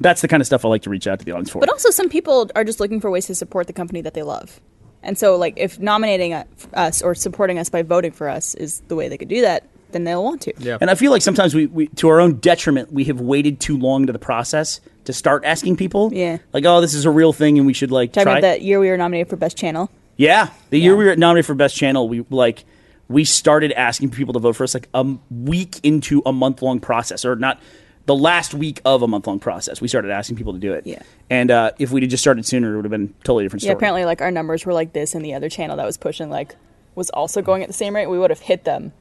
That's the kind of stuff I like to reach out to the audience for. But also, some people are just looking for ways to support the company that they love. And so, like, if nominating u- us or supporting us by voting for us is the way they could do that, then they'll want to. Yeah. And I feel like sometimes we, we, to our own detriment, we have waited too long to the process to start asking people. Yeah. Like, oh, this is a real thing, and we should like Talking try. about that year we were nominated for Best Channel. Yeah, the year Yeah. we were nominated for best channel, we like we started asking people to vote for us like a m- week into a month long process, or not the last week of a month long process. We started asking people to do it. Yeah. And uh, if we'd have just started sooner, it would have been a totally different story. Yeah, apparently, like, our numbers were like this, and the other channel that was pushing, like, was also going at the same rate. We would have hit them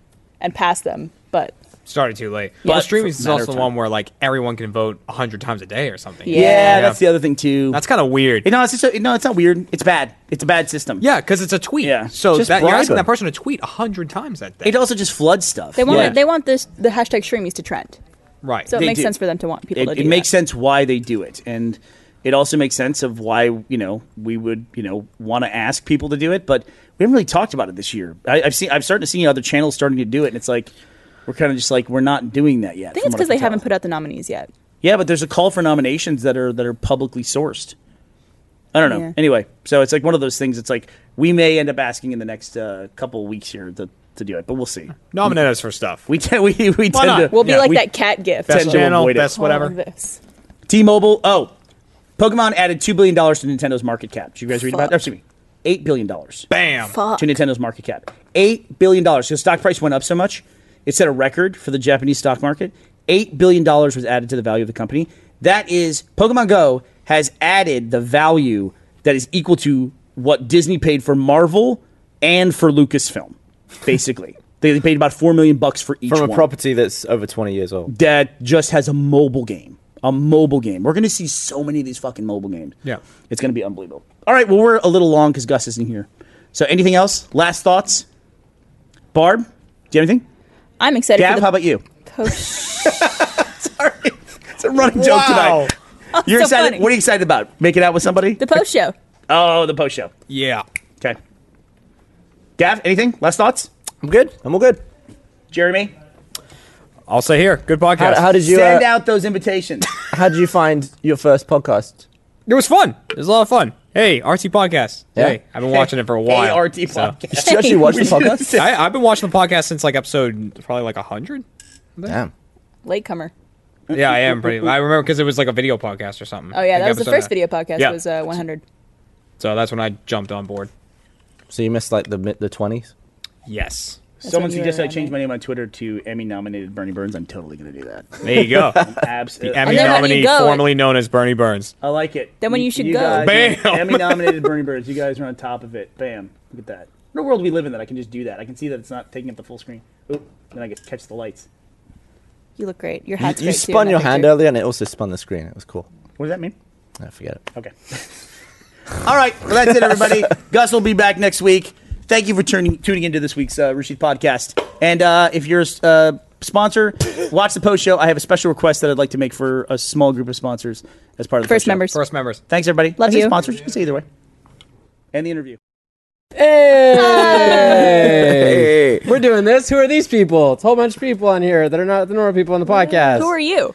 and passed them, but Started too late. But- well, streaming is Matter of also the time. one where like everyone can vote hundred times a day or something. Yeah, Yeah. that's the other thing too. That's kind of weird. You know, it's just a, no, it's not weird. It's bad. It's a bad system. yeah, because it's a tweet. Yeah. So Just that, you're bribe asking them. that person to tweet hundred times that day. It also just floods stuff. they want Yeah. they want this the hashtag streamies to trend. right. So They it makes do. sense for them to want people it, to do it makes that. sense why they do it and it also makes sense of why you know we would you know want to ask people to do it but we haven't really talked about it this year I, i've seen i've started to see other channels starting to do it and it's like we're kind of just like we're not doing that yet I think it's because they haven't put out the nominees yet. yeah but there's a call for nominations that are that are publicly sourced i don't know Yeah. anyway so it's like one of those things it's like we may end up asking in the next uh, couple of weeks here to, to do it but we'll see Nominate us for stuff. we *laughs* tend we, we not? tend to We'll be Yeah, like we- that cat gift. tend Best to channel, avoid it. best All of whatever. "Oh, this. T-Mobile. Oh, Pokemon added two billion dollars to Nintendo's market cap. Did you guys read about Fuck. that? Excuse me, eight billion dollars Bam. Fuck. to Nintendo's market cap. Eight billion dollars. So stock price went up so much, it set a record for the Japanese stock market. Eight billion dollars was added to the value of the company. That is, Pokemon Go has added the value that is equal to what Disney paid for Marvel and for Lucasfilm. Basically, they paid about four million bucks for each from a one property that's over 20 years old. that just has a mobile game. A mobile game. We're going to see so many of these fucking mobile games. Yeah. It's going to be unbelievable. All right. Well, we're a little long because Gus isn't here. So, anything else? Last thoughts? Barb, do you have anything? I'm excited Gav, for the how about you? post. It's a running joke Wow. tonight. *laughs* You're Oh, so excited. funny. What are you excited about? Making out with somebody? the post show. oh, the post show. Yeah. Okay. Gav, anything? Last thoughts? I'm good. I'm all good. Jeremy, I'll say here. Good podcast. How, how did you send uh, out those invitations. How did you find your first podcast? It was fun. It was a lot of fun. Hey, RT podcast. Yeah. Hey, I've been watching *laughs* it for a while. ART so- podcast. Did you actually watch *laughs* the podcast? I, I've been watching the podcast since like episode probably like hundred. Damn. Latecomer. Yeah, I am pretty. I remember because it was like a video podcast or something. Oh yeah, Like that was the episode first nine. video podcast. Yeah. Was uh, 100. So that's when I jumped on board. So you missed like the mid the 20s? Yes. Someone when you were suggested I on change it. my name on Twitter to Emmy nominated Bernie Burns. I'm totally going to do *laughs* that. There you *laughs* go. Abs- The I- Emmy then when nominee, you go- formerly known as Bernie Burns. I like it. Then when you should go. guys- Bam. Emmy nominated Bernie Burns. You guys are on top of it. Bam. Look at that. What a world we live in that I can just do that. I can see that it's not taking up the full screen. Oop. Then I get to catch the lights. You look great. Your You, hat's you great, too, in spun that your hand picture. earlier and it also spun the screen. It was cool. What does that mean? I forget it. Okay. *laughs* All right. Well, that's it, everybody. Gus will be back next week. Thank you for turning, tuning into this week's uh, Rashid podcast. And uh, if you're a s- uh, sponsor, watch the post show. I have a special request that I'd like to make for a small group of sponsors as part of the First post show. members. First members. Thanks, everybody. Love I say you. Sponsors. You can say either way. And the interview. Hey. We're doing this. Who are these people? It's a whole bunch of people on here that are not the normal people on the podcast. Who are you?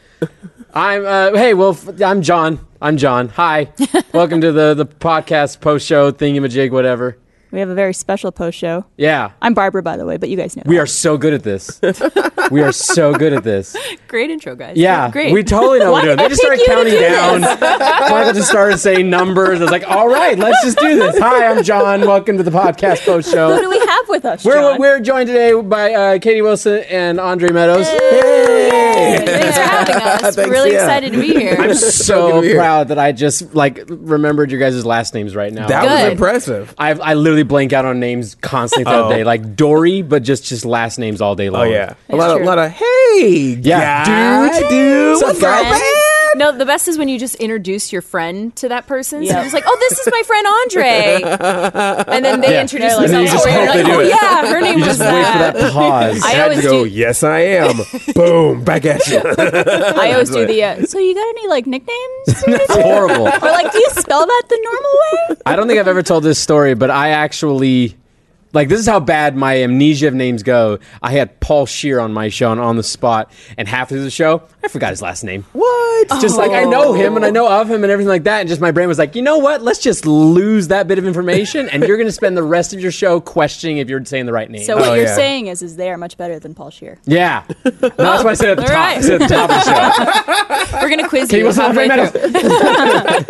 I'm uh, hey, well, f- I'm John. I'm John. Hi, *laughs* welcome to the the podcast post show thingamajig, whatever. We have a very special post show. Yeah, I'm Barbara, by the way, but you guys know. we are so good at this. *laughs* we are so good at this. great intro, guys. Yeah, great. we totally know what Why we're doing. did They I just pick started you to do counting down. Michael just started saying numbers. I was like, all right, let's just do this. Hi, I'm John. Welcome to the podcast post show. Who do we have with us? *laughs* We're, John? we're joined today by uh, Katie Wilson and Andre Meadows. Hey, Thanks for having us. We're Thanks, really yeah. excited to be here. *laughs* I'm good so to be here. proud that I just like remembered your guys' last names right now. That Good. was impressive. I I literally blank out on names constantly throughout Oh. the day, like Dory, but just just last names all day long. A lot, true. of, lot of hey, Yeah. guy, dude, What's what's up, up, man? no, the best is when you just introduce your friend to that person. So Yeah. you're just like, oh, this is my friend Andre, and then they Yeah. introduce And then you themselves. just or you're hope they like, do oh it. yeah, her name You was just wait for that pause. I I, always to go, do. yes, I am. *laughs* Boom, back at you. I always do the. Uh, so you got any like nicknames? *laughs* or *laughs* horrible. like, do you spell that the normal way? I don't think I've ever told this story, but I actually like this is how bad my amnesia of names go. I had Paul Shear on my show and on the spot, and halfway through the show, I forgot his last name. What? Just like I know him and I know of him and everything like that, and just my brain was like, you know what? Let's just lose that bit of information, and you're gonna spend the rest of your show questioning if you're saying the right name. So what Oh, you're yeah. saying is, is they are much better than Paul Shear. yeah, no, that's what I said at the All top. I right. said at the top of the show. *laughs* We're gonna quiz He you. was Andre halfway through. *laughs* Meadows.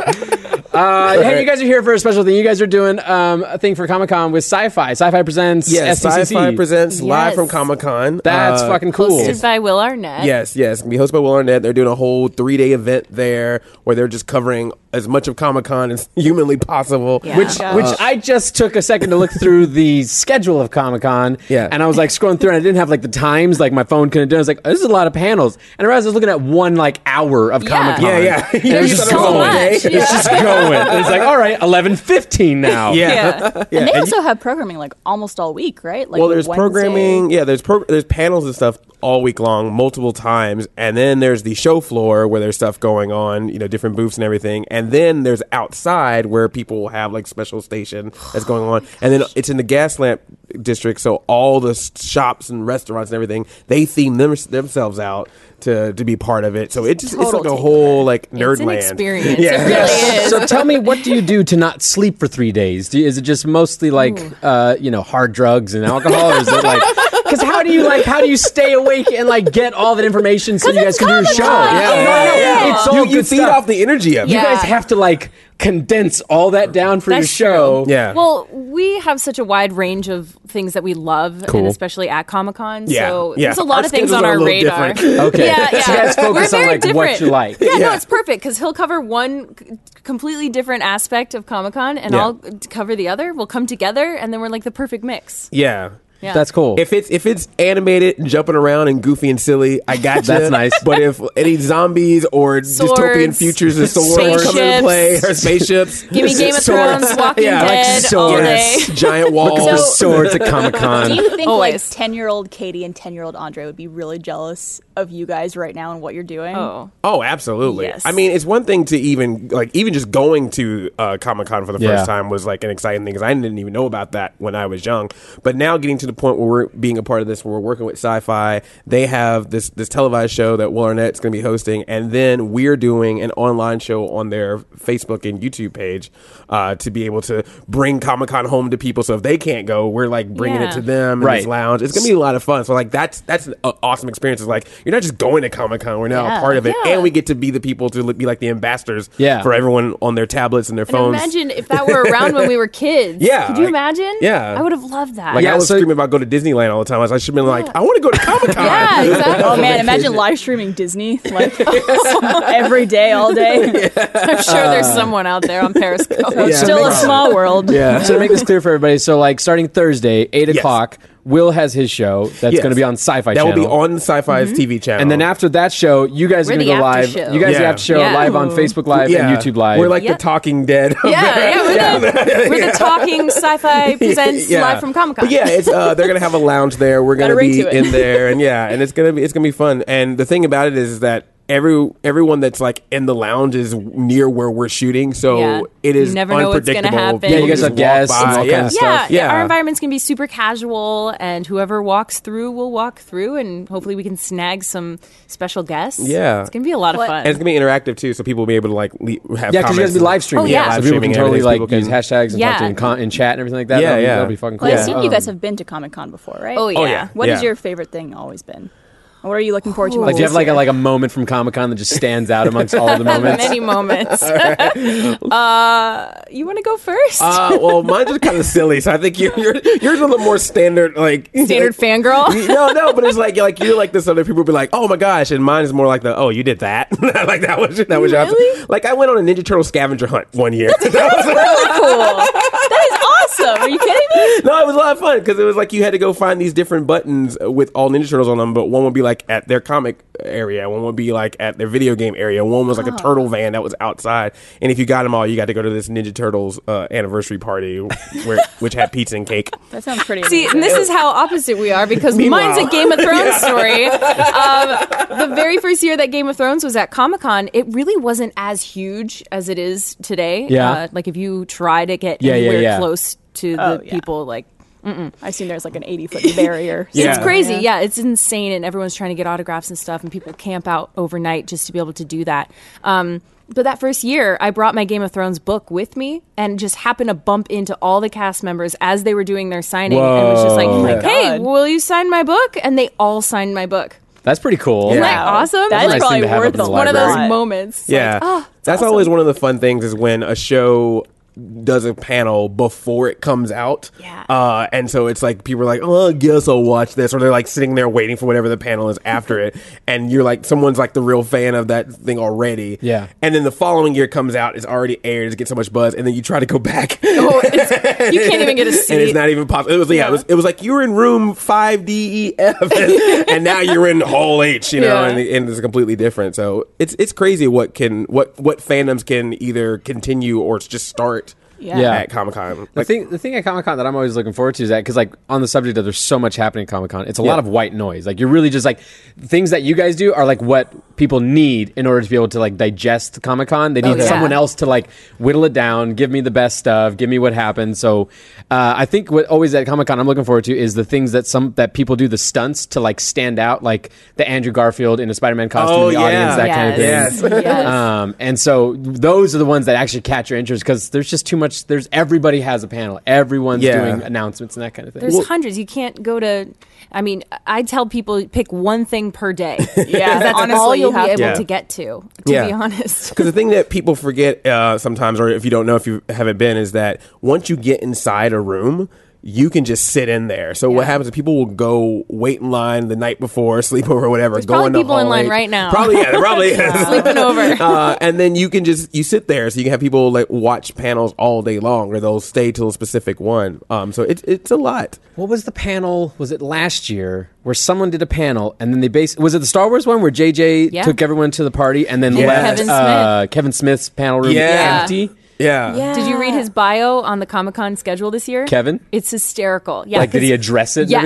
Uh, hey, you guys are here for a special thing. You guys are doing um, a thing for Comic Con with Sci-Fi. Sci-Fi presents. Yes, SDCC. Sci-Fi presents uh, live Yes. from Comic Con. That's fucking cool. Hosted by Will Arnett. *laughs* Yes, yes. It's gonna Be hosted by Will Arnett. They're doing a whole three day event there where they're just covering as much of Comic Con as *laughs* humanly possible. Yeah. Which, Yeah. which I just took a second to look through the schedule of Comic Con, Yeah. and I was like scrolling through, and I didn't have like the times, like my phone couldn't do. it. I was like, oh, this is a lot of panels, and I realized I was looking at one like hour of Yeah. Comic Con. Yeah, yeah. *laughs* And it was There's just so going. much, It's just going. And it's like, all right, eleven fifteen now. Yeah. Yeah. And they and also have programming like almost all week, right? Like well, there's Wednesday. programming. Yeah, there's pro- there's panels and stuff all week long, multiple times, and then there's the show floor where there's stuff going on, you know, different booths and everything, and then there's outside where people will have like special station that's going on, and then it's in the gas lamp district, so all the s- shops and restaurants and everything they theme them- themselves out to to be part of it, so it just it's Total like a takeover. whole like nerd It's an land. *laughs* experience. Yeah. It really *laughs* is. So tell me, what do you do to not sleep for three days? Do, is it just mostly like, uh, you know, hard drugs and alcohol, or is it *laughs* like? Because how do you like? How do you stay awake and like get all that information so you guys it's can do your Comic show? Con. No, no, no, Yeah. It's You- all you good feed stuff. off the energy of it. you Yeah. guys have to like condense all that down for your That's show. true. Yeah. Well, we have such a wide range of things that we love, Cool. and especially at Comic Con. Yeah, So yeah. there's a lot Our of things schedules on are a our little radar. different. Okay. Yeah, yeah. So you guys focus We're on very like what different. you like. Yeah, *laughs* no, Yeah. it's perfect because he'll cover one c- completely different aspect of Comic Con, and Yeah. I'll cover the other. We'll come together, and then we're like the perfect mix. yeah. Yeah. That's cool. If it's if it's animated and jumping around and goofy and silly, I got you. *laughs* That's nice. But if any zombies or dystopian Swords, futures and swords come into spaceships. play *laughs* *laughs* or spaceships, Give me Game of swords. Thrones, Walking Yeah. like Dead, all swords. day. *laughs* giant Look at the walls. swords at Comic Do Con. you think Always. like ten year old Katie and ten year old Andre would be really jealous of you guys right now and what you're doing? Oh, Oh, absolutely. Yes. I mean, it's one thing to even like even just going to uh, Comic Con for the Yeah. first time was like an exciting thing because I didn't even know about that when I was young. But now getting to the point where we're being a part of this, where we're working with Sci-Fi, they have this this televised show that Will Arnett's going to be hosting, and then we're doing an online show on their Facebook and YouTube page uh, to be able to bring Comic Con home to people. So if they can't go, we're like bringing it Yeah. to them in Right. this lounge. It's going to be a lot of fun. So like that's that's an uh, awesome experience. It's like you're not just going to Comic Con, we're now a Yeah. uh, part of it, Yeah. and we get to be the people to li- be like the ambassadors Yeah. for everyone on their tablets and their and phones. imagine if that were around when we were kids. Yeah, could you like- imagine? yeah. I would have loved that. like Yeah, I was so- screaming about go to Disneyland all the time. I, was- I should have been like, I want *laughs* to go to Comic Con. yeah, exactly. *laughs* Oh man, imagine live streaming Disney *laughs* like every day, all day. I'm sure there's someone out there *laughs* on Periscope. Still a small world. Yeah. So to make this clear for everybody, so like starting Thursday, eight o'clock, Will has his show that's Yes. going to be on Sci-Fi. That will be Channel. on Sci-Fi's Mm-hmm. TV channel, And then after that show, you guys We're are going the to go after live. show. You guys Yeah. have show Yeah. live on Facebook Live Yeah. and YouTube Live. we're like Yeah. the Talking Dead. *laughs* of Yeah, yeah, we're the, we're the talking sci-fi *laughs* presents Yeah. live from Comic Con. But yeah, it's uh, they're gonna have a lounge there. We're Gotta gonna ring be to it. in there, and yeah, and it's gonna be it's gonna be fun. And the thing about it is, that every everyone that's like in the lounge is near where we're shooting, so Yeah. it is You never know what's gonna unpredictable. happen. yeah, you People guys just have walk guests and by, all yeah. kinds of yeah, stuff. yeah, Yeah. our environment's gonna be super casual, and whoever walks through will walk through, and hopefully we can snag some special guests. Yeah. it's gonna be a lot of fun. And it's gonna be interactive too, so people will be able to like le- have Yeah, because you guys comments be and- live streaming. Oh, yeah. so live people can streaming totally everything, so like people can- use hashtags and Yeah. talk to in, con- in chat and everything like that. Yeah, that'll, Be, yeah. that'll be fucking cool. Well, I assume you guys have been to Comic Con before, right? oh yeah. Oh, yeah. What has your favorite thing always been? And What are you looking forward to? Ooh. Like, most do you have this like a, year? like a moment from Comic Con that just stands out amongst all of *laughs* the moments? *laughs* many moments. uh, you want to go first? Uh, well, mine just kind of silly, so I think you, *laughs* you're *laughs* yours are a little more standard, like Standard *laughs* fangirl. no, no, but it's like like you're like this other people would be like, oh my gosh, and mine is more like the oh you *laughs* did that, like that was that was your Really? like I went on a Ninja Turtle scavenger hunt one year. That was- cool. That is awesome. awesome. Are you kidding me? No, it was a lot of fun because it was like you had to go find these different buttons with all Ninja Turtles on them, but one would be like at their comic area, one would be like at their video game area, one was like a turtle van that was outside, and if you got them all, you got to go to this Ninja Turtles uh, anniversary party, where which had pizza and cake. That sounds pretty. See, amazing. and this is how opposite we are because mine's a *laughs* Game of Thrones story. Um, the very first year that Game of Thrones was at Comic Con, it really wasn't as huge as it is today. Yeah. Uh, like if you try to get Yeah, yeah, anywhere yeah. close to the Oh, yeah. people, like I seen there's like an 80 foot barrier. it's crazy. Yeah. it's insane, and everyone's trying to get autographs and stuff, and people camp out overnight just to be able to do that. Um, but that first year, I brought my Game of Thrones book with me, and just happened to bump into all the cast members as they were doing their signing, and was just like, Whoa. Oh my "Hey, God. will you sign my book?" And they all signed my book. That's pretty cool. Isn't that awesome? That's Nice thing probably to have worth up in the one of those library. moments. oh, yeah, that's always one of the fun things is when a show does a panel before it comes out. Yeah. Uh, and so it's like people are like, oh, I guess I'll watch this, or they're like sitting there waiting for whatever the panel is after it, and you're like, someone's like the real fan of that thing already. Yeah. And then the following year comes out, it's already aired, it gets so much buzz, and then you try to go *laughs* back. *laughs* you can't even get And a it's seat. not even possible. It was yeah, It was it was like you were in room five D E F, *laughs* and, and now you're in hall H. You know, Yeah. and, and it's completely different. So it's it's crazy what can what what fandoms can either continue or just start. Yeah. Yeah. at Comic Con. The thing, the thing at Comic Con that I'm always looking forward to is that because like on the subject of there's so much happening at Comic Con, it's a lot of white noise. Like you're really just like things that you guys do are like what people need in order to be able to like digest Comic Con. They Oh, need yeah. someone else to like whittle it down, give me the best stuff, give me what happened. So uh, I think what always at Comic Con I'm looking forward to is the things that some that people do the stunts to like stand out, like the Andrew Garfield in a Spider-Man costume, Oh, in the yeah. audience, that kind of thing. Yes. Yes. Um, and so those are the ones that actually catch your interest because there's just too much. There's everybody has a panel. Everyone's Yeah. doing announcements and that kind of thing. There's hundreds. You can't go to. I mean, I tell people pick one thing per day. Yeah, that's honestly, all you'll you have be able to. to get to. To Yeah. *laughs* be honest, Because the thing that people forget uh, sometimes, or if you don't know, if you haven't been, is that once you get inside a room, you can just sit in there. So what happens is people will go wait in line the night before, *laughs* sleep over, whatever. There's go probably into people in Hall line H. right now. Probably, *laughs* yeah, there probably is. sleeping over. *laughs* uh, and then you can just you sit there, so you can have people like watch panels all day long, or they'll stay till a specific one. Um, so it's it's a lot. What was the panel? Was it last year where someone did a panel and then they base? Was it the Star Wars one where JJ Yeah. took everyone to the party and then Yeah. left Kevin Uh, Kevin Smith's panel room Yeah. empty? Yeah, Did you read his bio on the Comic Con schedule this year? Kevin? It's hysterical. Yeah. like did he 'cause- address it? and yes,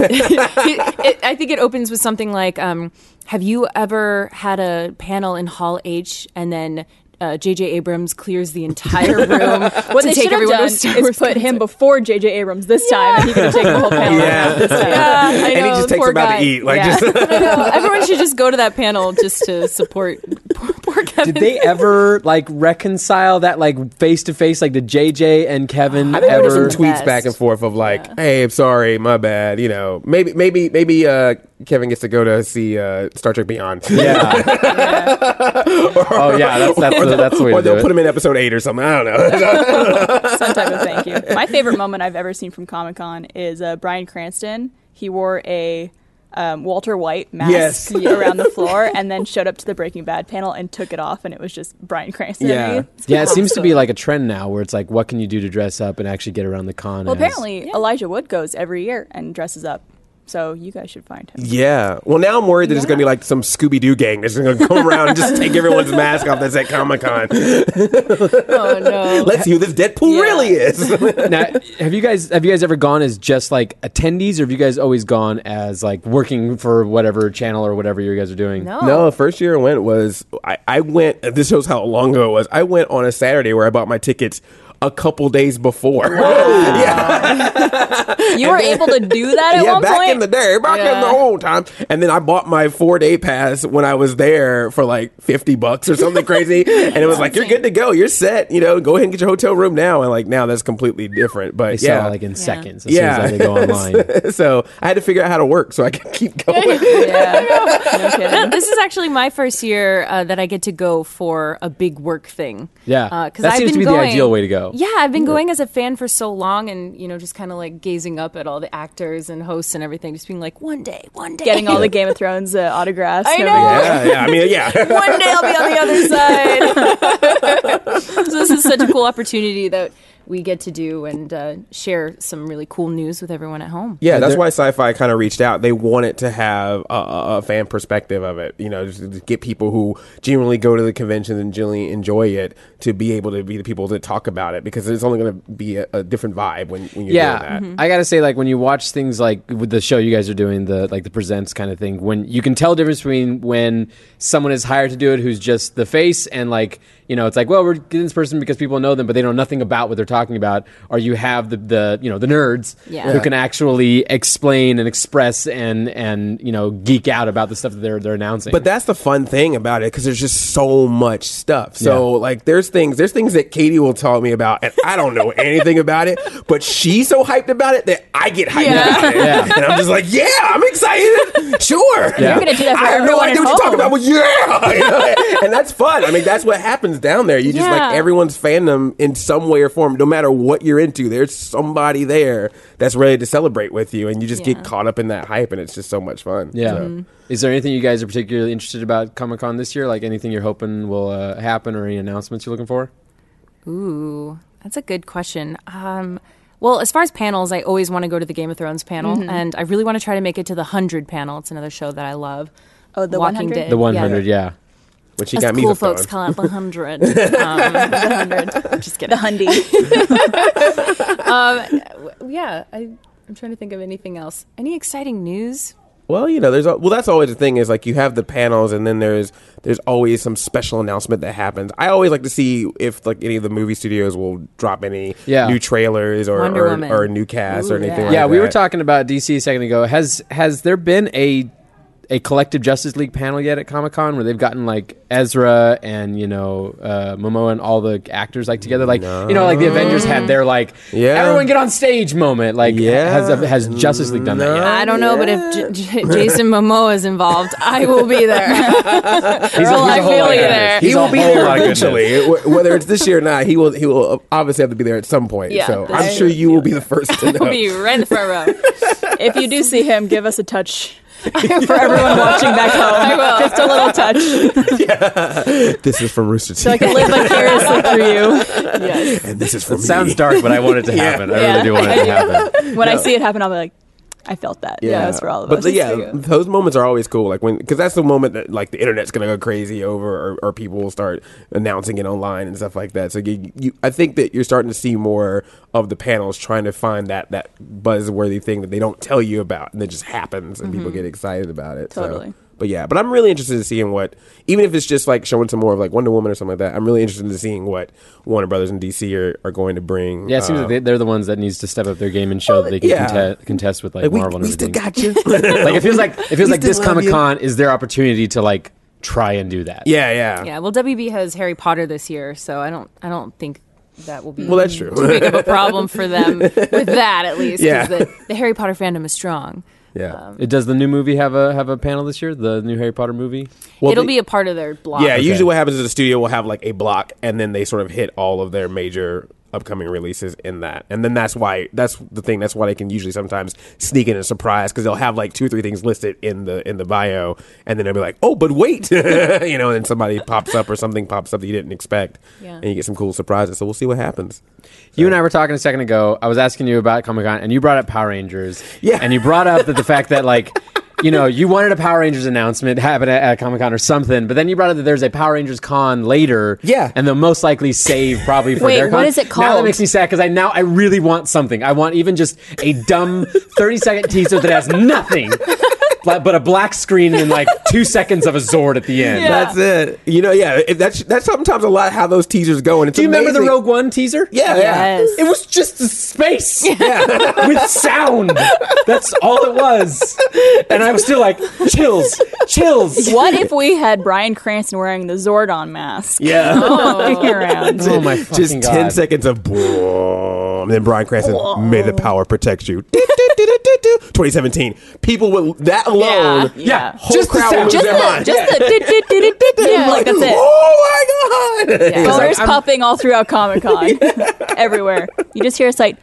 everything? Yes. It- it- I think it opens with something like um, Have you ever had a panel in Hall H and then. uh, J.J. Abrams clears the entire room What to they take should have done everyone to a is Star Wars put him concert. before J.J. Abrams this time, and he could have taken the *laughs* *laughs* whole panel. Yeah. out this time. Yeah, I and he know, just takes poor about guy. to eat. Like Yeah. just *laughs* I know. *laughs* Everyone should just go to that panel just to support *laughs* poor, poor Kevin. Did they ever like reconcile that like face to face? Like did JJ and Kevin I think there ever? were some Ever. tweets Best. back and forth of like, "Hey, I'm sorry, my bad." You know, maybe, maybe, maybe uh, Kevin gets to go to see uh, Star Trek Beyond. *laughs* Yeah. *laughs* oh yeah, that's that's, the, that's the way or to do they'll it. put him in episode eight or something. I don't know. *laughs* some type of thank you. My favorite moment I've ever seen from Comic Con is uh, Brian Cranston. He wore a um, Walter White mask *laughs* Yes. around the floor, and then showed up to the Breaking Bad panel and took it off, and it was just Brian Cranston. Yeah. underneath. yeah, it seems to be like a trend now where it's like, what can you do to dress up and actually get around the con? Well, as- apparently Elijah Wood goes every year and dresses up, so you guys should find *laughs* him. yeah. Well, now I'm worried that it's going to be like some Scooby Doo gang that's going to *laughs* come around and just take everyone's mask off that's at Comic Con. Oh no! Let's see who this Deadpool Yeah. really is. now, have you guys have you guys ever gone as just like attendees, or have you guys always gone as like working for whatever channel or whatever you guys are doing? *laughs* No. No, first year I went was I, I went. This shows how long ago it was. I went on a Saturday where I bought my tickets a couple days before. *laughs* You were able to do that at *laughs* yeah, one back point. in the day, back in the Yeah. old time. And then I bought my four day pass when I was there for like fifty bucks or *laughs* something crazy, and it was like you're good to go, you're set. You know, go ahead and get your hotel room now. And like now that's completely different. But They yeah, sell like in seconds as soon yeah. *laughs* as like, they go online. so I had to figure out how to work so I could *laughs* keep *laughs* going. yeah. No kidding. this is actually my first year uh, that I get to go for a big work thing. Yeah, because that I've seems been to be going, the ideal way to go. Yeah, I've been going as a fan for so long, and you know, just kind of like gazing up at all the actors and hosts and everything, just being like, one day, one day, Getting *laughs* all the Game of Thrones uh, autographs. I and know. everything. yeah, yeah. I mean, *laughs* yeah. *laughs* one day I'll be on the other side. so this is such a cool opportunity that we get to do and uh, share some really cool news with everyone at home. Yeah, that's they're- why sci-fi kind of reached out. They wanted to have a, a, a fan perspective of it, you know, just to get people who genuinely go to the conventions and genuinely enjoy it to be able to be the people to talk about it because it's only going to be a, a different vibe when, when you're doing yeah Mm-hmm. that. i gotta say like when you watch things like with the show you guys are doing the like the presents kind of thing when you can tell the difference between when someone is hired to do it who's just the face and like you know it's like well we're getting this person because people know them but they know nothing about what they're talking about or you have the, the you know the nerds Yeah. who can actually explain and express and and you know geek out about the stuff that they're they're announcing But that's the fun thing about it because there's just so much stuff. So like, there's things there's things that Katie will tell me about, and I don't know anything about it, but she's so hyped about it that I get hyped Yeah. about it, Yeah. and I'm just like, yeah, I'm excited. *laughs* Sure, You're gonna do that for I have no everyone idea at what you're talking about. home. Well, yeah, *laughs* You know? and that's fun. I mean, that's what happens down there. You just Yeah. like everyone's fandom in some way or form, no matter what you're into. There's somebody there that's ready to celebrate with you, and you just Yeah. get caught up in that hype, and it's just so much fun. yeah So. is there anything you guys are particularly interested about comic-con this year like anything you're hoping will uh, happen or any announcements you're looking for Ooh, that's a good question. Um, well, as far as panels, I always want to go to the Game of Thrones panel, Mm-hmm. and I really want to try to make it to the Hundred panel. It's another show that I love. Oh, the Walking 100? Dead. the Yeah. 100 Uh, yeah. But she Us got me cool hooked folks on. call it the *laughs* hundred. Um, Just kidding. The hundy. Um, yeah, I, I'm trying to think of anything else. Any exciting news? Well, you know, there's al- well, that's always the thing is like you have the panels, and then there's there's always some special announcement that happens. I always like to see if like any of the movie studios will drop any Yeah. new trailers or Wonder or, Woman. or new cast or Ooh, anything. yeah. like yeah, we were that. talking about DC a second ago. Has has there been a a collective Justice League panel yet at Comic Con where they've gotten like Ezra and you know uh, Momoa and all the actors like together? Like you know, like the Avengers had their like Yeah. everyone get on stage moment. Like Yeah. has has Justice League done that yet? Oh, I don't know, but if J- J- Jason Momoa is involved, I will be *laughs* there. He's a- Earl, he's a I whole feel lot of you goodness. there. He He's a will be whole there lot of goodness. *laughs* eventually, Wh- whether it's this year or not. He will. He will obviously have to be there at some point. Yeah, so this I'm year. sure you will be *laughs* the first to know. *laughs* I'll be right in the front row. *laughs* if you do see him, give us a *laughs* touch. For everyone watching back home, I will. just a little touch, this is from *laughs* Rooster Teeth, so I can live vicariously through you. and this is from me. Sounds dark, but I want it *laughs* to happen. I really Yeah. do want it to happen. When I see it happen, I'll be like, I felt that. Yeah, that was for all of but us. the- yeah, those moments are always cool. Like when, because that's the moment that like the internet's gonna go crazy over, or, or people will start announcing it online and stuff like that. So you, you, I think that you're starting to see more of the panels trying to find that that buzzworthy thing that they don't tell you about, and it just happens, and people get excited about it. So- Mm-hmm. Totally. But yeah, but I'm really interested in seeing what, even if it's just like showing some more of like Wonder Woman or something like that. I'm really interested in seeing what Warner Brothers and DC are, are going to bring. Yeah, it seems uh, like they- they're the ones that needs to step up their game and show that they can yeah. conte- contest with like, like, we, Marvel. we and still everything. got you. like it feels like it feels like still this love Comic you. Con is their opportunity to like try and do that. *laughs* yeah, yeah, Yeah, well, WB has Harry Potter this year, so I don't, I don't think that will be Well, that's true. Um, too big of a problem *laughs* for them with that at least. 'cause Yeah. the, the Harry Potter fandom is strong. yeah. It- Does the new movie have a have a panel this year? The new Harry Potter movie? It'll the- be a part of their blog. Yeah, usually what happens is the studio will have like a block, and then they sort of hit all of their major upcoming releases in that, and then that's why that's the thing. That's why they can usually sometimes sneak in a surprise because they'll have like two or three things listed in the in the bio, and then they'll be like, "Oh, but wait," *laughs* you know, and then somebody pops up or something pops up that you didn't expect, Yeah. and you get some cool surprises. So we'll see what happens. You and I were talking a second ago. I was asking you about Comic Con, and you brought up Power Rangers. Yeah. and you brought up that the fact that like. You know, you wanted a Power Rangers announcement happen at, at Comic Con or something, but then you brought up that there's a Power Rangers con later. Yeah. and they'll most likely save probably for Wait, their con. what is it Now that called? makes me sad because I now I really want something. I want even just a dumb thirty second teaser that has nothing, *laughs* but but a black screen and like two seconds of a Zord at the end. Yeah. That's it. You know, yeah. If that's that's sometimes a lot how those teasers go, and it's Do you remember the amazing. Rogue One teaser? Yeah, yeah. Yes. It was just a space *laughs* *laughs* with sound. That's all it was. And I was still like, chills, chills. what if we had Brian Cranston wearing the Zordon mask? *laughs* Yeah. Walking around. *laughs* Oh my fucking just 10 god. seconds of boom. And then Brian Cranston, may the power protect you. Do, do, do, do, do, do. 2017. People with that alone, Yeah, yeah. whole Just the crowd will sound. lose Just their the, mind. just the did, did, did, did, did, did, Yeah. like that's it. Oh my *laughs* god! Yeah. like, Boners I'm- popping all throughout *laughs* Comic Con, everywhere. You just hear a sight.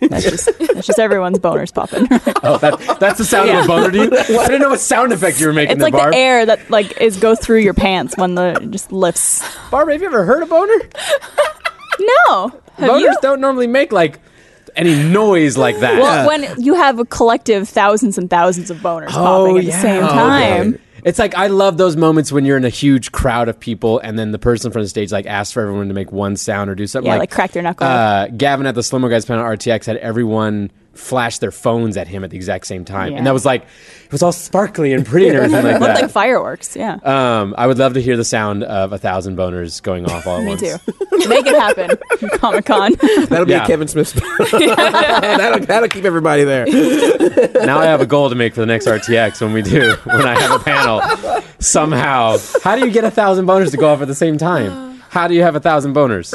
That's just that's just everyone's boners *laughs* popping. Oh, that, that's the sound of a boner to you? *laughs* I didn't know what sound effect you were making it's there, like Barb. the air that like is goes through your pants when the it just lifts. Barb, have you ever heard a boner? No. Have Voters you? don't normally make like any noise like that. Well, when you have a collective thousands and thousands of boners Oh, popping at the same time. It's like I love those moments when you're in a huge crowd of people, and then the person from the stage like asks for everyone to make one sound or do something. Yeah, like crack their knuckle. Uh, Gavin at the Slimmer Guys panel at RTX had everyone flash their phones at him at the exact same time, Yeah. and that was like it was all sparkly and pretty and everything *laughs* like Looked like that. fireworks, yeah. Um, I would love to hear the sound of a thousand boners going off all *laughs* at Me once. too. Make it happen. *laughs* Comic Con. That'll be Yeah. a Kevin *laughs* Smith. special. *laughs* that'll, that'll keep *laughs* everybody there. now I have a goal to make for the next RTX when we do, *laughs* when I have a panel. Somehow. How do you get a thousand boners to go off at the same time? How do you have a thousand boners?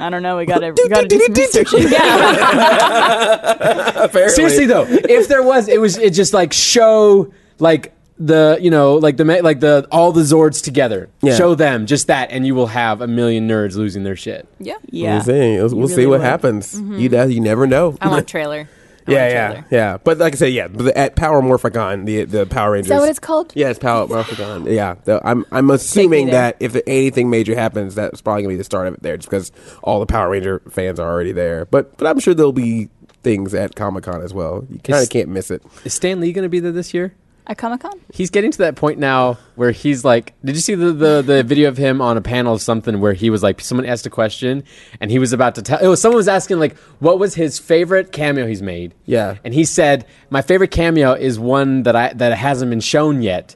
I don't know. We gotta, we gotta do some research. Yeah. *laughs* Apparently. Seriously though, if there was, it was it just like show like the you know like the ma- like the all the Zords together. Yeah. Show them just that, and you will have a million nerds losing their shit. Yeah. Yeah. Mm-hmm. Oh We'll see. We'll, we'll see really what would. happens. You that you never know. I want a trailer. I yeah, want a yeah, trailer. yeah. But like I said, yeah, but at Power Morphicon, the the Power Rangers. Is that what it's called? Yeah, it's Power Morphicon. Yeah, though I'm I'm assuming there. that if there- anything major happens, that's probably gonna be the start of it there, just because all the Power Ranger fans are already there. But but I'm sure there'll be things at Comic Con as well. You kind It's- of can't miss it. Is Stan Lee going to be there this year? At Comic Con? He's getting to that point now where he's like, did you see the, the, the video of him on a panel of something where he was like, someone asked a question and he was about to tell, it was someone was asking like, what was his favorite cameo he's made? Yeah. And he said, my favorite cameo is one that I, that hasn't been shown yet.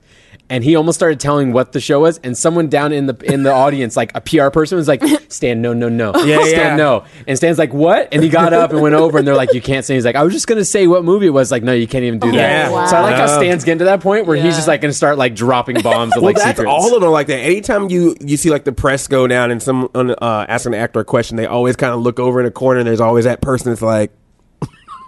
And he almost started telling what the show was, and someone down in the in the audience, like a PR person, was like, "Stan, no, no, no, *laughs* Yeah, Stan, yeah. no." And Stan's like, "What?" And he got up and went over, and they're like, "You can't say." He's like, "I was just gonna say what movie it was." Like, no, you can't even do that. Yeah. wow. So I like how No. Stan it's getting to that point where Yeah. he's just like going to start like dropping bombs of Well, like that's secrets. all of them are like that. Anytime you you see like the press go down and someone uh, ask an actor a question, they always kind of look over in a corner, and there's always that person that's like,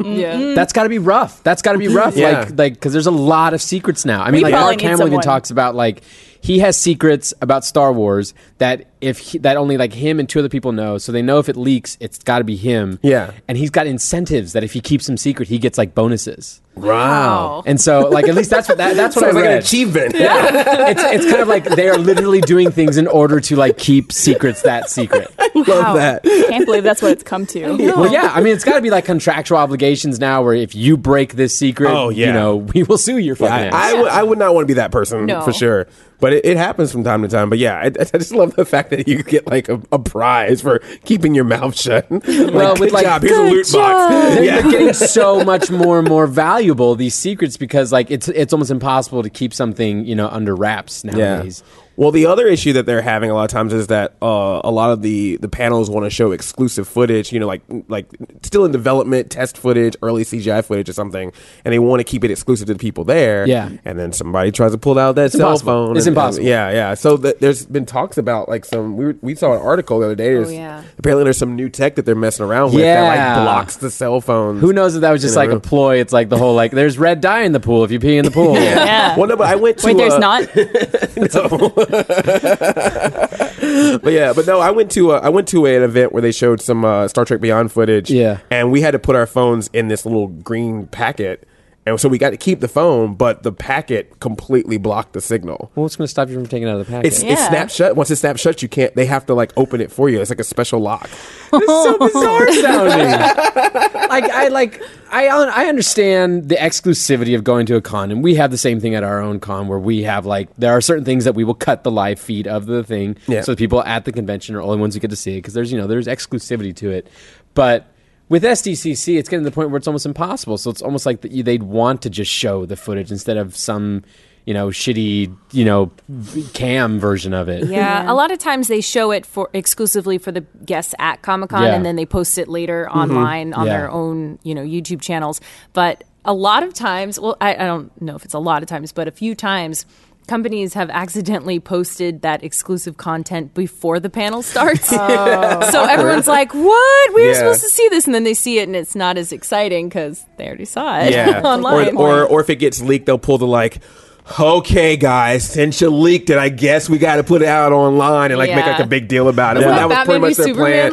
Yeah. that's got to be rough. That's got to be rough. Yeah. Like like because there's a lot of secrets now. I mean, We like probably Mark need Hamill someone. even talks about like he has secrets about Star Wars that if he, that only like him and two other people know. So they know if it leaks, it's got to be him. Yeah. and he's got incentives that if he keeps them secret, he gets like bonuses. Wow. And so like at least that's what that, that's what I *laughs* "Sounds like read. an *laughs* achievement." it's it's kind of like they are literally doing things in order to like keep secrets that secret. Love that. Can't believe that's what it's come *laughs* to. Well, yeah. I mean, it's got to be like contractual obligations now, where if you break this secret, Oh, yeah. you know, we will sue your fucking I, ass. *laughs* I, would, I would not want to be that person No. for sure. But it, it happens from time to time. But yeah, I, I just love the fact that you get like a, a prize for keeping your mouth shut. *laughs* like, Well, with, good like, job. Here's a good loot box. They're, *laughs* Yeah. they're getting so much more and more valuable these secrets because like it's it's almost impossible to keep something you know under wraps nowadays. Well, the other issue that they're having a lot of times is that uh, a lot of the, the panels want to show exclusive footage, you know, like like still in development, test footage, early CGI footage or something, and they want to keep it exclusive to the people there. Yeah. And then somebody tries to pull out that cell impossible. phone. It's and- and- impossible. yeah, yeah. So th- there's been talks about like some we, were, we saw an article the other day. There's- yeah. Apparently, there's some new tech that they're messing around with that Yeah. like blocks the cell phones. Who knows if that was just In a like a room. ploy? It's like the whole like there's red dye in the pool if you pee in the *laughs* pool. Yeah. Well, no, but I went to Wait, there's uh, not? *laughs* But yeah, but no, I went to a, I went to an event where they showed some uh, Star Trek Beyond footage. Yeah. and we had to put our phones in this little green packet, and so we got to keep the phone, but the packet completely blocked the signal. Well, what's going to stop you from taking it out of the packet? It's it's Yeah. snap shut. Once it's snap shut, you can't. They have to like open it for you. It's like a special lock. so bizarre sounding. like I like I un- I understand the exclusivity of going to a con, and we have the same thing at our own con where we have like there are certain things that we will cut the live feed of the thing, Yeah. so the people at the convention are only ones who get to see it because there's you know there's exclusivity to it, but. With SDCC, it's getting to the point where it's almost impossible. So it's almost like that you- they'd want to just show the footage instead of some, you know, shitty, you know, cam version of it. Yeah, a lot of times they show it for exclusively for the guests at Comic Con, Yeah. and then they post it later online on Yeah. their own, you know, YouTube channels. But a lot of times, well, I, I don't know if it's a lot of times, but a few times. Companies have accidentally posted that exclusive content before the panel starts. *laughs* So everyone's like, what? We were Yeah. supposed to see this. And then they see it and it's not as exciting because they already saw it *laughs* Yeah, *laughs* online. or, or or if it gets leaked, they'll pull the like. okay, guys, since you leaked it, I guess we got to put it out online and like make Yeah. like a big deal about it. Isn't When that Batman v Superman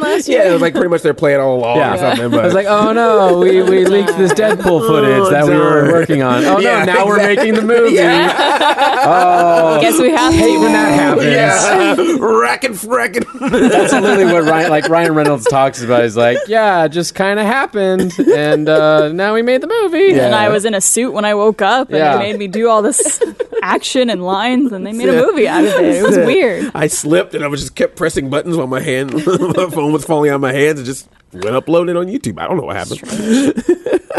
plan. last Yeah, year? it was like pretty much their plan all along or something. But I was like, oh no, we, *laughs* we leaked this Deadpool footage that we were darn. working on. Oh Yeah, no, now we're making the movie. Oh. *laughs* I guess we have Hate when to. that happens. yeah, *laughs* racking, fracking. That's literally what Ryan, like Ryan Reynolds talks about. He's like, yeah, it just kind of happened, and uh, now we made the movie. And I was in a suit when I woke up, and Yeah. they made me do all *laughs* this action and lines, and they made a movie out of it. It was weird. I slipped and I was just kept pressing buttons while my hand, *laughs* my phone was falling out of my hands and just went uploaded on YouTube. I don't know what happened.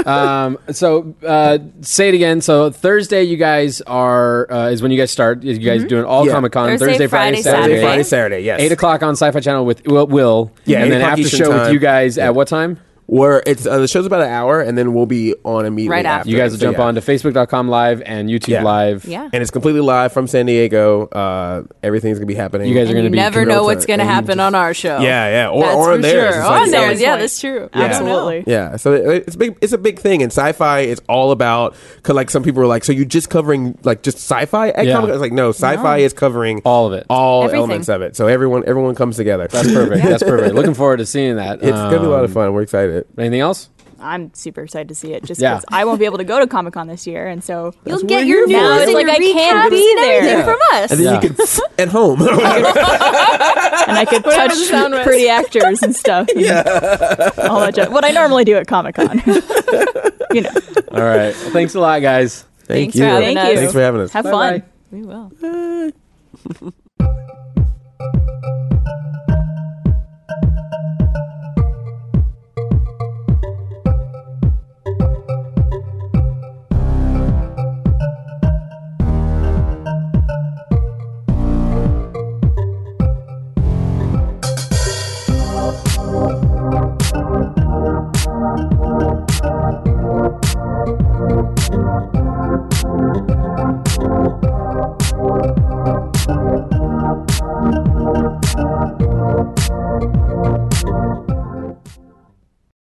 Um, so uh, say it again. So Thursday, you guys are uh, is when you guys start. You guys doing all Yeah. Comic Con Friday, Thursday, Friday, Saturday. Thursday, Friday, Saturday, yes. Eight o'clock on Sci-Fi Channel with Will, Will Yeah, and eight then o'clock after Eastern show with time. you guys at what time? Where it's uh, the show's about an hour, and then we'll be on immediately Right after. after. You guys will So, jump yeah. on to Facebook.com live and YouTube Yeah. live. Yeah. and it's completely live from San Diego. Uh, everything's gonna be happening. You guys are And going to be you never real know what's time. going to And you happen just- on our show. Yeah, yeah, or, That's or for on theirs. sure. It's On like- theirs, yeah. yeah, that's true. Oh, Yeah. Absolutely. Yeah, so it- it's a big it's a big thing in sci-fi. It's all about because like some people are like, so you just covering like just sci-fi? At Yeah. Comic-Con? It's like no, sci-fi is covering All of it. all Everything. elements of it. So everyone everyone comes together. *laughs* That's perfect. That's perfect. Looking forward to seeing that. It's gonna be a lot of Um, fun. We're excited. Anything else? I'm super excited to see it, just Yeah. because I won't be able to go to Comic Con this year, and so You'll get your news now it's and like your I can't recaps be and there everything from us. And then Yeah. you can at *laughs* home. and I could Whatever touch the sound was. pretty actors and stuff. And all that jazz. What I normally do at Comic Con. *laughs* you know. All right. Well, thanks a lot, guys. Thanks for having Thank us. you. Thanks for having us. Have Bye-bye. fun. We will.